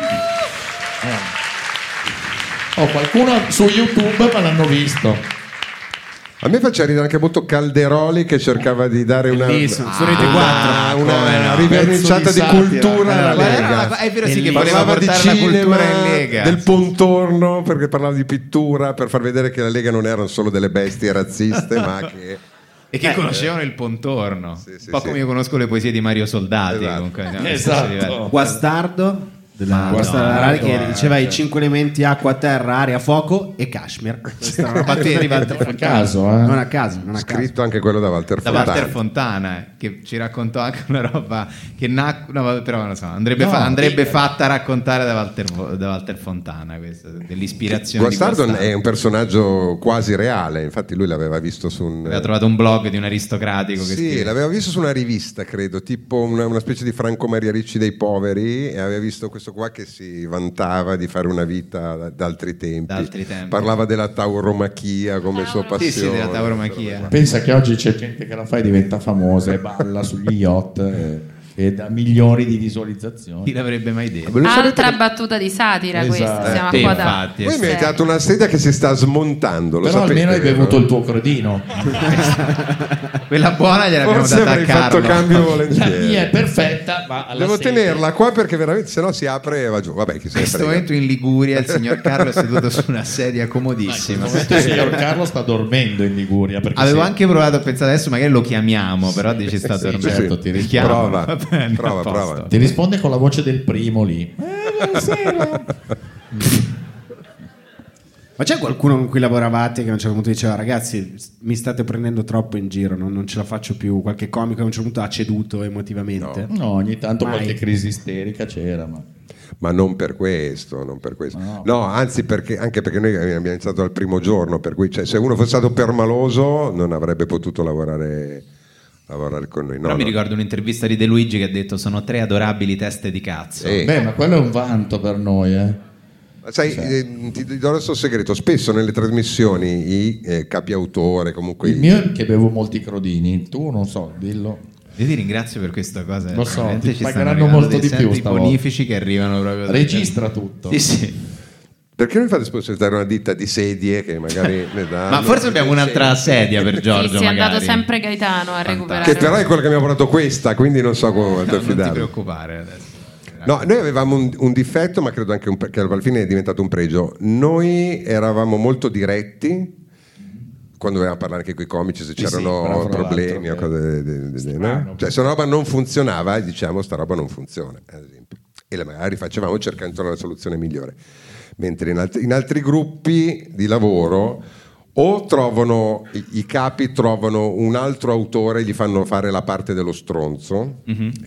[SPEAKER 1] Oh, qualcuno su YouTube me l'hanno visto.
[SPEAKER 2] A me faceva ridere anche molto Calderoli che cercava di dare una,
[SPEAKER 6] Bellissimo, su Rete
[SPEAKER 4] Ah.
[SPEAKER 2] una-
[SPEAKER 6] quattro. Come
[SPEAKER 2] una
[SPEAKER 6] no.
[SPEAKER 2] riverniciata
[SPEAKER 6] Pezzo
[SPEAKER 2] di,
[SPEAKER 6] di satira.
[SPEAKER 2] cultura alla
[SPEAKER 6] Allora,
[SPEAKER 2] Lega.
[SPEAKER 6] ma è vero sì che
[SPEAKER 2] Bellissimo.
[SPEAKER 6] voleva
[SPEAKER 2] Parlava di
[SPEAKER 6] portare la cultura
[SPEAKER 2] cinema,
[SPEAKER 6] in Lega.
[SPEAKER 2] Del contorno perché parlava di pittura per far vedere che la Lega non erano solo delle bestie razziste, ma che
[SPEAKER 6] E che
[SPEAKER 2] Eh,
[SPEAKER 6] conoscevano il contorno. un po'
[SPEAKER 2] sì.
[SPEAKER 6] come io conosco le poesie di Mario Soldati. comunque, no,
[SPEAKER 1] Esatto.
[SPEAKER 6] diverso.
[SPEAKER 4] Guastardo della
[SPEAKER 6] Madonna,
[SPEAKER 4] Guastardo Rari, che
[SPEAKER 6] guarda.
[SPEAKER 4] diceva i cinque elementi acqua, terra, aria, fuoco e cashmere. Questa era una battuta di Walter
[SPEAKER 6] Non a
[SPEAKER 4] Fontana.
[SPEAKER 6] caso,
[SPEAKER 2] eh.
[SPEAKER 4] Non a caso, non a caso.
[SPEAKER 2] scritto anche quello da Walter
[SPEAKER 6] da
[SPEAKER 2] Fontana.
[SPEAKER 6] Walter Fontana eh, che ci raccontò anche una roba che nac- no, vabbè, però non lo so, andrebbe,
[SPEAKER 2] No,
[SPEAKER 6] fa- andrebbe
[SPEAKER 2] sì.
[SPEAKER 6] fatta raccontare da Walter, Fo- da Walter Fontana questa, dell'ispirazione
[SPEAKER 2] Guastardo
[SPEAKER 6] di Guastardo
[SPEAKER 2] è un personaggio quasi reale, infatti lui l'aveva visto su un...
[SPEAKER 6] aveva trovato un blog di un aristocratico che
[SPEAKER 2] Sì,
[SPEAKER 6] scrive-
[SPEAKER 2] l'aveva visto su una rivista, credo, tipo una, una specie di Franco Maria Ricci dei poveri, e aveva visto questo qua che si vantava di fare una vita da- d'altri tempi.
[SPEAKER 6] D'altri tempi. Ah.
[SPEAKER 2] Parlava della tauromachia come sua
[SPEAKER 6] Sì,
[SPEAKER 2] passione.
[SPEAKER 6] sì, della tauromachia.
[SPEAKER 1] Pensa che oggi c'è gente che la fa e diventa famosa e balla sugli yacht eh, e, da milioni di visualizzazioni.
[SPEAKER 6] Chi l'avrebbe mai detto?
[SPEAKER 14] Altra battuta di satira questa, siamo
[SPEAKER 1] Esatto.
[SPEAKER 14] qua da...
[SPEAKER 6] infatti,
[SPEAKER 2] Voi mi
[SPEAKER 14] Sì.
[SPEAKER 2] avete dato una sedia che si sta smontando, lo
[SPEAKER 1] Però
[SPEAKER 2] sapete,
[SPEAKER 1] almeno hai
[SPEAKER 2] vero?
[SPEAKER 1] bevuto il tuo crodino.
[SPEAKER 6] quella buona gliel'abbiamo
[SPEAKER 2] Forse
[SPEAKER 6] data a
[SPEAKER 2] avrei fatto
[SPEAKER 6] Carlo
[SPEAKER 2] cambio
[SPEAKER 1] La
[SPEAKER 2] volentieri.
[SPEAKER 1] mia è perfetta, ma alla
[SPEAKER 2] Devo
[SPEAKER 1] sete-
[SPEAKER 2] tenerla qua perché veramente se no si apre e va giù. Vabbè, chi se
[SPEAKER 6] in
[SPEAKER 2] ne
[SPEAKER 6] questo
[SPEAKER 2] frega.
[SPEAKER 6] momento in Liguria il signor Carlo è seduto su una sedia comodissima
[SPEAKER 1] Il signor Carlo sta dormendo in Liguria. perché
[SPEAKER 6] Avevo
[SPEAKER 1] sì.
[SPEAKER 6] anche provato a pensare adesso magari lo chiamiamo, però dici sta
[SPEAKER 1] Sì,
[SPEAKER 6] dormendo.
[SPEAKER 1] certo, ti
[SPEAKER 6] Ti
[SPEAKER 1] rispondo.
[SPEAKER 6] chiamo.
[SPEAKER 1] Prova,
[SPEAKER 6] Va bene,
[SPEAKER 1] prova,
[SPEAKER 6] a posto.
[SPEAKER 1] prova. Ti risponde con la voce del primo lì.
[SPEAKER 4] Ma c'è qualcuno con cui lavoravate che a un certo punto diceva ragazzi mi state prendendo troppo in giro, non, non ce la faccio più, qualche comico a un certo punto ha ceduto emotivamente?
[SPEAKER 1] No, ogni tanto
[SPEAKER 4] Mai.
[SPEAKER 1] qualche crisi isterica c'era, ma
[SPEAKER 2] Ma non per questo, non per questo. No, anzi, perché, anche perché noi abbiamo iniziato al primo giorno, per cui cioè, se uno fosse stato permaloso non avrebbe potuto lavorare, lavorare con noi. No,
[SPEAKER 6] Però mi
[SPEAKER 2] no.
[SPEAKER 6] ricordo un'intervista di De Luigi che ha detto sono tre adorabili teste di cazzo.
[SPEAKER 1] Beh, ma quello è un vanto per noi, eh.
[SPEAKER 2] Sai, eh, ti ti do adesso un segreto. Spesso nelle trasmissioni i eh, capi autore, comunque
[SPEAKER 1] Il mio è che bevo molti crodini, tu non so, dillo.
[SPEAKER 6] Io ti ringrazio per questa cosa.
[SPEAKER 1] Lo so,
[SPEAKER 6] veramente ci
[SPEAKER 1] ti
[SPEAKER 6] stanno
[SPEAKER 1] pagheranno
[SPEAKER 6] arrivando
[SPEAKER 1] molto
[SPEAKER 6] dei
[SPEAKER 1] di più
[SPEAKER 6] sacchi
[SPEAKER 1] stavolta.
[SPEAKER 6] bonifici che arrivano proprio. da-
[SPEAKER 1] Registra tutto.
[SPEAKER 6] Sì, sì.
[SPEAKER 2] Perché non mi fate sponsorizzare una ditta di sedie che magari ne dà?
[SPEAKER 6] Ma forse abbiamo un'altra sedia per Giorgio.
[SPEAKER 14] Sì, sì, è andato
[SPEAKER 6] magari.
[SPEAKER 14] sempre Gaetano a recuperare.
[SPEAKER 2] Che però è quella che mi ha portato questa, quindi non so quanto è
[SPEAKER 6] Non ti
[SPEAKER 2] fidato.
[SPEAKER 6] preoccupare adesso.
[SPEAKER 2] No, noi avevamo un, un difetto, ma credo anche un, pre- che alla fine è diventato un pregio. Noi eravamo molto diretti quando dovevamo parlare anche con i comici se
[SPEAKER 1] Sì, sì,
[SPEAKER 2] c'erano
[SPEAKER 1] però fra
[SPEAKER 2] problemi o
[SPEAKER 1] l'altro,
[SPEAKER 2] cose de- de- de- no? Cioè, se una roba non funzionava, diciamo sta roba non funziona, ad esempio. E la magari facevamo cercando la soluzione migliore. Mentre in, alt- in altri gruppi di lavoro o trovano i, i capi trovano un altro autore e gli fanno fare la parte dello stronzo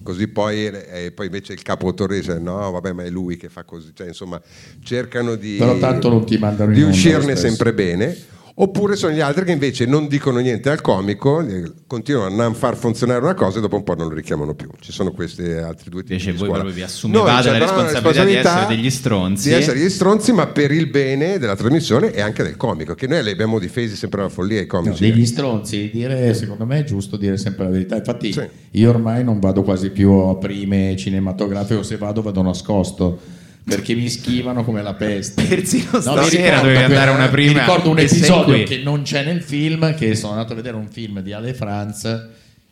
[SPEAKER 2] Così poi, eh, poi invece il capo autore dice no, vabbè, ma è lui che fa così, cioè insomma cercano di,
[SPEAKER 1] Però tanto non ti mandano in
[SPEAKER 2] di
[SPEAKER 1] onda lo
[SPEAKER 2] uscirne
[SPEAKER 1] stesso.
[SPEAKER 2] sempre bene. Oppure sono gli altri che invece non dicono niente al comico, eh, continuano a non far funzionare una cosa e dopo un po' non lo richiamano più. Ci sono questi altri due tipi
[SPEAKER 6] Invece
[SPEAKER 2] di
[SPEAKER 6] voi
[SPEAKER 2] scuola.
[SPEAKER 6] proprio vi assumevate
[SPEAKER 2] Noi
[SPEAKER 6] la
[SPEAKER 2] ci abbiamo
[SPEAKER 6] responsabilità di essere degli stronzi.
[SPEAKER 2] di essere degli stronzi, ma per il bene della trasmissione e anche del comico, che noi li abbiamo difesi sempre alla follia ai comici.
[SPEAKER 1] degli stronzi, dire, secondo me è giusto dire sempre la verità. Infatti, io ormai non vado quasi più a prime cinematografiche, o se vado, vado nascosto. Perché mi schivano come la peste.
[SPEAKER 6] Persino
[SPEAKER 1] mi
[SPEAKER 6] stasera
[SPEAKER 1] ricordo
[SPEAKER 6] dovevi
[SPEAKER 1] que-
[SPEAKER 6] andare a una prima
[SPEAKER 1] Mi ricordo un
[SPEAKER 6] e sei qui.
[SPEAKER 1] episodio che non c'è nel film, che sono andato a vedere un film di Ale Franz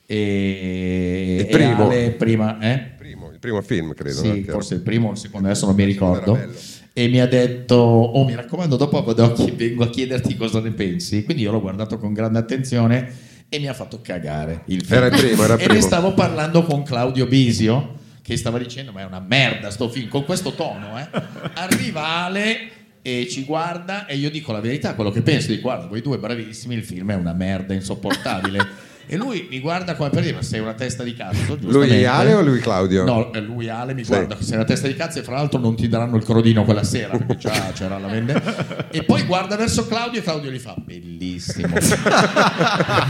[SPEAKER 1] e,
[SPEAKER 2] Il primo.
[SPEAKER 1] e Ale prima, eh?
[SPEAKER 2] Primo- il primo film, credo.
[SPEAKER 1] Sì,
[SPEAKER 2] no? Che-
[SPEAKER 1] forse il primo o il secondo, adesso non mi ricordo. E mi ha detto: Oh, mi raccomando, dopo vado a chi- vengo a chiederti cosa ne pensi. Quindi io l'ho guardato con grande attenzione e mi ha fatto cagare il film.
[SPEAKER 2] Era il primo, era il
[SPEAKER 1] e ne
[SPEAKER 2] primo.
[SPEAKER 1] stavo parlando con Claudio Bisio, che stava dicendo: Ma è una merda sto film, con questo tono, eh. Arriva Ale e ci guarda e io dico la verità, quello che penso, di guarda, voi due bravissimi, il film è una merda insopportabile. E lui mi guarda come per dire, ma sei una testa di cazzo,
[SPEAKER 2] Lui
[SPEAKER 1] giustamente.
[SPEAKER 2] Ale o lui Claudio?
[SPEAKER 1] No, eh, lui Ale mi
[SPEAKER 2] Sì.
[SPEAKER 1] guarda, sei una testa di cazzo e fra l'altro non ti daranno il crodino quella sera, perché già c'era la vendetta. E poi guarda verso Claudio e Claudio gli fa, bellissimo.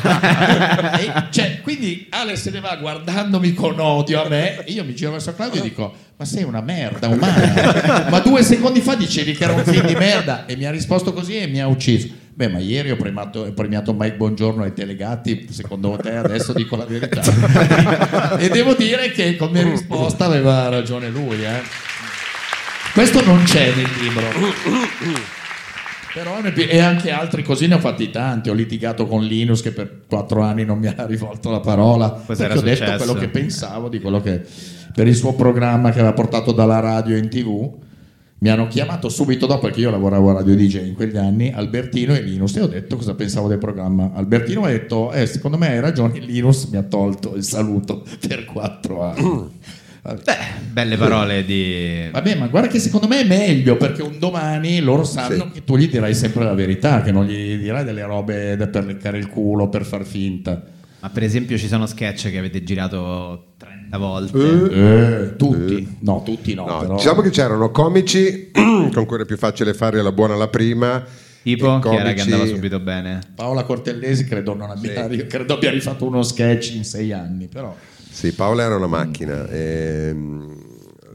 [SPEAKER 1] E, cioè, quindi Ale se ne va guardandomi con odio a me e io mi giro verso Claudio e dico, ma sei una merda umana. ma due secondi fa dicevi che era un film di merda e mi ha risposto così e mi ha ucciso. Beh, ma ieri ho premato- ho premiato Mike Buongiorno ai Telegatti, secondo te adesso dico la verità e devo dire che come risposta aveva ragione lui. eh. Questo non c'è nel libro. Però ne- e anche altri così ne ho fatti tanti. Ho litigato con Linus che per quattro anni non mi ha rivolto la parola.
[SPEAKER 6] Cos'era
[SPEAKER 1] perché ho detto
[SPEAKER 6] successo?
[SPEAKER 1] quello che pensavo di quello che per il suo programma che aveva portato dalla radio in tv. Mi hanno chiamato subito dopo perché io lavoravo a Radio DJ in quegli anni, Albertino e Linus, e ho detto cosa pensavo del programma. Albertino mi ha detto, eh, secondo me hai ragione, Linus mi ha tolto il saluto per quattro anni.
[SPEAKER 6] Belle parole di.
[SPEAKER 1] Vabbè, ma guarda che secondo me è meglio perché un domani loro sanno
[SPEAKER 6] Sì.
[SPEAKER 1] che tu gli dirai sempre la verità, che non gli dirai delle robe da- per leccare il culo, per far finta.
[SPEAKER 6] Ma per esempio ci sono sketch che avete girato 30 volte.
[SPEAKER 1] Eh, tutti, no, tutti no.
[SPEAKER 2] No,
[SPEAKER 1] però-
[SPEAKER 2] Diciamo che c'erano comici con cui era più facile fare la buona alla prima.
[SPEAKER 6] Tipo,
[SPEAKER 2] e
[SPEAKER 6] chi era che
[SPEAKER 2] comici-
[SPEAKER 6] andava subito bene?
[SPEAKER 1] Paola Cortellesi credo non abbia, credo abbia rifatto uno sketch in sei anni, però.
[SPEAKER 2] Sì, Paola era
[SPEAKER 1] Mm.
[SPEAKER 2] una macchina. ehm,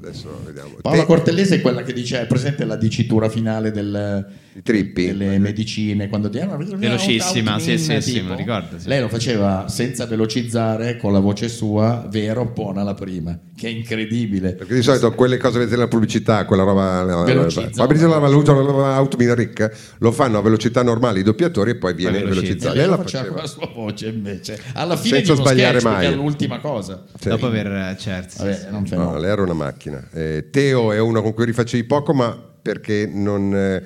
[SPEAKER 2] adesso vediamo.
[SPEAKER 1] Paola
[SPEAKER 2] Te-
[SPEAKER 1] Cortellesi è quella che dice: è presente la dicitura finale del, delle medicine quando "Ah, di-
[SPEAKER 6] Velocissima, sì, sì, sì,
[SPEAKER 1] tipo.
[SPEAKER 6] me lo ricordo. sì.
[SPEAKER 1] Lei lo faceva senza velocizzare con la voce sua, vera buona la prima, che è incredibile.
[SPEAKER 2] Perché di solito quelle cose che vedete nella pubblicità, quella roba.
[SPEAKER 1] Velocizza.
[SPEAKER 2] Fabrizio la valuta l'automina ricca, lo fanno a velocità normali i doppiatori e poi viene velocizzata. Lei la
[SPEAKER 1] faceva
[SPEAKER 2] faceva.
[SPEAKER 1] con la sua voce invece, alla fine
[SPEAKER 2] Senza
[SPEAKER 1] di uno
[SPEAKER 2] sbagliare
[SPEAKER 1] sketch, perché
[SPEAKER 2] mai.
[SPEAKER 1] è l'ultima cosa.
[SPEAKER 2] Sì.
[SPEAKER 6] Dopo aver eh, certo, sì, sì.
[SPEAKER 2] No, lei era una macchina. Eh, Teo è uno con cui rifacevi poco, ma perché non. eh,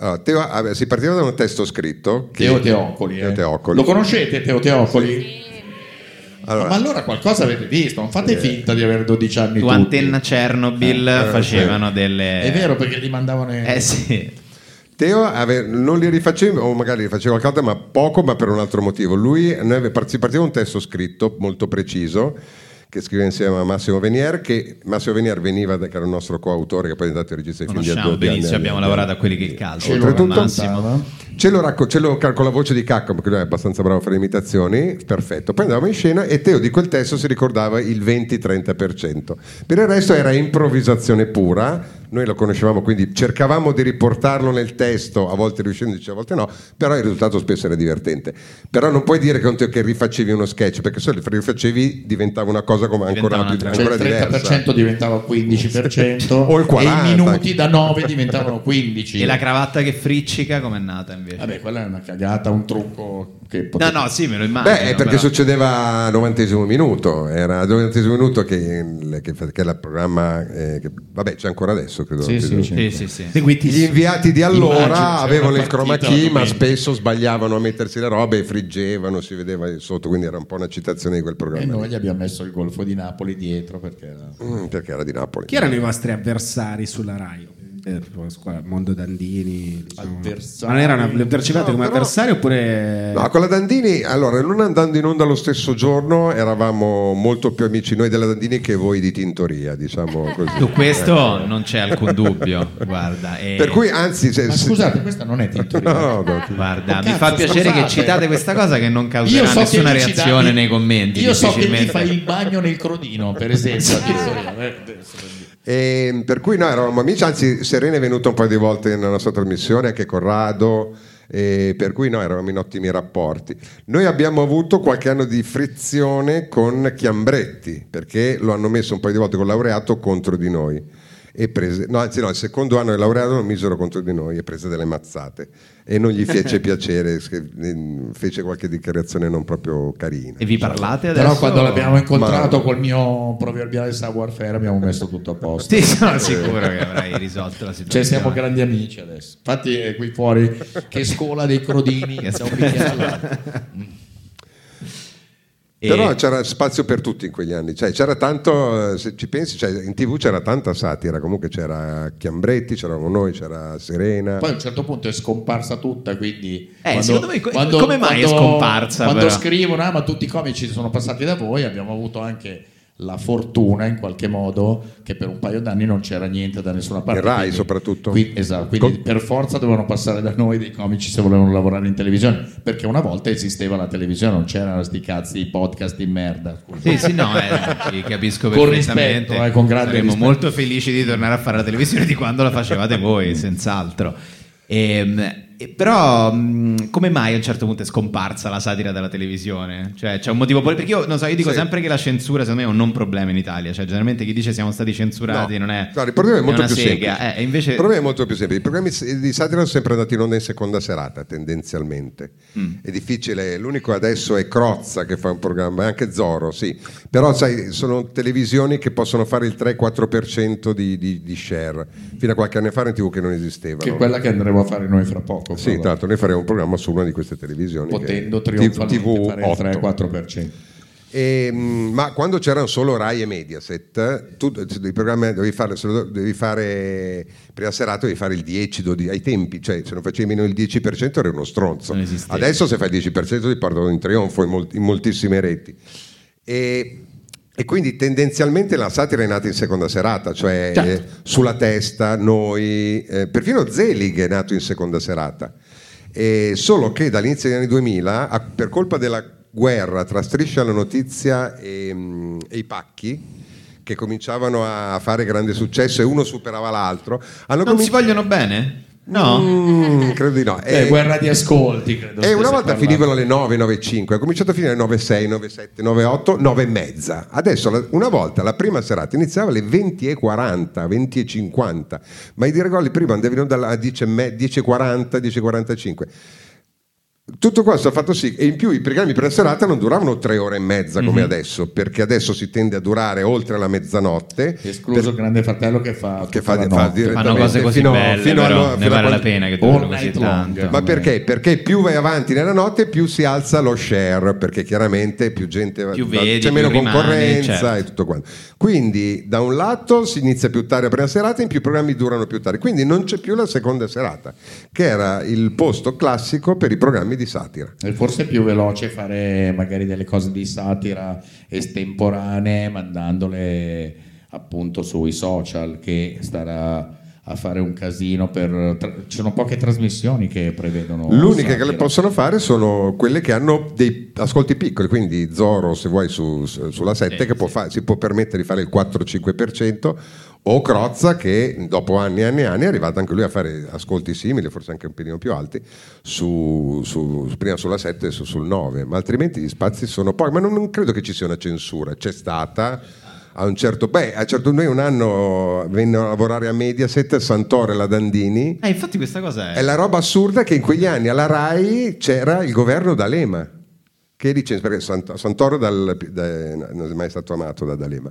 [SPEAKER 2] allora, Teo, ah, si partiva da un testo scritto. che-
[SPEAKER 1] Teo Teocoli, eh.
[SPEAKER 2] Teo Teocoli.
[SPEAKER 1] Lo conoscete Teo Teocoli?
[SPEAKER 2] Allora-
[SPEAKER 1] Ma allora qualcosa avete visto, non fate finta di avere 12 anni
[SPEAKER 6] Tu
[SPEAKER 1] tutti.
[SPEAKER 6] antenna Chernobyl
[SPEAKER 1] Eh, eh,
[SPEAKER 6] facevano
[SPEAKER 1] sì.
[SPEAKER 6] delle.
[SPEAKER 1] È vero perché li mandavano in-
[SPEAKER 6] Eh sì.
[SPEAKER 2] Teo ave- non li rifaceva, o magari li faceva qualcosa, ma poco, ma per un altro motivo. Lui noi ave- par- si partiva un testo scritto molto preciso che scriveva insieme a Massimo Venier, che Massimo Venier veniva, da- che era il nostro coautore, che poi è diventato il regista di film di
[SPEAKER 6] Conosciamo
[SPEAKER 2] Adobe,
[SPEAKER 6] benissimo,
[SPEAKER 2] anni-
[SPEAKER 6] abbiamo
[SPEAKER 2] anni-
[SPEAKER 6] lavorato a quelli che calcio.
[SPEAKER 2] Oltretutto-
[SPEAKER 6] Massimo.
[SPEAKER 2] Ce lo, racco- ce lo calco la voce di Cacco perché lui è abbastanza bravo a fare imitazioni, perfetto. Poi andavamo in scena e Teo di quel testo si ricordava il 20-30%. Per il resto era improvvisazione pura, noi lo conoscevamo quindi cercavamo di riportarlo nel testo, a volte riuscendoci, a volte no, però il risultato spesso era divertente. Però non puoi dire che, è un Teo che rifacevi uno sketch perché se lo rifacevi diventava una cosa come ancora, più,
[SPEAKER 1] Cioè,
[SPEAKER 2] ancora
[SPEAKER 1] il 30%
[SPEAKER 2] diversa.
[SPEAKER 1] diventava 15%
[SPEAKER 2] O il 40.
[SPEAKER 1] e i minuti da 9 diventavano 15
[SPEAKER 6] E la cravatta che friccica com'è nata invece?
[SPEAKER 1] Vabbè, quella è una cagata, un trucco che
[SPEAKER 6] No, no, sì, me lo immagino.
[SPEAKER 2] Beh, è perché
[SPEAKER 6] però.
[SPEAKER 2] succedeva al novantesimo minuto, era al novantesimo minuto che, che, che era il programma, eh, che- vabbè c'è ancora adesso credo.
[SPEAKER 6] Sì, sì,
[SPEAKER 2] Novantesimo.
[SPEAKER 6] sì, sì, sì.
[SPEAKER 2] Gli inviati di allora
[SPEAKER 6] Immagino, c'era
[SPEAKER 2] avevano
[SPEAKER 6] una
[SPEAKER 2] il chroma
[SPEAKER 6] partita
[SPEAKER 2] key
[SPEAKER 6] la
[SPEAKER 2] ma
[SPEAKER 6] domenica.
[SPEAKER 2] spesso sbagliavano a mettersi le robe e friggevano, si vedeva sotto, quindi era un po' una citazione di quel programma.
[SPEAKER 6] Eh,
[SPEAKER 1] E noi gli abbiamo messo il golfo di Napoli dietro perché era...
[SPEAKER 2] Mm, perché era di Napoli.
[SPEAKER 4] Chi erano i vostri avversari sulla Rai? Eh, proprio squadra- Mondo Dandini, diciamo.
[SPEAKER 1] Avversari?
[SPEAKER 4] ma non erano, le percepivate
[SPEAKER 1] No,
[SPEAKER 4] come
[SPEAKER 1] però-
[SPEAKER 4] avversari
[SPEAKER 6] Eh.
[SPEAKER 4] oppure
[SPEAKER 2] No, con la Dandini, allora, non andando in onda lo stesso giorno, eravamo molto più amici noi della Dandini che voi di Tintoria, diciamo così.
[SPEAKER 6] Su questo
[SPEAKER 2] Eh.
[SPEAKER 6] non c'è alcun dubbio, guarda. e-
[SPEAKER 2] Per cui, anzi, se-
[SPEAKER 1] Ma
[SPEAKER 2] se-
[SPEAKER 1] scusate, questa non è tintoria.
[SPEAKER 2] Eh, No, no,
[SPEAKER 6] Guarda,
[SPEAKER 1] Oh,
[SPEAKER 6] mi
[SPEAKER 1] cazzo,
[SPEAKER 6] fa piacere
[SPEAKER 1] scusate.
[SPEAKER 6] che citate questa cosa che non
[SPEAKER 1] Io
[SPEAKER 6] causerà
[SPEAKER 1] so che
[SPEAKER 6] nessuna
[SPEAKER 1] lui ci dà-
[SPEAKER 6] reazione
[SPEAKER 1] io-
[SPEAKER 6] nei commenti.
[SPEAKER 1] Io so che gli
[SPEAKER 6] difficilmente.
[SPEAKER 1] fa il bagno nel crodino, per esempio. Che so io, eh,
[SPEAKER 2] E Ehm, per cui no, eravamo amici, anzi Serena è venuta un paio di volte nella nostra trasmissione, anche Corrado, e per cui no, eravamo in ottimi rapporti. Noi abbiamo avuto qualche anno di frizione con Chiambretti, perché lo hanno messo un paio di volte con laureato contro di noi. E prese, no, anzi no, il secondo anno del laureato lo misero contro di noi e prese delle mazzate e non gli fece piacere, se- fece qualche dichiarazione non proprio carina.
[SPEAKER 6] E vi parlate adesso?
[SPEAKER 1] Però quando l'abbiamo incontrato
[SPEAKER 2] Ma-
[SPEAKER 1] col mio proverbiale savoir-faire abbiamo messo tutto a posto.
[SPEAKER 6] Sì, sono sicuro che avrai risolto la situazione.
[SPEAKER 1] Cioè siamo grandi amici adesso. Infatti è qui fuori che scola dei crodini da un
[SPEAKER 6] Esatto.
[SPEAKER 1] bicchiere all'altro.
[SPEAKER 6] E-
[SPEAKER 2] Però cioè, c'era spazio per tutti in quegli anni, cioè, c'era tanto, eh, se ci pensi, cioè, in tv c'era tanta satira, comunque c'era Chiambretti, c'eravamo noi, c'era Serena.
[SPEAKER 1] Poi a un certo punto è scomparsa tutta, quindi...
[SPEAKER 6] Eh, secondo me co- come mai è
[SPEAKER 1] quando-
[SPEAKER 6] scomparsa,
[SPEAKER 1] Quando
[SPEAKER 6] però?
[SPEAKER 1] scrivono, ah ma tutti i comici sono passati da voi, abbiamo avuto anche la fortuna in qualche modo che per un paio d'anni non c'era niente da nessuna parte.
[SPEAKER 2] Il Rai
[SPEAKER 1] quindi-
[SPEAKER 2] soprattutto.
[SPEAKER 1] qui- esatto, quindi per forza dovevano passare da noi dei comici se volevano lavorare in televisione, perché una volta esisteva la televisione, non c'erano sti cazzi i podcast di merda. scusa.
[SPEAKER 6] Sì, sì, no, eh, ti capisco
[SPEAKER 1] Con
[SPEAKER 6] perfettamente.
[SPEAKER 1] rispetto, eh, con grande
[SPEAKER 6] Saremmo
[SPEAKER 1] rispetto.
[SPEAKER 6] molto felici di tornare a fare la televisione di quando la facevate voi, senz'altro. Ehm, e però, mh, come mai a un certo punto è scomparsa la satira dalla televisione? Cioè, c'è un motivo poli- Perché io non so, io dico
[SPEAKER 2] Sì.
[SPEAKER 6] sempre che la censura, secondo me, è un non problema in Italia. Cioè, generalmente chi dice siamo stati censurati non è.
[SPEAKER 2] Guarda, il problema è molto
[SPEAKER 6] una
[SPEAKER 2] più
[SPEAKER 6] sega.
[SPEAKER 2] semplice.
[SPEAKER 6] Eh, e invece...
[SPEAKER 2] Il problema è molto più semplice. I programmi s- di satira sono sempre andati in onda in seconda serata, tendenzialmente.
[SPEAKER 6] Mm.
[SPEAKER 2] È difficile, l'unico adesso è Crozza che fa un programma, e anche Zoro, sì. Però sai, sono televisioni che possono fare il 3-4% di, di- di share. Fino a qualche anno fa era in tv che non esisteva.
[SPEAKER 1] Che è quella che andremo a fare noi fra poco.
[SPEAKER 2] Sì, tra l'altro noi faremo un programma su una di queste televisioni. che-
[SPEAKER 1] potendo
[SPEAKER 2] TV
[SPEAKER 1] trionfalmente fare il
[SPEAKER 2] 8.
[SPEAKER 1] 3-4%.
[SPEAKER 2] E, mh, Ehm, ma quando c'erano solo Rai e Mediaset, tu i programmi dovevi fare, se lo- dovevi fare prima serata, dovevi fare il 10 12, ai tempi, cioè se non facevi meno il 10% eri uno stronzo. Adesso se fai il 10% ti portano in trionfo in, mol- in moltissime reti. E, e quindi tendenzialmente la satira è nata in seconda serata, cioè
[SPEAKER 16] Certo.
[SPEAKER 2] eh, sulla testa, noi, eh, perfino Zelig è nato in seconda serata. E solo che dall'inizio degli anni 2000, a- per colpa della guerra tra Striscia la Notizia e, mm, e i Pacchi, che cominciavano a fare grande successo e uno superava l'altro, hanno
[SPEAKER 6] Non si
[SPEAKER 2] cominci-
[SPEAKER 6] vogliono bene? No.
[SPEAKER 2] Mm, credo di no.
[SPEAKER 1] Eh, guerra di ascolti, credo
[SPEAKER 2] E
[SPEAKER 1] stesse
[SPEAKER 2] eh, una volta
[SPEAKER 1] parlando.
[SPEAKER 2] finivano le 9, 9, 5, ha cominciato a finire alle 9, 6, 9, 7, 9, 8, 9 e mezza. Adesso la- una volta la prima serata iniziava alle 20 e 40, 20 e 50, ma i diregoli prima andavano dalla- a 10 e me- 10 e 40, 10 e 45. Tutto questo ha fatto sì, e in più i programmi per la serata non duravano tre ore e mezza come
[SPEAKER 1] Mhm.
[SPEAKER 2] adesso, perché adesso si tende a durare oltre la mezzanotte.
[SPEAKER 1] Escluso il Grande Fratello che fa
[SPEAKER 2] che fa,
[SPEAKER 1] la
[SPEAKER 2] fa
[SPEAKER 1] notte.
[SPEAKER 2] direttamente
[SPEAKER 6] Fanno cose così
[SPEAKER 2] fino,
[SPEAKER 6] belle,
[SPEAKER 2] fino
[SPEAKER 6] però,
[SPEAKER 2] alla-
[SPEAKER 6] ne
[SPEAKER 2] fino a
[SPEAKER 6] vale la
[SPEAKER 2] quando-
[SPEAKER 6] pena che durano così tanto.
[SPEAKER 2] ma perché? Perché più vai avanti nella notte, più si alza lo share, perché chiaramente più gente va,
[SPEAKER 6] Più
[SPEAKER 2] va-
[SPEAKER 6] vedi,
[SPEAKER 2] c'è
[SPEAKER 6] più
[SPEAKER 2] meno
[SPEAKER 6] rimani,
[SPEAKER 2] concorrenza
[SPEAKER 6] certo.
[SPEAKER 2] e tutto quanto. Quindi, da un lato si inizia più tardi la prima serata, in più i programmi durano più tardi, quindi non c'è più la seconda serata, che era il posto classico per i programmi di satira.
[SPEAKER 1] E Eh, forse è più veloce fare magari delle cose di satira estemporanee mandandole appunto sui social che stare a, a fare un casino. Per... tra- Ci sono poche trasmissioni che prevedono.
[SPEAKER 2] L'unica che
[SPEAKER 1] satira.
[SPEAKER 2] le possono fare sono quelle che hanno dei ascolti piccoli, quindi Zoro se vuoi su- su- sulla 7 che può fa- si può permettere di fare il 4-5% o Crozza che dopo anni e anni e anni è arrivato anche lui a fare ascolti simili, forse anche un pelino più alti, su- su- prima sulla 7 e su- sul 9, ma altrimenti gli spazi sono pochi, ma non, non credo che ci sia una censura, c'è stata. A un certo, beh, a un certo noi un anno vennero a lavorare a Mediaset Santore la Dandini
[SPEAKER 6] Eh, infatti questa cosa è...
[SPEAKER 2] è la roba assurda che in quegli anni alla RAI c'era il governo D'Alema. Che dice, perché Sant- Santoro dal- da- non è mai stato amato da D'Alema.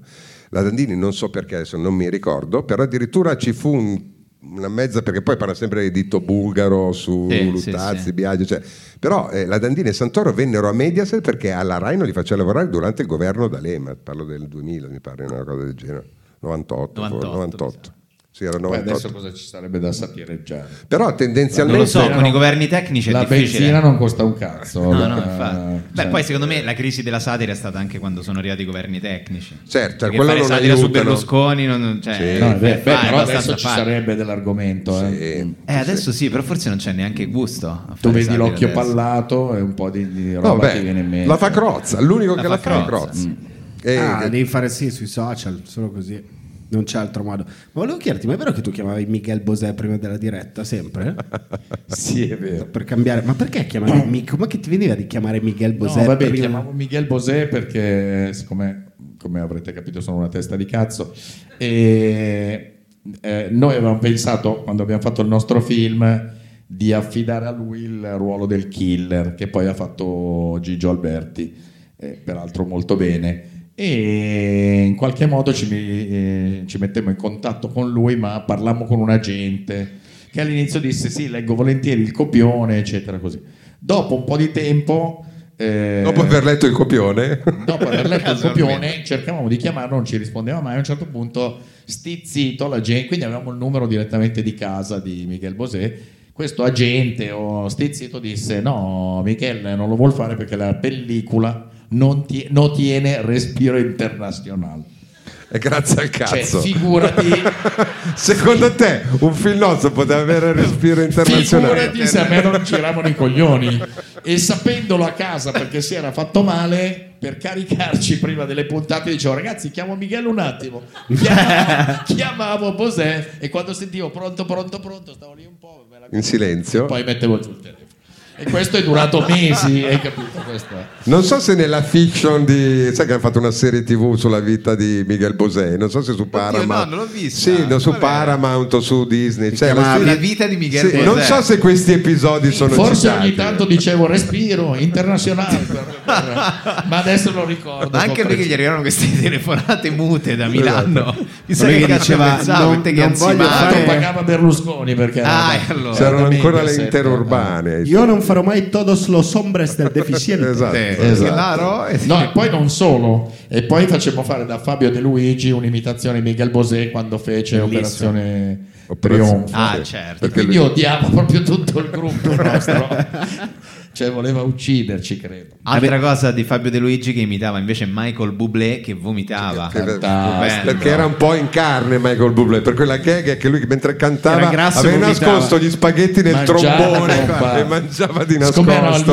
[SPEAKER 2] La Dandini non so perché adesso non mi ricordo, però addirittura ci fu un- una mezza, perché poi parla sempre di dito bulgaro su
[SPEAKER 6] Sì,
[SPEAKER 2] Luttazzi,
[SPEAKER 6] sì, sì.
[SPEAKER 2] Biagio, cioè. però eh, la Dandini e Santoro vennero a Mediaset perché alla RAI non li faceva lavorare durante il governo D'Alema, parlo del 2000 mi pare, una cosa del genere, 98,
[SPEAKER 1] 98,
[SPEAKER 2] 98. Sì, era
[SPEAKER 1] Poi adesso
[SPEAKER 2] 98.
[SPEAKER 1] cosa ci sarebbe da satireggiare?
[SPEAKER 2] Però tendenzialmente
[SPEAKER 6] Non lo so, con i governi tecnici è
[SPEAKER 1] la
[SPEAKER 6] difficile.
[SPEAKER 1] benzina non costa un cazzo.
[SPEAKER 6] No,
[SPEAKER 1] La-
[SPEAKER 6] no, infatti. Beh,
[SPEAKER 1] cioè-
[SPEAKER 6] poi secondo me la crisi della satira è stata anche quando sono arrivati i governi tecnici.
[SPEAKER 2] Certo,
[SPEAKER 1] cioè,
[SPEAKER 6] Perché
[SPEAKER 2] quello
[SPEAKER 6] fare
[SPEAKER 2] non
[SPEAKER 6] satira su
[SPEAKER 2] aiutano.
[SPEAKER 6] Berlusconi non, cioè,
[SPEAKER 1] Sì. No, è vero,
[SPEAKER 6] eh,
[SPEAKER 1] beh,
[SPEAKER 6] fa- è
[SPEAKER 1] però
[SPEAKER 6] abbastanza
[SPEAKER 1] adesso ci
[SPEAKER 6] facile.
[SPEAKER 1] sarebbe dell'argomento. eh.
[SPEAKER 6] Eh, adesso sì, però forse non c'è neanche gusto. a fare
[SPEAKER 1] Tu vedi
[SPEAKER 6] satira
[SPEAKER 1] l'occhio
[SPEAKER 6] adesso.
[SPEAKER 1] pallato e un po' di, di roba
[SPEAKER 2] No, beh,
[SPEAKER 1] che viene in mente.
[SPEAKER 2] la fa Crozza, l'unico che la fa è Crozza. Eh,
[SPEAKER 4] ah,
[SPEAKER 2] che-
[SPEAKER 4] devi fare sì sui social, solo così. Non c'è altro modo. Ma volevo chiederti, ma è vero che tu chiamavi Miguel Bosè prima della diretta, sempre?
[SPEAKER 1] sì, è vero.
[SPEAKER 4] Per cambiare. Ma perché chiamavi Miguel? Ma che ti veniva di chiamare Miguel Bosè
[SPEAKER 1] No, vabbè,
[SPEAKER 4] prima?
[SPEAKER 1] chiamavo Miguel Bosé perché, siccome, come avrete capito, sono una testa di cazzo, e eh, noi avevamo pensato, quando abbiamo fatto il nostro film, di affidare a lui il ruolo del killer, che poi ha fatto Gigio Alberti, eh, peraltro molto bene. E in qualche modo ci, mi- eh, ci mettemmo in contatto con lui, ma parlammo con un agente che all'inizio disse sì, leggo volentieri il copione, eccetera, così. Dopo un po' di tempo... eh,
[SPEAKER 2] Dopo aver letto il copione,
[SPEAKER 1] dopo aver letto il
[SPEAKER 2] Casualmente.
[SPEAKER 1] copione cercavamo di chiamarlo non ci rispondeva mai a un certo punto stizzito la gente quindi avevamo il numero direttamente di casa di Michel Bosé questo agente o stizzito disse no Michele non lo vuol fare perché la pellicola non, ti- non tiene respiro internazionale
[SPEAKER 2] è grazie al
[SPEAKER 1] cioè
[SPEAKER 2] cazzo.
[SPEAKER 1] figurati
[SPEAKER 2] Secondo te un film nostro poteva avere respiro internazionale?
[SPEAKER 1] Figurati se a me non giravano i coglioni. E sapendolo a casa perché si era fatto male, per caricarci prima delle puntate dicevo ragazzi chiamo Michele un attimo. Chiamavo, chiamavo Bosè e quando sentivo pronto, pronto, pronto stavo lì un po'.
[SPEAKER 2] In silenzio.
[SPEAKER 1] poi mettevo giù il telefono. E questo è durato mesi, hai capito? Questo è.
[SPEAKER 2] Non so se nella fiction di... Sai che hanno fatto una serie tv sulla vita di Miguel Bosé, non so se su Paramount...
[SPEAKER 6] no, non l'ho vista.
[SPEAKER 2] Sì, no, su Paramount o su Disney. Cioè, alla
[SPEAKER 6] chiamava
[SPEAKER 2] fine-
[SPEAKER 6] La vita di Miguel Bosé.
[SPEAKER 2] Non so se questi episodi sono
[SPEAKER 1] Forse
[SPEAKER 2] citati.
[SPEAKER 1] ogni tanto dicevo respiro internazionale, per- per- ma adesso lo ricordo.
[SPEAKER 6] Ma anche
[SPEAKER 1] con
[SPEAKER 6] perché gli
[SPEAKER 1] precisione.
[SPEAKER 6] arrivarono queste telefonate mute da Milano. Chissà
[SPEAKER 1] Lui
[SPEAKER 6] che
[SPEAKER 1] Esatto. che
[SPEAKER 6] cazzo
[SPEAKER 1] diceva,
[SPEAKER 6] pensavo,
[SPEAKER 1] non-
[SPEAKER 6] te che
[SPEAKER 1] non voglio
[SPEAKER 6] ansimavo.
[SPEAKER 1] fare- pagava Berlusconi perché
[SPEAKER 6] Ah,
[SPEAKER 1] era-
[SPEAKER 6] e allora.
[SPEAKER 2] C'erano
[SPEAKER 1] Veramente,
[SPEAKER 2] ancora le
[SPEAKER 1] sì.
[SPEAKER 2] interurbane.
[SPEAKER 4] Io non farò mai todos los hombres del deficiente.
[SPEAKER 2] Esatto.
[SPEAKER 1] Esatto.
[SPEAKER 6] eh,
[SPEAKER 1] No, e poi non solo, e poi facemmo fare da Fabio De Luigi un'imitazione di Miguel Bosé quando fece
[SPEAKER 6] Bellissimo.
[SPEAKER 1] Operazione
[SPEAKER 2] Operazione-
[SPEAKER 1] Trionfo.
[SPEAKER 6] Ah, certo.
[SPEAKER 1] Perché Quindi odiavo proprio tutto il gruppo nostro, cioè voleva ucciderci, credo.
[SPEAKER 6] Altra cosa di Fabio De Luigi che imitava invece Michael Bublé che vomitava.
[SPEAKER 2] Fantastico.
[SPEAKER 6] Bello.
[SPEAKER 2] Perché era un po' in carne Michael Bublé per quella gag è che lui mentre
[SPEAKER 6] Era
[SPEAKER 2] cantava
[SPEAKER 6] grasso e
[SPEAKER 2] aveva
[SPEAKER 6] vomitava.
[SPEAKER 2] nascosto gli spaghetti nel
[SPEAKER 1] Mangiava
[SPEAKER 2] trombone
[SPEAKER 1] con
[SPEAKER 2] e
[SPEAKER 1] pane.
[SPEAKER 2] mangiava di
[SPEAKER 1] Siccome ero
[SPEAKER 2] nascosto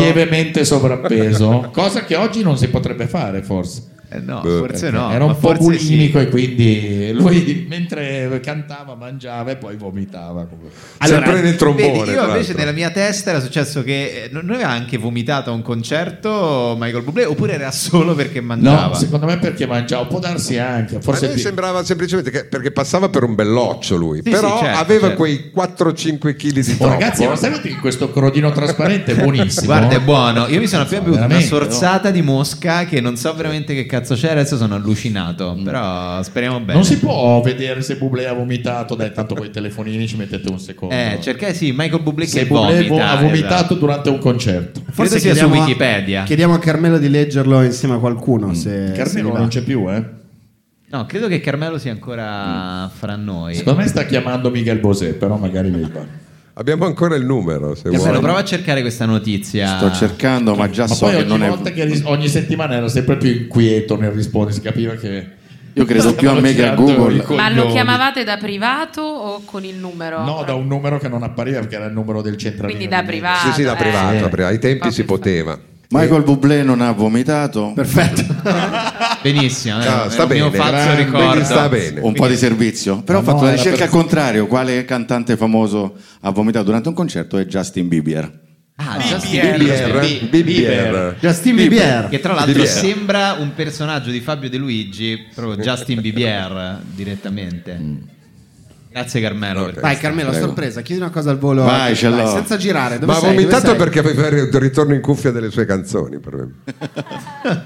[SPEAKER 1] lievemente sovrappeso, cosa che oggi non si potrebbe fare forse.
[SPEAKER 6] Eh, no,
[SPEAKER 2] Beh.
[SPEAKER 6] forse no.
[SPEAKER 1] Era
[SPEAKER 6] ma
[SPEAKER 1] un po'
[SPEAKER 6] forse
[SPEAKER 1] bulimico
[SPEAKER 6] sì.
[SPEAKER 1] e quindi lui mentre cantava mangiava e poi vomitava.
[SPEAKER 2] Sempre nel trombone,
[SPEAKER 6] vedi, io
[SPEAKER 2] tra
[SPEAKER 6] invece
[SPEAKER 2] l'altro.
[SPEAKER 6] nella mia testa era successo che eh, non non aveva anche vomitato a un concerto Michael Bublé oppure era solo perché mangiava.
[SPEAKER 1] No, secondo me perché mangiava, può darsi anche,
[SPEAKER 2] Forse
[SPEAKER 1] forse più.
[SPEAKER 2] sembrava semplicemente che, perché passava per un belloccio lui,
[SPEAKER 6] Sì,
[SPEAKER 2] però
[SPEAKER 6] sì, certo,
[SPEAKER 2] aveva
[SPEAKER 6] certo.
[SPEAKER 2] quei 4-5 kg di
[SPEAKER 1] Oh,
[SPEAKER 2] troppo. eh.
[SPEAKER 1] ragazzi, ma sapete che questo crodino trasparente è buonissimo?
[SPEAKER 6] Guarda, è buono. Io mi sono appena bevuto una
[SPEAKER 1] veramente,
[SPEAKER 6] sorsata di mosca che non so veramente che cazzo c'era. Adesso sono allucinato. Però speriamo bene.
[SPEAKER 1] Mm. Non si può vedere se Bublé ha vomitato, dai, tanto con i telefonini ci mettete un secondo.
[SPEAKER 6] Eh, cercai sì, Michael Bublé
[SPEAKER 1] se
[SPEAKER 6] che
[SPEAKER 1] Bublé vo-
[SPEAKER 6] vomita,
[SPEAKER 1] ha vomitato
[SPEAKER 6] esatto.
[SPEAKER 1] durante un concerto.
[SPEAKER 6] Credo sia su
[SPEAKER 4] chiediamo a-
[SPEAKER 6] Wikipedia.
[SPEAKER 4] Chiediamo a Carmelo di leggerlo insieme a qualcuno. Se, se gli
[SPEAKER 1] Carmelo
[SPEAKER 4] va.
[SPEAKER 1] non c'è più, eh.
[SPEAKER 6] No, credo che Carmelo sia ancora fra noi.
[SPEAKER 1] Secondo me sta chiamando Miguel Bosé, però magari mi va.
[SPEAKER 2] Abbiamo ancora il numero, se
[SPEAKER 6] Carmelo,
[SPEAKER 2] vuoi.
[SPEAKER 6] prova a cercare questa notizia.
[SPEAKER 7] Sto cercando, Ah. ma già
[SPEAKER 1] Ma
[SPEAKER 7] so
[SPEAKER 1] poi
[SPEAKER 7] che
[SPEAKER 1] ogni
[SPEAKER 7] non è.
[SPEAKER 1] volta che ris- ogni settimana era sempre più inquieto nel rispondere, si capiva che
[SPEAKER 7] Io credo più a me che a Google.
[SPEAKER 14] Ma lo chiamavate da privato o con il numero?
[SPEAKER 1] No, da un numero che non appariva perché era il numero del centralino.
[SPEAKER 14] Quindi da privato.
[SPEAKER 2] Sì, sì, da
[SPEAKER 14] eh.
[SPEAKER 2] privato, da privato. ai tempi si poteva.
[SPEAKER 7] Michael Bublé non ha vomitato.
[SPEAKER 4] Perfetto.
[SPEAKER 6] Benissimo. eh.
[SPEAKER 7] Ah, sta
[SPEAKER 6] Il mio
[SPEAKER 7] bene,
[SPEAKER 6] falso
[SPEAKER 7] grande,
[SPEAKER 6] ricordo.
[SPEAKER 7] sta bene. Un po' di servizio. Però ho
[SPEAKER 6] Ma
[SPEAKER 7] fatto
[SPEAKER 6] Ah, no,
[SPEAKER 7] la
[SPEAKER 6] era
[SPEAKER 7] ricerca
[SPEAKER 6] per-
[SPEAKER 7] al contrario. Quale cantante famoso ha vomitato durante un concerto è Justin Bieber.
[SPEAKER 6] Ah,
[SPEAKER 7] Bieber.
[SPEAKER 2] eh,
[SPEAKER 7] Bieber. Bieber. Justin Bieber.
[SPEAKER 6] Che tra l'altro
[SPEAKER 7] Bieber.
[SPEAKER 6] sembra un personaggio di Fabio De Luigi, proprio Justin Bieber direttamente. Grazie Carmelo. per
[SPEAKER 4] Vai
[SPEAKER 6] questo.
[SPEAKER 4] Carmelo, a sorpresa, chiedi una cosa al volo.
[SPEAKER 6] Vai,
[SPEAKER 4] Vai,
[SPEAKER 6] ce l'ho.
[SPEAKER 4] senza girare, dove
[SPEAKER 2] Ma ha
[SPEAKER 4] sei? Dove
[SPEAKER 2] vomitato
[SPEAKER 4] sei?
[SPEAKER 2] perché aveva il ritorno in cuffia delle sue canzoni. per- Eh,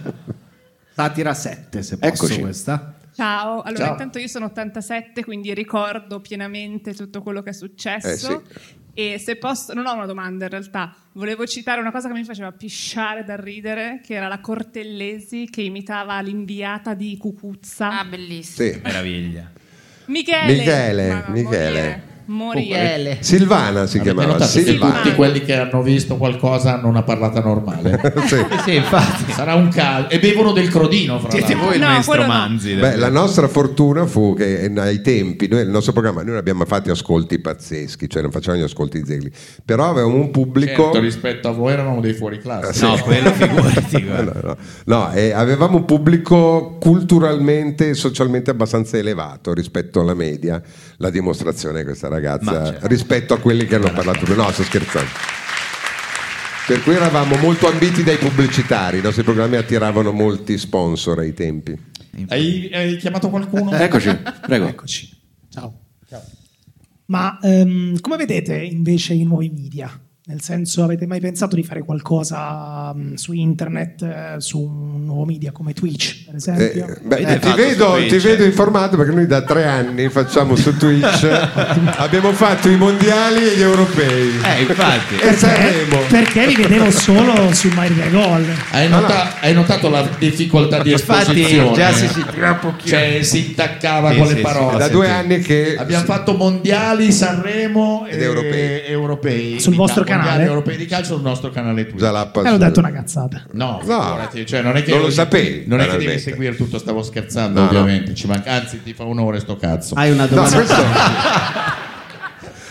[SPEAKER 4] Satira 7, se posso
[SPEAKER 2] Eccoci.
[SPEAKER 4] questa.
[SPEAKER 16] Ciao, allora
[SPEAKER 4] Ciao.
[SPEAKER 16] intanto io sono 87, quindi ricordo pienamente tutto quello che è successo.
[SPEAKER 2] Eh, sì.
[SPEAKER 16] E se posso, non ho una domanda in realtà, volevo citare una cosa che mi faceva pisciare dal ridere, che era la Cortellesi che imitava l'inviata di Cucuzza. Ah, bellissimo.
[SPEAKER 2] Sì.
[SPEAKER 6] Meraviglia.
[SPEAKER 16] Michele.
[SPEAKER 2] Michele, Michele.
[SPEAKER 4] Eh.
[SPEAKER 16] Moriele.
[SPEAKER 2] Silvana
[SPEAKER 1] Avete
[SPEAKER 2] si chiamava.
[SPEAKER 1] notato che
[SPEAKER 2] Silvana.
[SPEAKER 1] tutti quelli che hanno visto qualcosa hanno una parlata normale.
[SPEAKER 6] eh,
[SPEAKER 2] sì.
[SPEAKER 1] infatti. Sarà un caso. E bevono del crodino, fra l'altro.
[SPEAKER 6] voi il No, maestro quello no. Manzi.
[SPEAKER 2] Beh, la nostra fortuna fu che eh, ai tempi, noi, il nostro programma, noi ne abbiamo fatti ascolti pazzeschi, cioè non facevamo gli ascolti zeli, però avevamo un pubblico...
[SPEAKER 1] Certo, rispetto a voi eravamo dei fuori classe.
[SPEAKER 6] Eh,
[SPEAKER 2] Ah, sì. no, no, No, eh, avevamo un pubblico culturalmente e socialmente abbastanza elevato rispetto alla media, la dimostrazione è questa
[SPEAKER 6] Ma
[SPEAKER 2] ragazza, rispetto a quelli che hanno parlato prima. No, sto scherzando. Per cui eravamo molto ambiti dai pubblicitari, i nostri programmi attiravano molti sponsor ai tempi.
[SPEAKER 1] Hai, hai chiamato qualcuno?
[SPEAKER 6] Eh,
[SPEAKER 2] prego.
[SPEAKER 6] Ecco.
[SPEAKER 17] Eccoci. Ciao. Ma ehm, come vedete invece i nuovi media? Nel senso, avete mai pensato di fare qualcosa mm, su internet, eh, su un nuovo media come Twitch, per esempio?
[SPEAKER 2] Eh, beh, ti, vedo, ti vedo informato perché noi da tre anni facciamo su Twitch, abbiamo fatto i mondiali e gli europei.
[SPEAKER 6] Eh, infatti.
[SPEAKER 2] e Sanremo.
[SPEAKER 17] Perché vi vedevo solo su My Real Goal.
[SPEAKER 1] Hai, nota- hai notato la difficoltà di
[SPEAKER 6] Infatti,
[SPEAKER 1] esposizione?
[SPEAKER 6] già si- si tira un pochino.
[SPEAKER 1] Cioè, si intaccava
[SPEAKER 6] Sì,
[SPEAKER 1] con le
[SPEAKER 6] sì,
[SPEAKER 1] parole.
[SPEAKER 6] sì, da due
[SPEAKER 2] anni che
[SPEAKER 1] abbiamo fatto mondiali, Sanremo e europei.
[SPEAKER 17] Sul vostro
[SPEAKER 1] Ita- mondiali
[SPEAKER 17] canale?
[SPEAKER 1] europei di calcio sul nostro canale Twitch.
[SPEAKER 17] E ho detto una cazzata.
[SPEAKER 1] No, figurati, cioè, non è che
[SPEAKER 2] non lo sapevi,
[SPEAKER 1] Non è che devi
[SPEAKER 2] banalmente.
[SPEAKER 1] seguire tutto, stavo scherzando,
[SPEAKER 2] No, no.
[SPEAKER 1] ovviamente. Ci manca- anzi, ti fa onore sto cazzo.
[SPEAKER 4] Hai una
[SPEAKER 2] domanda?
[SPEAKER 1] No, questo-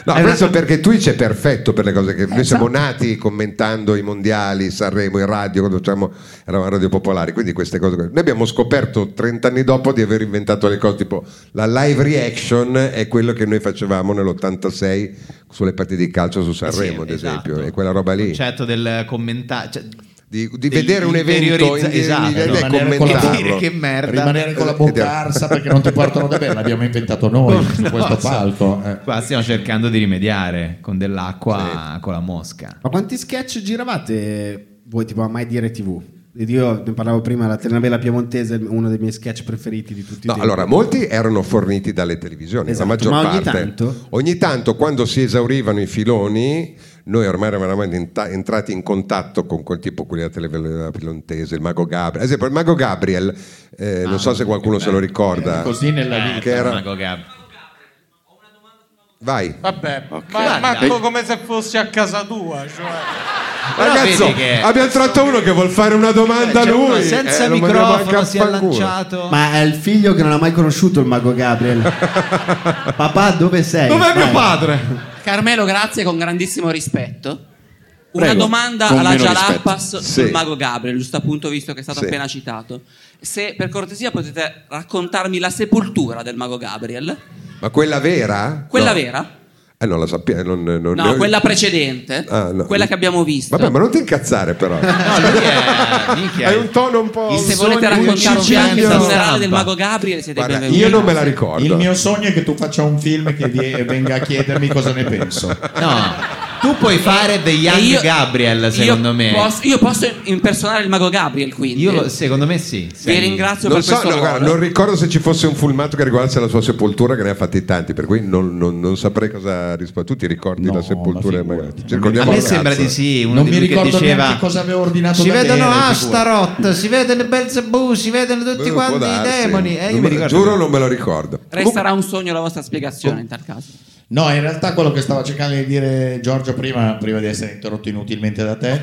[SPEAKER 2] No, questo perché Twitch è perfetto per le cose che noi siamo
[SPEAKER 1] Esatto.
[SPEAKER 2] nati commentando i mondiali, Sanremo, in radio, quando facciamo, eravamo radio popolari, quindi queste cose. Noi abbiamo scoperto 30 anni dopo di aver inventato le cose, tipo la live reaction è quello che noi facevamo nell'86 sulle partite di calcio
[SPEAKER 1] Eh
[SPEAKER 2] su Sanremo, ad esempio,
[SPEAKER 1] esatto.
[SPEAKER 2] è quella roba lì.
[SPEAKER 6] esatto. concetto
[SPEAKER 1] Cioè,
[SPEAKER 6] del commentare.
[SPEAKER 2] di, vedere un evento in-
[SPEAKER 6] esatto,
[SPEAKER 2] in- in-
[SPEAKER 6] no?
[SPEAKER 2] e
[SPEAKER 6] E
[SPEAKER 2] commentarlo.
[SPEAKER 6] dire che merda
[SPEAKER 1] Rimanere con la bocca arsa perché non ti portano da bene, l'abbiamo inventato noi su
[SPEAKER 6] No,
[SPEAKER 1] questo
[SPEAKER 6] so.
[SPEAKER 1] palco. eh.
[SPEAKER 6] Qua stiamo cercando di rimediare con dell'acqua con la mosca.
[SPEAKER 4] Ma quanti sketch giravate voi tipo a mai dire TV? Ed Io ne parlavo prima, la telenovela piemontese è uno dei miei sketch preferiti di tutti i
[SPEAKER 2] No,
[SPEAKER 4] tempi.
[SPEAKER 2] allora molti erano forniti dalle televisioni,
[SPEAKER 4] Esatto,
[SPEAKER 2] la maggior
[SPEAKER 4] ma ogni
[SPEAKER 2] parte.
[SPEAKER 4] tanto?
[SPEAKER 2] Ogni tanto, quando si esaurivano i filoni, noi ormai eravamo veramente enta- entrati in contatto con quel tipo, quelli della televisione pilontese, il Mago Gabriel. Ad esempio, il Mago Gabriel, eh, non
[SPEAKER 6] Ah,
[SPEAKER 2] so se qualcuno se lo
[SPEAKER 6] Eh,
[SPEAKER 2] ricorda. eh,
[SPEAKER 1] Così nella vita.
[SPEAKER 2] Che era-
[SPEAKER 6] Mago Gab.
[SPEAKER 2] Vai.
[SPEAKER 8] Vabbè, ma,
[SPEAKER 2] Guarda.
[SPEAKER 8] Marco come se fossi a casa tua, cioè.
[SPEAKER 6] Però
[SPEAKER 2] Ragazzo,
[SPEAKER 6] vedi che-
[SPEAKER 2] abbiamo tratto uno che vuol fare una domanda a
[SPEAKER 6] Cioè, uno
[SPEAKER 2] lui.
[SPEAKER 6] senza
[SPEAKER 2] eh, lo mandiamo
[SPEAKER 6] microfono
[SPEAKER 2] anche a
[SPEAKER 6] si è
[SPEAKER 2] fanculo.
[SPEAKER 6] lanciato.
[SPEAKER 4] Ma è il figlio che non ha mai conosciuto il mago Gabriel. Papà, dove sei?
[SPEAKER 18] Dov'è mio
[SPEAKER 4] Vai.
[SPEAKER 18] padre? Carmelo, grazie con grandissimo rispetto. Una
[SPEAKER 4] Prego,
[SPEAKER 18] domanda
[SPEAKER 4] con
[SPEAKER 18] alla
[SPEAKER 4] meno
[SPEAKER 18] Jalapas
[SPEAKER 4] rispetto.
[SPEAKER 18] sul
[SPEAKER 4] Sì.
[SPEAKER 18] mago Gabriel, giusto appunto visto che è stato
[SPEAKER 4] Sì.
[SPEAKER 18] appena citato. Se per cortesia potete raccontarmi la sepoltura del mago Gabriel,
[SPEAKER 2] Ma quella vera?
[SPEAKER 18] quella
[SPEAKER 2] No.
[SPEAKER 18] vera,
[SPEAKER 2] Eh, non la sappiamo. Non, non-
[SPEAKER 18] no,
[SPEAKER 2] ne ho-
[SPEAKER 18] quella precedente,
[SPEAKER 2] Ah, no.
[SPEAKER 18] quella che abbiamo visto.
[SPEAKER 2] Vabbè, ma non ti incazzare però. Hai un tono un po'.
[SPEAKER 18] Se volete raccontarci anche il funerale del mago Gabriel, siete
[SPEAKER 2] Guarda,
[SPEAKER 18] benvenuti.
[SPEAKER 2] io non me la ricordo.
[SPEAKER 1] Il mio sogno è che tu faccia un film che vi- venga a chiedermi cosa ne penso.
[SPEAKER 6] No. Tu puoi fare The Young
[SPEAKER 18] E io-
[SPEAKER 6] Gabriel, secondo
[SPEAKER 18] io
[SPEAKER 6] me.
[SPEAKER 18] Posso, io posso impersonare il mago Gabriel, quindi.
[SPEAKER 6] Io lo- secondo me sì.
[SPEAKER 18] Vi ringrazio
[SPEAKER 2] Non,
[SPEAKER 18] per
[SPEAKER 2] so,
[SPEAKER 18] questo
[SPEAKER 2] no, guarda,
[SPEAKER 18] ruolo.
[SPEAKER 2] non ricordo se ci fosse un filmato che riguardasse la sua sepoltura, che ne ha fatti tanti, per cui non, non- non saprei cosa rispondere. Tu ti ricordi la sepoltura? magari? Ci
[SPEAKER 6] A
[SPEAKER 2] ricordiamo
[SPEAKER 6] me
[SPEAKER 2] il
[SPEAKER 6] sembra
[SPEAKER 2] cazzo.
[SPEAKER 6] di sì. Uno
[SPEAKER 1] Non
[SPEAKER 6] di
[SPEAKER 1] mi
[SPEAKER 6] lui che
[SPEAKER 1] ricordo
[SPEAKER 6] diceva
[SPEAKER 1] neanche cosa avevo ordinato.
[SPEAKER 6] Si
[SPEAKER 1] da
[SPEAKER 6] vedono
[SPEAKER 1] bere,
[SPEAKER 6] Astaroth, si vedono Belzebù, si vedono tutti
[SPEAKER 2] Eh, può
[SPEAKER 6] quanti i
[SPEAKER 2] darsi.
[SPEAKER 6] demoni. Eh, io
[SPEAKER 2] Non
[SPEAKER 6] mi
[SPEAKER 2] me-
[SPEAKER 6] ricordo.
[SPEAKER 2] giuro, non me lo ricordo.
[SPEAKER 18] Resterà un sogno la vostra spiegazione in tal caso.
[SPEAKER 1] No, in realtà quello che stava cercando di dire Giorgio prima, prima di essere interrotto inutilmente da te,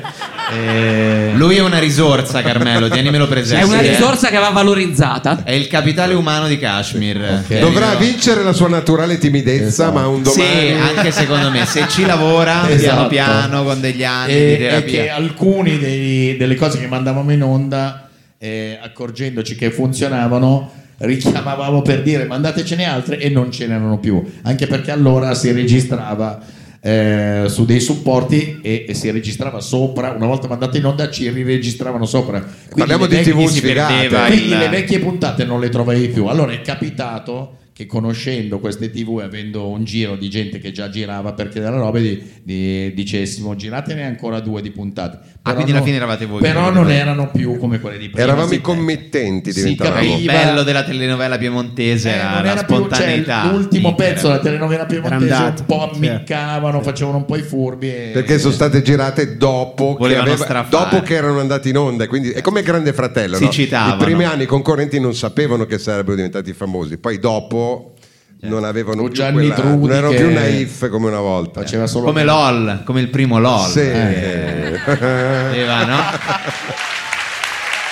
[SPEAKER 1] eh,
[SPEAKER 6] Lui è una risorsa, Carmelo, tienimelo presente.
[SPEAKER 1] È una
[SPEAKER 18] risorsa
[SPEAKER 6] che va valorizzata. È il capitale umano di Kashmir.
[SPEAKER 2] Dovrà vincere la sua naturale timidezza, ma un domani.
[SPEAKER 6] Esatto. Sì, anche secondo me, se ci lavora piano
[SPEAKER 1] Esatto.
[SPEAKER 6] piano con degli anni di
[SPEAKER 1] e, e
[SPEAKER 6] terapia.
[SPEAKER 1] che alcune delle cose che mandavamo in onda, eh, accorgendoci che funzionavano, richiamavamo per dire mandatecene altre e non ce n'erano più, anche perché allora si registrava eh, su dei supporti e, e si registrava sopra, una volta mandate in onda ci riregistravano sopra. Quindi
[SPEAKER 2] Parliamo
[SPEAKER 1] le
[SPEAKER 2] di
[SPEAKER 1] vecchie-
[SPEAKER 2] TV
[SPEAKER 1] si
[SPEAKER 2] sfigate.
[SPEAKER 1] perdeva Quindi
[SPEAKER 2] il-
[SPEAKER 1] le vecchie puntate non le trovavi più. Allora è capitato che conoscendo queste tv e avendo un giro di gente che già girava perché della roba di, di- dicessimo giratene ancora due di puntate
[SPEAKER 6] Ah, quindi alla fine eravate voi
[SPEAKER 1] però
[SPEAKER 6] che
[SPEAKER 1] non
[SPEAKER 6] eravate.
[SPEAKER 1] erano più come quelle di prima
[SPEAKER 2] Eravamo
[SPEAKER 1] si-
[SPEAKER 2] i committenti,
[SPEAKER 1] si
[SPEAKER 2] diventavamo.
[SPEAKER 1] capiva-
[SPEAKER 6] Il bello della telenovela piemontese Eh, era
[SPEAKER 1] eh, non
[SPEAKER 6] la
[SPEAKER 1] era più, cioè,
[SPEAKER 6] spontaneità.
[SPEAKER 1] l'ultimo
[SPEAKER 6] libera.
[SPEAKER 1] pezzo della telenovela piemontese
[SPEAKER 6] Era
[SPEAKER 1] un
[SPEAKER 6] andato,
[SPEAKER 1] po' ammiccavano facevano un po' i furbi e- eh,
[SPEAKER 2] Perché sono state girate dopo che,
[SPEAKER 6] Volevano
[SPEAKER 2] aveva-
[SPEAKER 6] strafare.
[SPEAKER 2] dopo che erano andate in onda, quindi è come Grande Fratello.
[SPEAKER 6] Si
[SPEAKER 2] no?
[SPEAKER 6] citavano.
[SPEAKER 2] I primi anni i concorrenti non sapevano che sarebbero diventati famosi, poi dopo
[SPEAKER 6] Certo.
[SPEAKER 2] non avevano più
[SPEAKER 6] Gianni
[SPEAKER 2] quella,
[SPEAKER 6] Trudi
[SPEAKER 2] non erano
[SPEAKER 6] che-
[SPEAKER 2] più naif come una volta.
[SPEAKER 1] Faceva solo
[SPEAKER 6] Come LOL, come il primo LOL.
[SPEAKER 2] Sì.
[SPEAKER 6] Eh. Aveva, no?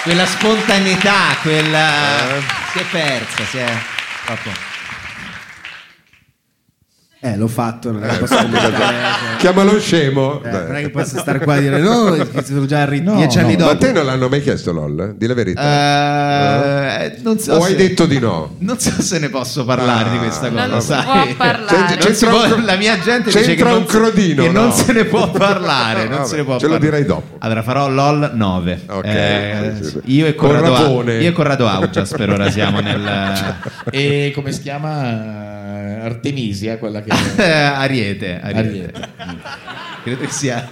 [SPEAKER 6] Quella spontaneità, quella...
[SPEAKER 2] Eh.
[SPEAKER 6] Si è persa, si è... troppo.
[SPEAKER 4] Eh, l'ho fatto, non è che
[SPEAKER 2] Eh,
[SPEAKER 4] posso
[SPEAKER 2] infatti,
[SPEAKER 4] stare-
[SPEAKER 2] Chiamalo scemo.
[SPEAKER 4] eh, non è che posso stare qua a dire no, che sono già arri- dieci anni
[SPEAKER 2] Ma
[SPEAKER 4] dopo.
[SPEAKER 2] te non l'hanno mai chiesto LOL? eh? Di la verità.
[SPEAKER 6] Eh, non so
[SPEAKER 2] o hai
[SPEAKER 6] se-
[SPEAKER 2] detto di no?
[SPEAKER 6] Non so se ne posso parlare
[SPEAKER 2] Ah.
[SPEAKER 6] di questa cosa,
[SPEAKER 2] Non si
[SPEAKER 6] sai.
[SPEAKER 2] può parlare.
[SPEAKER 6] Non
[SPEAKER 2] C'entra
[SPEAKER 6] si
[SPEAKER 2] un
[SPEAKER 6] può-
[SPEAKER 2] cro-
[SPEAKER 6] la mia gente dice che
[SPEAKER 2] c'entra
[SPEAKER 6] non,
[SPEAKER 2] un crodino,
[SPEAKER 6] che non
[SPEAKER 2] no?
[SPEAKER 6] se ne può parlare, non
[SPEAKER 2] Vabbè,
[SPEAKER 6] se ne può
[SPEAKER 2] ce lo
[SPEAKER 6] parlare.
[SPEAKER 2] direi dopo.
[SPEAKER 6] Allora farò LOL 9. Eh,
[SPEAKER 2] sì, sì, sì.
[SPEAKER 6] Io e
[SPEAKER 2] Con
[SPEAKER 6] Corrado,
[SPEAKER 2] Rapone.
[SPEAKER 6] io e Corrado Augias per ora siamo nel
[SPEAKER 2] Cioè,
[SPEAKER 1] e come si chiama Eh, Artemisia quella che
[SPEAKER 6] eh, Ariete, Ariete.
[SPEAKER 1] Ariete.
[SPEAKER 6] Mm. Credo che sia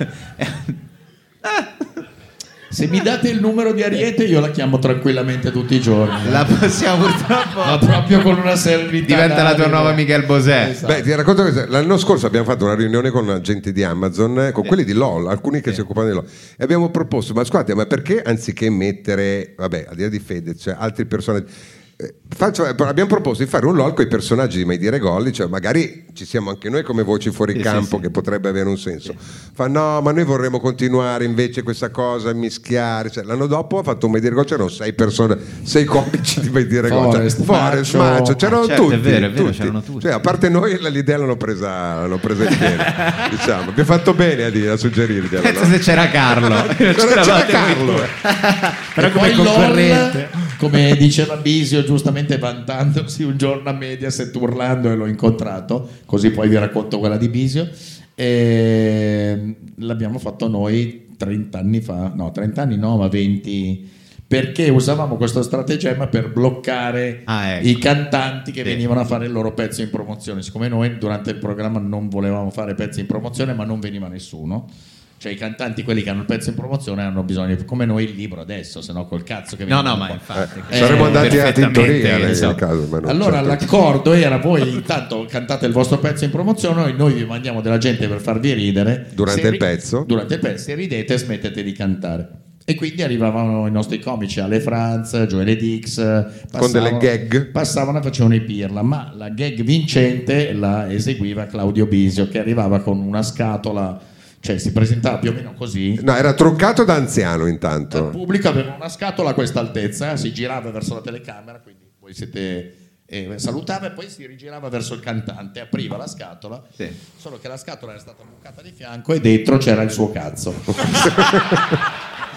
[SPEAKER 1] se mi date il numero di Ariete io la chiamo tranquillamente tutti i giorni
[SPEAKER 6] la possiamo purtroppo
[SPEAKER 1] ma proprio con una serenità
[SPEAKER 6] diventa la tua
[SPEAKER 1] d'animo.
[SPEAKER 6] nuova Michel Bosè.
[SPEAKER 1] Esatto.
[SPEAKER 2] Beh, ti racconto che l'anno scorso abbiamo fatto una riunione con gente di Amazon, eh, con quelli di LOL, alcuni che si occupano di LOL, e abbiamo proposto, ma scusate, ma perché anziché mettere, vabbè, al di là di Fede, cioè altri personaggi, eh, faccio- abbiamo proposto di fare un LOL con i personaggi di Mai Dire Gol, cioè magari ci siamo anche noi come voci fuori campo, che potrebbe avere un senso. Fa no, ma noi vorremmo continuare invece questa cosa, mischiare, cioè, l'anno dopo ha fatto un Mai Dire Gol, c'erano sei persone, sei comici di Mai Dire Gol, cioè,
[SPEAKER 1] Forest,
[SPEAKER 2] Forest,
[SPEAKER 1] Macio.
[SPEAKER 2] Macio, c'erano
[SPEAKER 1] Ah, certo, è
[SPEAKER 2] tutti,
[SPEAKER 1] vero, è vero,
[SPEAKER 2] tutti.
[SPEAKER 1] c'erano tutti.
[SPEAKER 2] Cioè, a parte noi la- l'idea l'hanno presa, l'hanno presa in pieno. diciamo. Abbiamo fatto bene a, dire, a suggerirglielo. no?
[SPEAKER 6] Pensa se c'era Carlo.
[SPEAKER 2] Però c'era
[SPEAKER 6] C'eravate voi
[SPEAKER 2] Carlo.
[SPEAKER 6] due.
[SPEAKER 1] Però
[SPEAKER 6] come concorrente.
[SPEAKER 1] come diceva Bisio, giustamente vantandosi un giorno a Mediaset urlando e l'ho incontrato, così poi vi racconto quella di Bisio. ehm, l'abbiamo fatto noi 30 anni fa, no, 30 anni no, ma 20 perché usavamo questo stratagemma per bloccare i cantanti che venivano a fare il loro pezzo in promozione. Siccome noi durante il programma non volevamo fare pezzi in promozione, ma non veniva nessuno. Cioè i cantanti, quelli che hanno il pezzo in promozione, hanno bisogno, come noi, il libro adesso, se no col cazzo che
[SPEAKER 6] No,
[SPEAKER 1] vengono
[SPEAKER 6] no,
[SPEAKER 1] qua.
[SPEAKER 6] ma infatti.
[SPEAKER 1] Eh,
[SPEAKER 2] Saremmo andati a
[SPEAKER 6] perfettamente,
[SPEAKER 2] tintoria nel
[SPEAKER 6] insomma.
[SPEAKER 2] caso. ma non
[SPEAKER 1] allora
[SPEAKER 2] certo.
[SPEAKER 1] l'accordo era voi intanto cantate il vostro pezzo in promozione, noi, noi vi mandiamo della gente per farvi ridere.
[SPEAKER 2] Durante
[SPEAKER 1] Se
[SPEAKER 2] il
[SPEAKER 1] ri-
[SPEAKER 2] pezzo.
[SPEAKER 1] Durante il pezzo, se ridete smettete di cantare. E quindi arrivavano i nostri comici, Ale Franz, Joele Dix, passavano-
[SPEAKER 2] delle gag.
[SPEAKER 1] Passavano e facevano i pirla, ma la gag vincente la eseguiva Claudio Bisio che arrivava con una scatola, cioè si presentava più o meno così.
[SPEAKER 2] No, era truccato da anziano intanto.
[SPEAKER 1] Il pubblico aveva Eh, una scatola a questa altezza, eh, si girava verso la telecamera, quindi voi siete eh, salutava e poi si rigirava verso il cantante, apriva la scatola, solo che la scatola era stata bucata di fianco e dentro c'era il suo cazzo.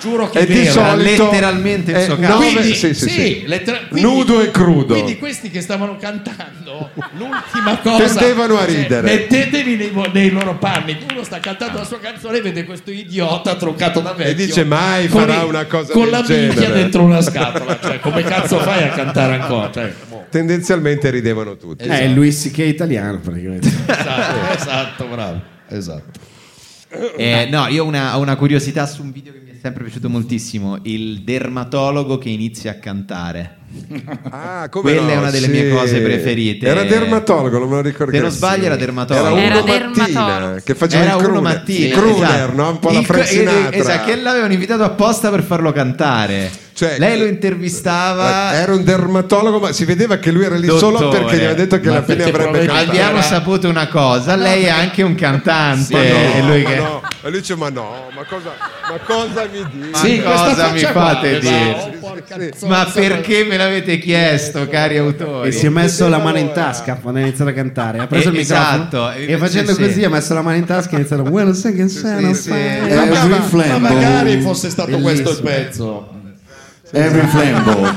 [SPEAKER 1] Giuro che
[SPEAKER 2] E
[SPEAKER 1] è
[SPEAKER 2] di
[SPEAKER 1] vero. eh.
[SPEAKER 2] solito-
[SPEAKER 6] letteralmente il
[SPEAKER 2] eh,
[SPEAKER 6] suo caso.
[SPEAKER 2] nove-
[SPEAKER 1] Quindi-
[SPEAKER 2] sì, sì,
[SPEAKER 1] sì,
[SPEAKER 2] sì.
[SPEAKER 1] lettera- quindi-
[SPEAKER 2] Nudo e crudo.
[SPEAKER 1] Quindi questi che stavano cantando l'ultima cosa
[SPEAKER 2] Tendevano a
[SPEAKER 1] cioè,
[SPEAKER 2] ridere.
[SPEAKER 1] mettetevi nei, vo- nei loro panni. Uno sta cantando la sua canzone e vede questo idiota truccato da vecchio.
[SPEAKER 2] E dice, "Mai
[SPEAKER 1] con
[SPEAKER 2] farà
[SPEAKER 1] il-
[SPEAKER 2] una cosa
[SPEAKER 1] con
[SPEAKER 2] del
[SPEAKER 1] la minchia
[SPEAKER 2] genere."
[SPEAKER 1] dentro una scatola. Cioè, come cazzo fai a cantare ancora? Cioè, boh.
[SPEAKER 2] Tendenzialmente ridevano tutti.
[SPEAKER 4] Eh, è Luis C.K. italiano praticamente.
[SPEAKER 1] esatto, esatto, bravo. Esatto.
[SPEAKER 6] Eh, no, io ho una, ho una curiosità su un video che mi è sempre piaciuto moltissimo, il dermatologo che inizia a cantare.
[SPEAKER 2] Ah, come
[SPEAKER 6] Quella è
[SPEAKER 2] no,
[SPEAKER 6] una delle
[SPEAKER 2] sì.
[SPEAKER 6] mie cose preferite.
[SPEAKER 2] Era dermatologo, non me lo ricordo.
[SPEAKER 6] Se non sbaglio era dermatologo.
[SPEAKER 2] Era
[SPEAKER 6] Era
[SPEAKER 2] uno mattina
[SPEAKER 6] dermatologo.
[SPEAKER 2] che faceva
[SPEAKER 6] Era
[SPEAKER 2] il
[SPEAKER 6] uno
[SPEAKER 2] crooner.
[SPEAKER 6] mattina,
[SPEAKER 2] Il crooner,
[SPEAKER 6] esatto.
[SPEAKER 2] no? Un po' la
[SPEAKER 6] Il esatto, cr-
[SPEAKER 2] Frank Sinatra.
[SPEAKER 6] Esatto, che l'avevano invitato apposta per farlo cantare.
[SPEAKER 2] Cioè, eh,
[SPEAKER 6] Lei lo intervistava.
[SPEAKER 2] Era un dermatologo, ma si vedeva che lui era lì solo
[SPEAKER 6] Dottore,
[SPEAKER 2] perché gli aveva detto che
[SPEAKER 6] ma
[SPEAKER 2] alla fine
[SPEAKER 6] perché
[SPEAKER 2] avrebbe Eh,
[SPEAKER 6] probabilmente
[SPEAKER 2] cantato.
[SPEAKER 6] Abbiamo saputo una cosa,
[SPEAKER 2] No,
[SPEAKER 6] lei è
[SPEAKER 2] ma-
[SPEAKER 6] anche un cantante.
[SPEAKER 2] Ma no,
[SPEAKER 6] e lui che-
[SPEAKER 2] ma no. E lui dice: Ma no, ma cosa, ma cosa mi dite?
[SPEAKER 6] Sì, Ma questa cosa faccia mi qua, fate
[SPEAKER 1] esatto.
[SPEAKER 6] ma- dire?
[SPEAKER 2] Sì, sì, sì.
[SPEAKER 6] Ma perché me l'avete chiesto, cari autori?
[SPEAKER 4] E si è messo la mano in tasca quando ha iniziato a cantare. Ha preso
[SPEAKER 6] Eh,
[SPEAKER 4] il
[SPEAKER 6] esatto.
[SPEAKER 4] microfono e facendo
[SPEAKER 6] Sì, sì.
[SPEAKER 4] così ha messo la mano in tasca e ha iniziato Well, sing and sing,
[SPEAKER 1] sì.
[SPEAKER 4] fine."
[SPEAKER 1] Ma
[SPEAKER 4] Every
[SPEAKER 1] ma- ma
[SPEAKER 4] flambo.
[SPEAKER 1] magari fosse stato questo il
[SPEAKER 4] Bellissimo.
[SPEAKER 1] pezzo.
[SPEAKER 19] Every Flambo.
[SPEAKER 6] Ecco.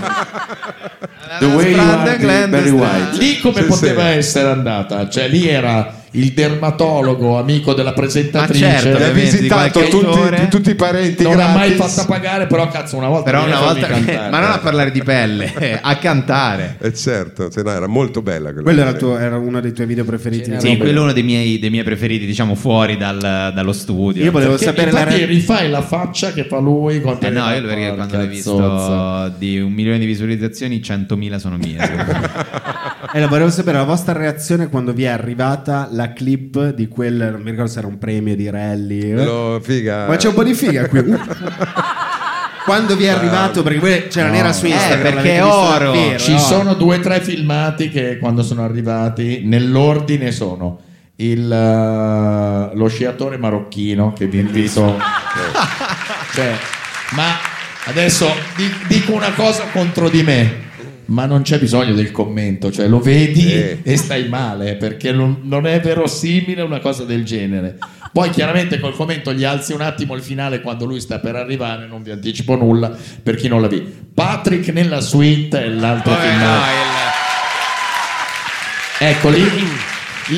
[SPEAKER 19] The way you are di Barry White.
[SPEAKER 1] Lì come
[SPEAKER 19] Sì,
[SPEAKER 1] poteva essere andata? Cioè lì era il dermatologo amico della presentatrice.
[SPEAKER 6] Ma certo,
[SPEAKER 1] L'ha
[SPEAKER 6] ovviamente, di qualche autore.
[SPEAKER 1] i parenti Non l'ha
[SPEAKER 6] gratis.
[SPEAKER 1] mai fatta pagare, però cazzo una volta
[SPEAKER 6] Però
[SPEAKER 1] mi
[SPEAKER 6] una
[SPEAKER 1] viene
[SPEAKER 6] volta.
[SPEAKER 1] fammi cantare.
[SPEAKER 6] Ma non a parlare di pelle, eh, a cantare.
[SPEAKER 2] Eh certo, se no, era molto bella quella.
[SPEAKER 4] Quello era, il tuo- era uno dei tuoi video preferiti.
[SPEAKER 6] Sì, quello è uno dei miei, dei miei preferiti, diciamo, fuori dal- dallo studio.
[SPEAKER 4] Io volevo
[SPEAKER 1] Perché infatti rifai la faccia che fa lui quando
[SPEAKER 6] Eh no, io perché quando l'hai visto di un milione di visualizzazioni, 100.000 sono mie. secondo me.
[SPEAKER 4] E Eh, volevo sapere la vostra reazione quando vi è arrivata la clip di quel, non mi ricordo se era un premio di rally.
[SPEAKER 2] Lo- figa.
[SPEAKER 4] Ma c'è un po' di figa qui. Uh. quando vi è arrivato, perché poi c'era
[SPEAKER 1] No.
[SPEAKER 4] nera su
[SPEAKER 1] Eh,
[SPEAKER 4] Instagram.
[SPEAKER 1] perché
[SPEAKER 4] l'avete
[SPEAKER 1] è
[SPEAKER 4] visto
[SPEAKER 1] oro.
[SPEAKER 4] davvero,
[SPEAKER 1] Ci
[SPEAKER 4] no?
[SPEAKER 1] sono due o tre filmati che quando sono arrivati, nell'ordine sono il, eh, lo sciatore marocchino che vi invito. Cioè, ma adesso di- dico una cosa contro di me. Ma non c'è bisogno del commento, cioè lo vedi e stai male perché non, non è verosimile una cosa del genere. Poi chiaramente col commento gli alzi un attimo il finale quando lui sta per arrivare, non vi anticipo nulla per chi non la vede. Patrick nella suite è l'altro
[SPEAKER 6] Vabbè,
[SPEAKER 1] finale.
[SPEAKER 6] no, il-
[SPEAKER 1] Ecco lì,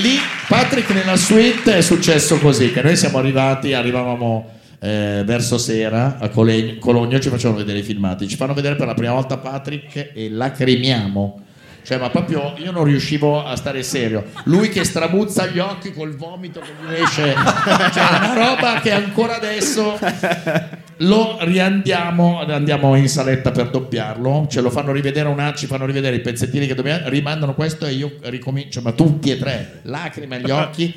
[SPEAKER 1] lì Patrick nella suite è successo così, che noi siamo arrivati, arrivavamo eh, verso sera a Cole- Cologno, ci facevano vedere i filmati, ci fanno vedere per la prima volta Patrick e lacrimiamo. Cioè, ma proprio io non riuscivo a stare serio. Lui che strabuzza gli occhi col vomito che gli esce, cioè una roba che ancora adesso lo riandiamo andiamo in saletta per doppiarlo ce lo fanno rivedere un attimo ci fanno rivedere i pezzettini che dobbiamo rimandano questo e io ricomincio ma tutti e tre lacrime agli occhi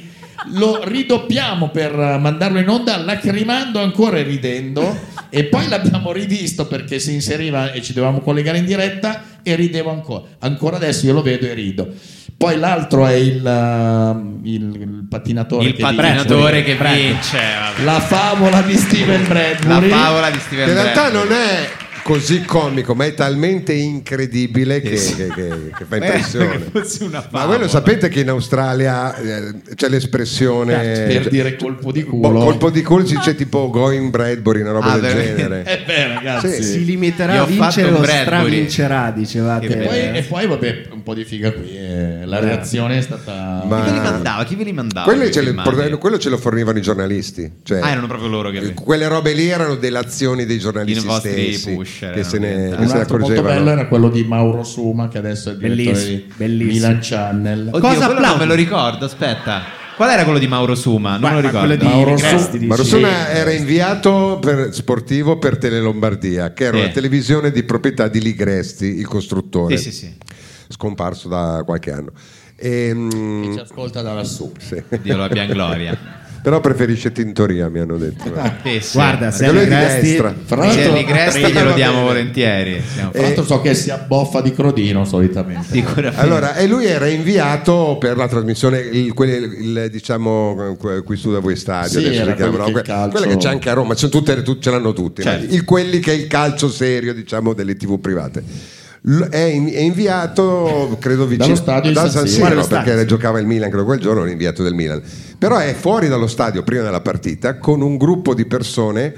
[SPEAKER 1] lo ridoppiamo per eh, mandarlo in onda lacrimando ancora e ridendo e poi l'abbiamo rivisto perché si inseriva e ci dovevamo collegare in diretta e ridevo ancora ancora adesso io lo vedo e rido poi l'altro è il, eh, il- il pattinatore
[SPEAKER 6] il
[SPEAKER 1] che dice-
[SPEAKER 6] pattinatore che
[SPEAKER 1] Prego.
[SPEAKER 6] vince. vabbè.
[SPEAKER 1] La favola di Steven Bradbury.
[SPEAKER 6] La favola di Eh, Steven
[SPEAKER 2] in realtà
[SPEAKER 6] Bradbury.
[SPEAKER 2] non è così comico, ma è talmente incredibile che, che- che- che fa
[SPEAKER 6] Eh,
[SPEAKER 2] impressione.
[SPEAKER 6] che fosse una
[SPEAKER 2] Ma voi lo sapete che in Australia eh, c'è l'espressione
[SPEAKER 1] Certo, per
[SPEAKER 2] cioè,
[SPEAKER 1] dire colpo di
[SPEAKER 2] bo-
[SPEAKER 1] culo.
[SPEAKER 2] colpo di culo si dice tipo going Bradbury, una roba
[SPEAKER 1] Ah,
[SPEAKER 2] del
[SPEAKER 1] veramente?
[SPEAKER 2] genere.
[SPEAKER 1] Eh beh, ragazzi.
[SPEAKER 2] Sì.
[SPEAKER 4] Si limiterà
[SPEAKER 1] Gli ho
[SPEAKER 4] a vincere
[SPEAKER 1] fatto
[SPEAKER 4] o
[SPEAKER 1] Bradbury.
[SPEAKER 4] stravincerà, dicevate.
[SPEAKER 1] E poi, e poi, vabbè, un po' di figa qui. eh, la
[SPEAKER 4] Eh.
[SPEAKER 1] reazione è stata.
[SPEAKER 2] Ma- Chi ve li mandava?
[SPEAKER 6] Chi ve li mandava?
[SPEAKER 2] Quello ce, le- quello ce lo fornivano i giornalisti. Cioè,
[SPEAKER 6] Ah, erano proprio loro che.
[SPEAKER 2] Quelle robe lì erano delazioni dei giornalisti
[SPEAKER 6] I vostri
[SPEAKER 2] stessi
[SPEAKER 6] pusher
[SPEAKER 2] che se ne,
[SPEAKER 1] Un
[SPEAKER 2] che se ne
[SPEAKER 1] altro molto bello
[SPEAKER 2] accorgevano.
[SPEAKER 1] era quello di Mauro Suma, che adesso è il direttore
[SPEAKER 6] Bellissimo,
[SPEAKER 1] di
[SPEAKER 6] bellissimo.
[SPEAKER 1] Milan Channel.
[SPEAKER 6] Oddio, quello non me lo ricordo, aspetta. Qual era quello di Mauro Suma? Non me lo ricordo.
[SPEAKER 2] Mauro
[SPEAKER 6] Cresti,
[SPEAKER 2] Su-
[SPEAKER 6] dici?
[SPEAKER 2] Mauro
[SPEAKER 6] Sì.
[SPEAKER 2] Suna era inviato per- sportivo per Tele Lombardia, che era
[SPEAKER 6] Sì.
[SPEAKER 2] una televisione di proprietà di Ligresti, il costruttore,
[SPEAKER 6] Eh. Sì, sì, sì.
[SPEAKER 2] scomparso da qualche anno. Ehm,
[SPEAKER 1] Ci ascolta da lassù.
[SPEAKER 2] sì.
[SPEAKER 6] Dio lo abbia in gloria.
[SPEAKER 2] Però preferisce Tintoria, mi hanno detto.
[SPEAKER 6] Sì, sì.
[SPEAKER 4] Guarda,
[SPEAKER 2] Perché
[SPEAKER 4] se
[SPEAKER 2] lui è di
[SPEAKER 4] Ligresti-
[SPEAKER 2] destra.
[SPEAKER 1] Fra l'altro-
[SPEAKER 6] Jenny Cresti glielo
[SPEAKER 1] Va
[SPEAKER 6] diamo
[SPEAKER 1] bene.
[SPEAKER 6] volentieri. Siamo
[SPEAKER 2] Eh,
[SPEAKER 1] Tra l'altro, so che si abboffa di Crodino solitamente.
[SPEAKER 2] Allora, e lui era inviato per la trasmissione, il, quelle- il- diciamo, que- qui su da voi stadio,
[SPEAKER 1] Sì,
[SPEAKER 2] adesso
[SPEAKER 1] era
[SPEAKER 2] li
[SPEAKER 1] quelli
[SPEAKER 2] chiamano,
[SPEAKER 1] che
[SPEAKER 2] que-
[SPEAKER 1] il calcio-
[SPEAKER 2] quella che c'è anche a Roma, c'è tutte- tu- ce l'hanno tutti, no?
[SPEAKER 1] Certo.
[SPEAKER 2] Il- quelli che è il calcio serio, diciamo, delle tv private. L- è, in- è inviato, credo, vicino
[SPEAKER 1] Dallo stadio di
[SPEAKER 2] da
[SPEAKER 1] San
[SPEAKER 2] San
[SPEAKER 1] Siro.
[SPEAKER 2] Siro,
[SPEAKER 1] Guarda, lo
[SPEAKER 2] perché
[SPEAKER 1] stadio.
[SPEAKER 2] giocava il Milan credo quel giorno, l'inviato del Milan. Però è fuori dallo stadio prima della partita con un gruppo di persone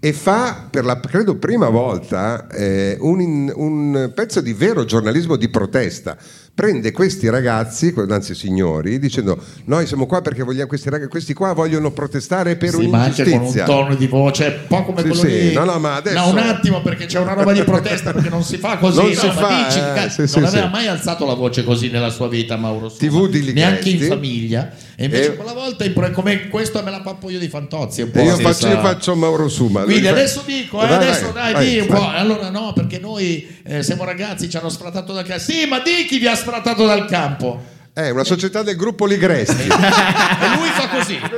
[SPEAKER 2] e fa per la credo prima volta eh, un, un pezzo di vero giornalismo di protesta. Prende questi ragazzi, anzi signori, dicendo noi siamo qua perché vogliamo questi ragazzi, questi qua vogliono protestare per
[SPEAKER 1] Sì, ma anche con un
[SPEAKER 2] un'ingiustizia.
[SPEAKER 1] tono di voce cioè, un po' come
[SPEAKER 2] Sì,
[SPEAKER 1] quello
[SPEAKER 2] sì,
[SPEAKER 1] di
[SPEAKER 2] no, no, ma adesso-
[SPEAKER 1] un attimo perché c'è una roba di protesta perché non si fa così
[SPEAKER 2] Non
[SPEAKER 1] no,
[SPEAKER 2] si
[SPEAKER 1] ma
[SPEAKER 2] fa,
[SPEAKER 1] dici,
[SPEAKER 2] eh,
[SPEAKER 1] cazzo,
[SPEAKER 2] sì, sì,
[SPEAKER 1] non aveva
[SPEAKER 2] sì.
[SPEAKER 1] mai alzato la voce così nella sua vita Mauro Suma,
[SPEAKER 2] TV di Ligeti.
[SPEAKER 1] neanche in famiglia e invece
[SPEAKER 2] E-
[SPEAKER 1] quella volta in pro- come questo me la pappo io di Fantozzi è un po'
[SPEAKER 2] E Eh, io
[SPEAKER 1] la
[SPEAKER 2] faccio,
[SPEAKER 1] stessa-
[SPEAKER 2] io faccio Mauro Suma.
[SPEAKER 1] quindi
[SPEAKER 2] Lui fa-
[SPEAKER 1] adesso dico, eh,
[SPEAKER 2] Vai,
[SPEAKER 1] adesso dai,
[SPEAKER 2] vai, vai,
[SPEAKER 1] dì un
[SPEAKER 2] vai.
[SPEAKER 1] po'. Allora no, perché noi eh, siamo ragazzi, ci hanno sfrattato dal campo. Sì, ma di chi vi ha sfrattato dal campo?
[SPEAKER 2] È Eh, una società del gruppo Ligresti.
[SPEAKER 1] E lui fa così.
[SPEAKER 2] Ma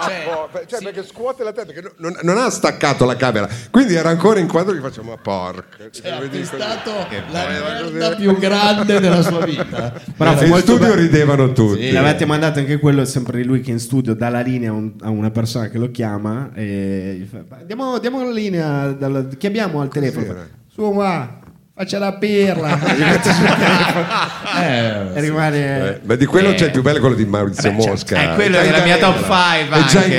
[SPEAKER 2] por- cioè, perché scuote la testa, perché non, non ha staccato la camera, quindi era ancora in quadro. Gli facciamo ma porca.
[SPEAKER 1] Cioè, ha testato
[SPEAKER 2] Che
[SPEAKER 1] la
[SPEAKER 2] bello,
[SPEAKER 1] merda
[SPEAKER 2] così.
[SPEAKER 1] più grande della sua vita.
[SPEAKER 2] Però fu molto Eh, studio bello. ridevano tutti.
[SPEAKER 4] Sì, l'avete mandato anche quello, è sempre lui che in studio dà la linea a, un- a una persona che lo chiama e gli fa, diamo, diamo la linea, dal- chi abbiamo al telefono?
[SPEAKER 2] eh.
[SPEAKER 4] Fa, Su qua, faccia la pirla.
[SPEAKER 1] Ah, Eh,
[SPEAKER 4] E rimane...
[SPEAKER 2] Eh, ma di quello
[SPEAKER 4] Eh.
[SPEAKER 2] c'è il più bello quello di Maurizio Mosca.
[SPEAKER 4] eh, quello
[SPEAKER 2] già
[SPEAKER 4] è
[SPEAKER 2] in
[SPEAKER 4] la mia
[SPEAKER 2] galera.
[SPEAKER 4] top five
[SPEAKER 2] È già in
[SPEAKER 6] anche,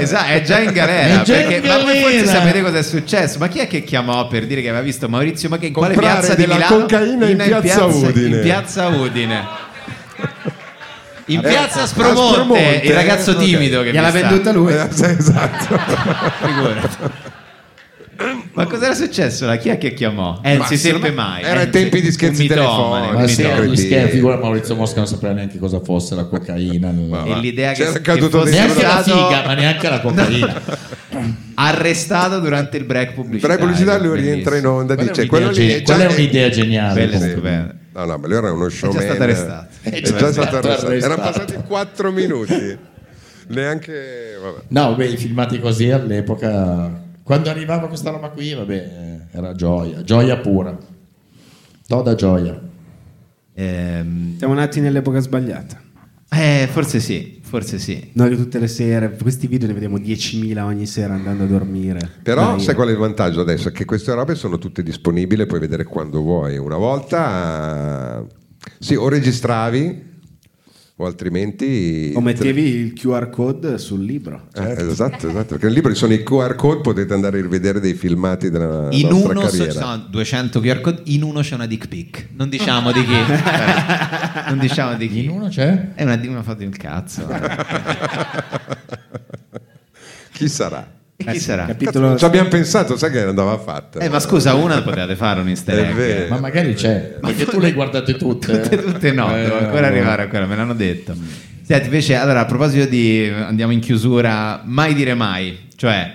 [SPEAKER 6] esatto, esatto, è già in galera.
[SPEAKER 2] È già in
[SPEAKER 6] perché, Ma voi forse
[SPEAKER 2] galera.
[SPEAKER 6] sapete cosa è successo? Ma chi è che chiamò per dire che aveva visto Maurizio? Ma che in quale
[SPEAKER 2] Comprare
[SPEAKER 6] piazza di
[SPEAKER 2] della
[SPEAKER 6] Milano?
[SPEAKER 2] cocaina in piazza Udine.
[SPEAKER 6] In piazza Udine. In
[SPEAKER 2] Eh,
[SPEAKER 6] piazza
[SPEAKER 2] a
[SPEAKER 6] Spromonte,
[SPEAKER 2] Spromonte,
[SPEAKER 6] il ragazzo
[SPEAKER 2] ok.
[SPEAKER 6] timido che
[SPEAKER 4] Gliel'ha
[SPEAKER 6] mi sta-
[SPEAKER 4] venduta lui.
[SPEAKER 2] Eh, sì, Esatto.
[SPEAKER 6] Figurati. Ma cos'era successo? là? Chi è che chiamò? Eh, non
[SPEAKER 2] Ma
[SPEAKER 6] si
[SPEAKER 2] secondo
[SPEAKER 6] seppe
[SPEAKER 2] me
[SPEAKER 6] mai.
[SPEAKER 2] era
[SPEAKER 6] Eh,
[SPEAKER 2] ai tempi di
[SPEAKER 6] un
[SPEAKER 2] scherzi
[SPEAKER 6] mitomane,
[SPEAKER 2] telefonici.
[SPEAKER 6] un
[SPEAKER 1] Ma sì,
[SPEAKER 6] mitomane.
[SPEAKER 1] gli scherzi, figura Maurizio Mosca non sapeva neanche cosa fosse la cocaina.
[SPEAKER 6] E l'idea che,
[SPEAKER 1] C'era
[SPEAKER 6] che
[SPEAKER 1] caduto
[SPEAKER 6] fosse
[SPEAKER 1] dentro. Neanche la
[SPEAKER 6] stato-
[SPEAKER 1] figa, ma neanche la cocaina.
[SPEAKER 6] Arrestato durante il break pubblicitario.
[SPEAKER 2] Tra i pubblicitari lui
[SPEAKER 6] Bellissimo.
[SPEAKER 2] rientra in onda
[SPEAKER 6] Quella è
[SPEAKER 2] dice
[SPEAKER 6] un'idea
[SPEAKER 2] quello
[SPEAKER 1] Cioè,
[SPEAKER 2] lì
[SPEAKER 6] geni-
[SPEAKER 2] è già
[SPEAKER 6] quella è un'idea
[SPEAKER 1] geniale.
[SPEAKER 6] Bella e
[SPEAKER 2] Sì.
[SPEAKER 6] stupenda.
[SPEAKER 2] No, no, ma lui era uno showman.
[SPEAKER 6] stato arrestato.
[SPEAKER 2] È
[SPEAKER 6] È già
[SPEAKER 2] già stato
[SPEAKER 6] stato
[SPEAKER 2] arrestato.
[SPEAKER 6] arrestato.
[SPEAKER 2] Erano passati 4 minuti. Neanche vabbè.
[SPEAKER 1] No, beh, i filmati così all'epoca. Quando arrivava questa roba qui, vabbè, era gioia, gioia pura. Toda gioia.
[SPEAKER 4] Siamo nati nell'epoca sbagliata.
[SPEAKER 6] Ehm, Eh, forse sì, forse sì.
[SPEAKER 4] Noi che tutte le sere, questi video ne vediamo 10.000 ogni sera andando a dormire.
[SPEAKER 2] Però
[SPEAKER 4] Dai.
[SPEAKER 2] sai qual è il vantaggio adesso? Che queste robe sono tutte disponibili, puoi vedere quando vuoi. Una volta sì, o registravi o altrimenti
[SPEAKER 4] O mettevi certo. il QR code sul libro.
[SPEAKER 2] Eh, esatto, esatto, perché nel libro ci sono i QR code, potete andare a rivedere dei filmati della
[SPEAKER 6] In
[SPEAKER 2] nostra
[SPEAKER 6] uno so- ci
[SPEAKER 2] carriera.
[SPEAKER 6] sono 200 QR code, in uno c'è una dick pic. Non diciamo di chi. Però, non diciamo di chi. In uno
[SPEAKER 1] c'è?
[SPEAKER 6] È una, una foto di un cazzo.
[SPEAKER 2] Chi sarà?
[SPEAKER 6] E
[SPEAKER 4] Eh
[SPEAKER 6] chi sarà?
[SPEAKER 2] Cazzo, Ci abbiamo pensato, sai che andava fatta.
[SPEAKER 6] Eh, ma scusa, una la potevate fare un easter
[SPEAKER 2] È
[SPEAKER 6] egg.
[SPEAKER 2] vero.
[SPEAKER 1] Ma magari c'è, perché tu le hai guardate tutte.
[SPEAKER 6] tutte, tutte no,
[SPEAKER 1] Eh,
[SPEAKER 6] devo ancora
[SPEAKER 1] allora.
[SPEAKER 6] arrivare a quella, me l'hanno detto. Senti, invece, allora, a proposito di andiamo in chiusura, mai dire mai, cioè,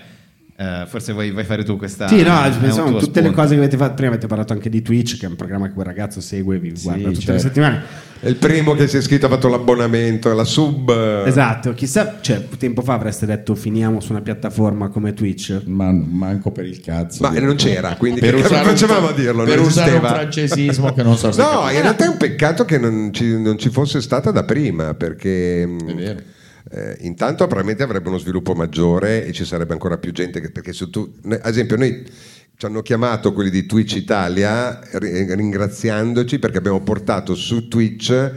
[SPEAKER 6] eh, forse vuoi, vuoi fare tu questa.
[SPEAKER 4] Sì, no,
[SPEAKER 6] è un
[SPEAKER 4] pensavo
[SPEAKER 6] tuo
[SPEAKER 4] tutte le
[SPEAKER 6] spunto.
[SPEAKER 4] cose che avete fatto. Prima avete parlato anche di Twitch, che è un programma che quel ragazzo segue e vi guarda tutte le
[SPEAKER 2] certo.
[SPEAKER 4] settimane.
[SPEAKER 2] È il primo che si è iscritto, ha fatto l'abbonamento, la sub.
[SPEAKER 4] Esatto, chissà, cioè, tempo fa avreste detto finiamo su una piattaforma come Twitch.
[SPEAKER 1] Ma manco per il cazzo.
[SPEAKER 2] Ma non c'era, quindi
[SPEAKER 1] Per
[SPEAKER 2] che-
[SPEAKER 1] usare un-
[SPEAKER 2] non facevamo a dirlo.
[SPEAKER 1] per
[SPEAKER 2] non
[SPEAKER 1] usare
[SPEAKER 2] esisteva.
[SPEAKER 1] un francesismo che non so se
[SPEAKER 2] No,
[SPEAKER 1] capisco.
[SPEAKER 2] in realtà è un peccato che non ci, non ci fosse stata da prima, perché mh, eh, intanto probabilmente avrebbe uno sviluppo maggiore e ci sarebbe ancora più gente. Che, perché se tu, noi- ad esempio, noi ci hanno chiamato quelli di Twitch Italia ri- eh, ringraziandoci perché abbiamo portato su Twitch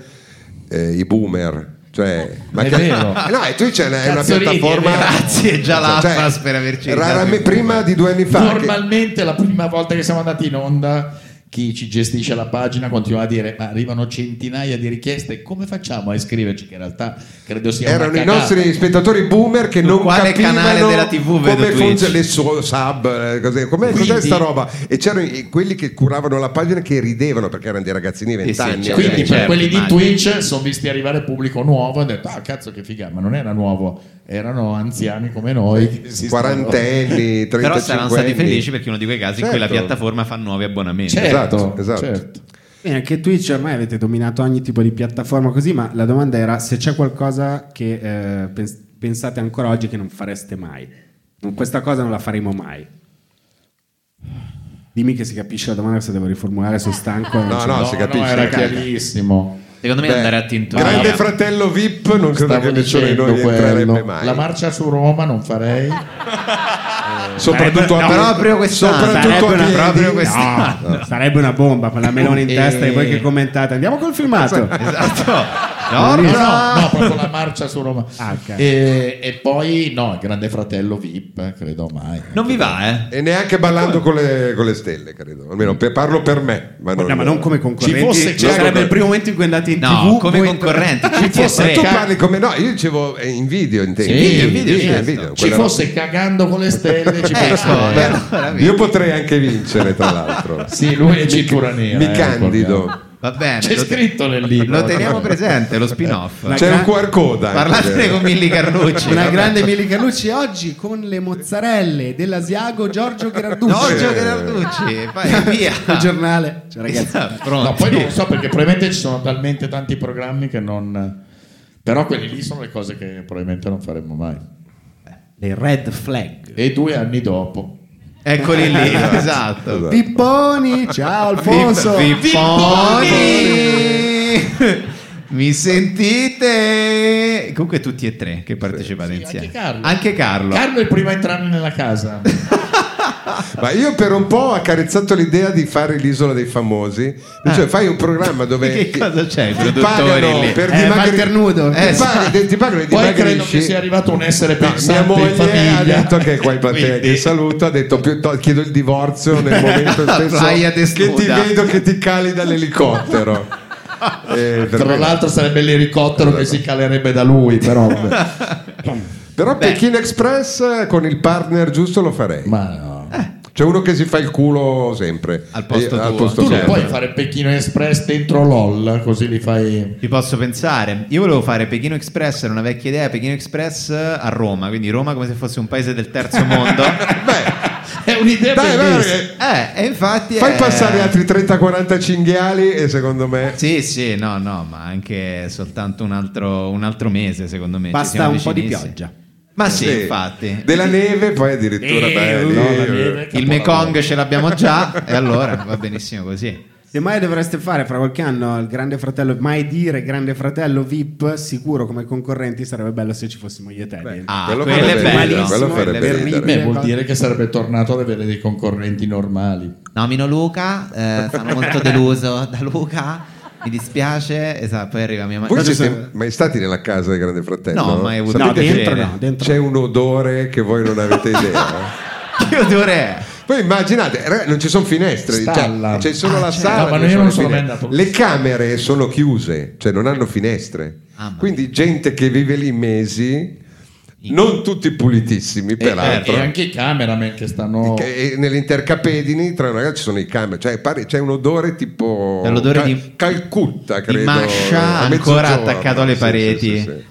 [SPEAKER 2] eh, i boomer. Cioè,
[SPEAKER 6] È
[SPEAKER 2] che-
[SPEAKER 6] vero.
[SPEAKER 2] No, e Twitch è una, è una
[SPEAKER 6] Cazzo ridi, è
[SPEAKER 2] piattaforma.
[SPEAKER 6] vero. Grazie, già la
[SPEAKER 2] Cioè,
[SPEAKER 6] Atlas per averci
[SPEAKER 2] raramente-
[SPEAKER 6] dato i
[SPEAKER 2] Prima di due anni fa. che-
[SPEAKER 1] Normalmente la prima volta che siamo andati in onda chi ci gestisce la pagina continua a dire ma arrivano centinaia di richieste come facciamo a iscriverci che in realtà credo sia
[SPEAKER 2] erano
[SPEAKER 1] una
[SPEAKER 2] i
[SPEAKER 1] cagata.
[SPEAKER 2] nostri spettatori boomer che non
[SPEAKER 1] quale
[SPEAKER 2] capivano
[SPEAKER 1] canale della TV vedo
[SPEAKER 2] come
[SPEAKER 1] Twitch?
[SPEAKER 2] funziona le sue sub eh, cos'è, com'è- cos'è
[SPEAKER 1] Quindi-
[SPEAKER 2] sta roba e c'erano i- quelli che curavano la pagina che ridevano perché erano dei ragazzini di 20 anni
[SPEAKER 1] certo. Quindi per quelli di Twitch sono visti arrivare pubblico nuovo e hanno detto ah cazzo che figata ma non era nuovo erano anziani come noi che si stavano-
[SPEAKER 2] quarantenni
[SPEAKER 6] Però saranno stati
[SPEAKER 2] 35
[SPEAKER 6] felici perché è uno di quei casi in cui la
[SPEAKER 2] Certo.
[SPEAKER 6] piattaforma fa nuovi abbonamenti.
[SPEAKER 1] Cioè,
[SPEAKER 2] Esatto,
[SPEAKER 1] Certo,
[SPEAKER 2] esatto.
[SPEAKER 4] Bene, anche Twitch ormai avete dominato ogni tipo di piattaforma così, ma la domanda era se c'è qualcosa che eh, pens- pensate ancora oggi che non fareste mai. Questa cosa non la faremo mai. Dimmi che si capisce la domanda se devo riformulare, sono stanco. non
[SPEAKER 2] No,
[SPEAKER 4] so.
[SPEAKER 2] no, si capisce.
[SPEAKER 1] era chiarissimo.
[SPEAKER 6] Secondo me
[SPEAKER 2] Beh,
[SPEAKER 6] andare a tintoria.
[SPEAKER 2] grande
[SPEAKER 1] Ah,
[SPEAKER 2] fratello VIP non credo
[SPEAKER 1] Stavo
[SPEAKER 2] che nessuno di
[SPEAKER 1] dicendo
[SPEAKER 2] noi entrerebbe
[SPEAKER 1] quello.
[SPEAKER 2] mai
[SPEAKER 1] La marcia su Roma non farei.
[SPEAKER 2] soprattutto a
[SPEAKER 4] Eh, No,
[SPEAKER 2] piedi.
[SPEAKER 4] proprio quest'anno.
[SPEAKER 2] Soprattutto
[SPEAKER 4] Sarebbe
[SPEAKER 2] a
[SPEAKER 4] una-
[SPEAKER 2] piedi.
[SPEAKER 4] proprio quest'anno.
[SPEAKER 2] No, no.
[SPEAKER 4] Sarebbe una bomba con la melone in
[SPEAKER 1] Eh.
[SPEAKER 4] testa e voi che commentate. Andiamo col filmato.
[SPEAKER 6] Esatto.
[SPEAKER 1] No, no,
[SPEAKER 4] Bellissimo.
[SPEAKER 1] no, no, proprio la marcia su Roma.
[SPEAKER 4] Ah, ok.
[SPEAKER 1] E, e poi no, il grande fratello VIP, eh, credo mai.
[SPEAKER 6] Non vi va, eh.
[SPEAKER 2] e neanche ballando con le, con le stelle credo almeno per- parlo per me ma non,
[SPEAKER 4] No, ma non come concorrenti. Ci sarebbe il primo momento in cui andate in
[SPEAKER 2] No,
[SPEAKER 4] TV.
[SPEAKER 2] come
[SPEAKER 4] voi-
[SPEAKER 2] concorrenti,
[SPEAKER 1] Ci fosse
[SPEAKER 2] Ma tu
[SPEAKER 1] ca-
[SPEAKER 2] parli come no, io dicevo eh, in video intendi.
[SPEAKER 1] Sì,
[SPEAKER 2] In video,
[SPEAKER 1] sì,
[SPEAKER 2] in
[SPEAKER 1] certo.
[SPEAKER 2] video,
[SPEAKER 1] ci
[SPEAKER 2] quella
[SPEAKER 1] fosse
[SPEAKER 2] roba.
[SPEAKER 1] cagando con le stelle, ci
[SPEAKER 2] Ecco,
[SPEAKER 1] penserei.
[SPEAKER 2] beh, Io potrei anche vincere, tra l'altro.
[SPEAKER 1] Sì, lui è
[SPEAKER 2] eh. Mi-
[SPEAKER 1] cintura nera,
[SPEAKER 2] Mi
[SPEAKER 1] eh,
[SPEAKER 2] candido.
[SPEAKER 1] ricordiamo.
[SPEAKER 6] Va bene.
[SPEAKER 1] C'è
[SPEAKER 6] lo-
[SPEAKER 1] scritto nel libro.
[SPEAKER 6] Lo teniamo presente, lo spin-off.
[SPEAKER 2] C'è un QR code. anche.
[SPEAKER 6] Parlate con Milli Carlucci.
[SPEAKER 4] Una
[SPEAKER 6] vabbè.
[SPEAKER 4] grande Mili Carlucci oggi con le mozzarelle dell'Asiago Giorgio Gherarducci.
[SPEAKER 6] Giorgio Gherarducci, vai via.
[SPEAKER 4] Il giornale. Cioè, ragazzi.
[SPEAKER 1] No, poi non lo so perché probabilmente ci sono talmente tanti programmi che non. Però quelle lì sono le cose che probabilmente non faremmo mai.
[SPEAKER 20] Le red flag.
[SPEAKER 1] E due anni dopo.
[SPEAKER 6] Eccoli lì, esatto.
[SPEAKER 4] Pipponi, ciao Alfonso.
[SPEAKER 6] Pip- Pipponi! Mi sentite? Comunque tutti e tre che partecipate insieme.
[SPEAKER 1] anche Carlo.
[SPEAKER 6] Anche Carlo.
[SPEAKER 1] Carlo è il primo a entrare nella casa.
[SPEAKER 2] Ma io per un po' ho accarezzato l'idea di fare l'isola dei famosi. Cioè, fai un programma
[SPEAKER 6] Ah.
[SPEAKER 2] dove.
[SPEAKER 6] Che cosa c'è,
[SPEAKER 2] ti
[SPEAKER 6] produttori
[SPEAKER 2] pagano
[SPEAKER 6] lì?
[SPEAKER 2] Per
[SPEAKER 6] Eh,
[SPEAKER 2] dimagri-
[SPEAKER 6] Walter Nudo.
[SPEAKER 2] Ti
[SPEAKER 6] Eh,
[SPEAKER 2] pagano-
[SPEAKER 6] sì.
[SPEAKER 2] ti pagano e
[SPEAKER 6] Poi credo
[SPEAKER 2] dimagrisci.
[SPEAKER 6] che sia
[SPEAKER 1] arrivato un essere pensante
[SPEAKER 2] mia moglie
[SPEAKER 1] in famiglia.
[SPEAKER 2] ha detto che è qua in platea
[SPEAKER 1] Quindi-
[SPEAKER 2] che saluto ha detto piuttosto- chiedo il divorzio nel momento
[SPEAKER 6] Playa
[SPEAKER 2] stesso che ti
[SPEAKER 6] desnuda.
[SPEAKER 2] vedo che ti cali dall'elicottero Eh, per
[SPEAKER 1] Tra
[SPEAKER 2] me-
[SPEAKER 1] l'altro sarebbe l'elicottero che si calerebbe da lui, però... vabbè.
[SPEAKER 2] Però Pechino Express eh, con il partner giusto lo farei.
[SPEAKER 1] Ma no.
[SPEAKER 2] C'è uno che si fa il culo sempre. Eh, Al
[SPEAKER 6] posto tuo.
[SPEAKER 1] tu non
[SPEAKER 2] mio.
[SPEAKER 1] puoi fare Pechino Express dentro LOL, così li fai...
[SPEAKER 6] Ci posso pensare. Io volevo fare Pechino Express, era una vecchia idea, Pechino Express a Roma, quindi Roma come se fosse un paese del terzo mondo.
[SPEAKER 1] Beh, è un'idea
[SPEAKER 2] Dai,
[SPEAKER 6] bellissima. Eh, e infatti
[SPEAKER 2] Fai
[SPEAKER 6] è-
[SPEAKER 2] passare altri 30-40 cinghiali e secondo me...
[SPEAKER 6] Sì, sì, no, no, ma anche soltanto un altro, un altro mese, secondo me. Ci
[SPEAKER 2] Basta
[SPEAKER 6] siamo
[SPEAKER 2] un po' di
[SPEAKER 6] vicinissimi.
[SPEAKER 2] pioggia.
[SPEAKER 6] Ma sì,
[SPEAKER 2] Eh, Sì.
[SPEAKER 6] infatti.
[SPEAKER 2] Della neve poi addirittura...
[SPEAKER 6] Eh,
[SPEAKER 2] beh,
[SPEAKER 6] uh,
[SPEAKER 2] lì,
[SPEAKER 6] no, la
[SPEAKER 2] eh.
[SPEAKER 6] neve, Il Mekong ce l'abbiamo già, e allora va benissimo così.
[SPEAKER 4] Semmai dovreste fare fra qualche anno il Grande Fratello, mai dire Grande Fratello VIP, sicuro come concorrenti sarebbe bello se ci fossimo io e te. dentro.
[SPEAKER 6] Ah, quello quello farebbe è bello,
[SPEAKER 4] Malissimo,
[SPEAKER 6] quello farebbe
[SPEAKER 4] è terribile.
[SPEAKER 1] Beh, vuol dire che sarebbe tornato ad avere dei concorrenti normali.
[SPEAKER 6] Nomino Luca, eh, sono molto deluso da Luca, mi dispiace. Esatto, poi arriva mia madre.
[SPEAKER 2] Voi siete mai stati nella casa del Grande Fratello?
[SPEAKER 6] No, mai avuto
[SPEAKER 2] Sapete
[SPEAKER 6] il
[SPEAKER 2] che
[SPEAKER 6] piacere.
[SPEAKER 2] c'è-
[SPEAKER 6] No, dentro
[SPEAKER 2] C'è un odore che voi non avete idea.
[SPEAKER 6] che odore è?
[SPEAKER 2] Voi immaginate, ragazzi, non ci sono finestre,
[SPEAKER 1] Stalla.
[SPEAKER 2] cioè, c'è solo
[SPEAKER 1] Ah,
[SPEAKER 2] la
[SPEAKER 1] certo.
[SPEAKER 2] sala.
[SPEAKER 1] No, ma io
[SPEAKER 2] non sono
[SPEAKER 1] non
[SPEAKER 2] le
[SPEAKER 1] sono mai
[SPEAKER 2] finestre.
[SPEAKER 1] andato.
[SPEAKER 2] Le camere sono chiuse, cioè non hanno finestre.
[SPEAKER 6] Ah,
[SPEAKER 2] Quindi gente che vive lì mesi, non tutti
[SPEAKER 6] Eh,
[SPEAKER 2] pulitissimi,
[SPEAKER 1] E,
[SPEAKER 2] peraltro.
[SPEAKER 1] e anche i cameraman certo. che stanno...
[SPEAKER 2] E nell'intercapedini tra una ci sono i camere, cioè pare- c'è un odore tipo
[SPEAKER 6] È l'odore
[SPEAKER 2] Cal-
[SPEAKER 6] di-
[SPEAKER 2] Calcutta, credo.
[SPEAKER 6] di mascia
[SPEAKER 2] a
[SPEAKER 6] ancora
[SPEAKER 2] mezzogiorno.
[SPEAKER 6] attaccato alle
[SPEAKER 2] Sì,
[SPEAKER 6] pareti.
[SPEAKER 2] sì, sì,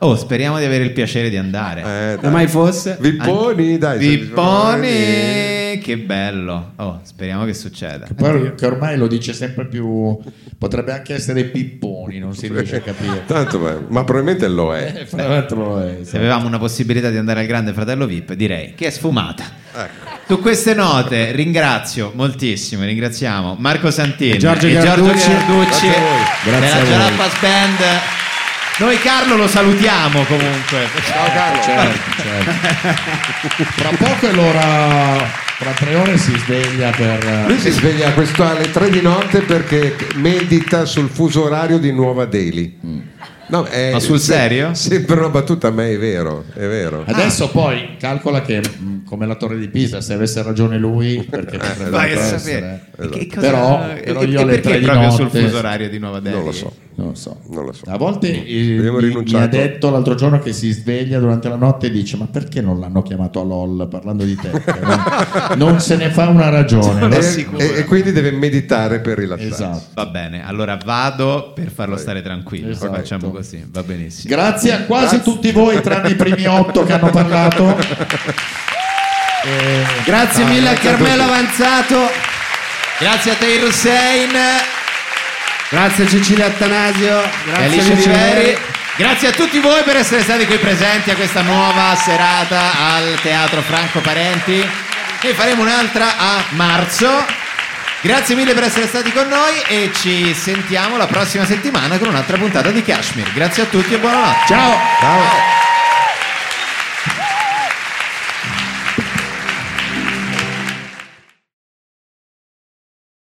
[SPEAKER 6] Oh, speriamo di avere il piacere di andare.
[SPEAKER 2] dai. Mai
[SPEAKER 4] fosse?
[SPEAKER 2] Eh, Vipponi, dai, se-
[SPEAKER 6] Eh, Vipponi, che bello. Oh, speriamo che succeda.
[SPEAKER 1] Poi, che ormai lo dice sempre più... Potrebbe anche essere Pipponi, non si riesce a
[SPEAKER 2] sì.
[SPEAKER 1] capire.
[SPEAKER 2] Tanto, ma, ma probabilmente lo è.
[SPEAKER 1] Eh, fra l'altro è...
[SPEAKER 6] Se avevamo una possibilità di andare al Grande Fratello VIP, direi che è sfumata. Su queste note ringrazio moltissimo, ringraziamo Marco Santini
[SPEAKER 4] Giorgio
[SPEAKER 6] e Giorgio
[SPEAKER 4] Garducci.
[SPEAKER 6] Garducci
[SPEAKER 4] Grazie a voi. Grazie a
[SPEAKER 6] della
[SPEAKER 4] voi.
[SPEAKER 6] Gialappa Spend. Noi Carlo lo salutiamo comunque. Ciao Carlo.
[SPEAKER 2] Cioè,
[SPEAKER 1] Certo, certo. Fra poco è l'ora... Fra tre ore si sveglia per...
[SPEAKER 2] Lui si sveglia a questo alle 3 di notte perché medita sul fuso orario di Nuova Delhi. No, è-
[SPEAKER 6] Ma sul serio?
[SPEAKER 2] se- Sembra una battuta, ma è vero, è vero.
[SPEAKER 6] Ah.
[SPEAKER 1] Adesso poi calcola che mh, come la torre di Pisa, se avesse ragione lui, perché potrebbe
[SPEAKER 6] Vai a
[SPEAKER 1] anche
[SPEAKER 6] sapere.
[SPEAKER 1] Eh, essere. eh, esatto.
[SPEAKER 6] E che cosa-
[SPEAKER 1] Però,
[SPEAKER 6] e-
[SPEAKER 1] però
[SPEAKER 6] e
[SPEAKER 1] io alle
[SPEAKER 6] perché
[SPEAKER 1] tre di
[SPEAKER 6] proprio
[SPEAKER 1] notte-
[SPEAKER 6] sul fuso orario di Nuova Delhi?
[SPEAKER 2] Non lo so.
[SPEAKER 1] Non lo so.
[SPEAKER 2] Non lo so.
[SPEAKER 1] A volte eh,
[SPEAKER 2] Abbiamo
[SPEAKER 1] mi, mi
[SPEAKER 2] rinunciato.
[SPEAKER 1] ha detto l'altro giorno che si sveglia durante la notte e dice: Ma perché non l'hanno chiamato a LOL parlando di te? Cioè, non se ne fa una ragione.
[SPEAKER 6] Sono
[SPEAKER 1] Lo-
[SPEAKER 6] sicuro.
[SPEAKER 2] E, e quindi deve meditare per rilassarsi.
[SPEAKER 1] Esatto.
[SPEAKER 6] Va bene, allora vado per farlo stare tranquillo.
[SPEAKER 1] Esatto.
[SPEAKER 6] Facciamo così, va benissimo.
[SPEAKER 1] Grazie a quasi tutti voi, tranne i primi otto che hanno parlato. Eh,
[SPEAKER 4] Grazie
[SPEAKER 1] no,
[SPEAKER 4] mille a
[SPEAKER 1] grazie
[SPEAKER 4] Carmelo
[SPEAKER 1] tutti.
[SPEAKER 4] Avanzato,
[SPEAKER 6] grazie a te Hussein,
[SPEAKER 4] grazie a Cecilia Attanasio,
[SPEAKER 6] e
[SPEAKER 4] grazie
[SPEAKER 6] Alice
[SPEAKER 4] a
[SPEAKER 6] Civeri. Grazie a tutti voi per essere stati qui presenti a questa nuova serata al Teatro Franco Parenti. Noi faremo un'altra a marzo. Grazie mille per essere stati con noi e ci sentiamo la prossima settimana con un'altra puntata di Kashmir. Grazie a tutti e buonanotte.
[SPEAKER 1] Ciao.
[SPEAKER 6] Ciao.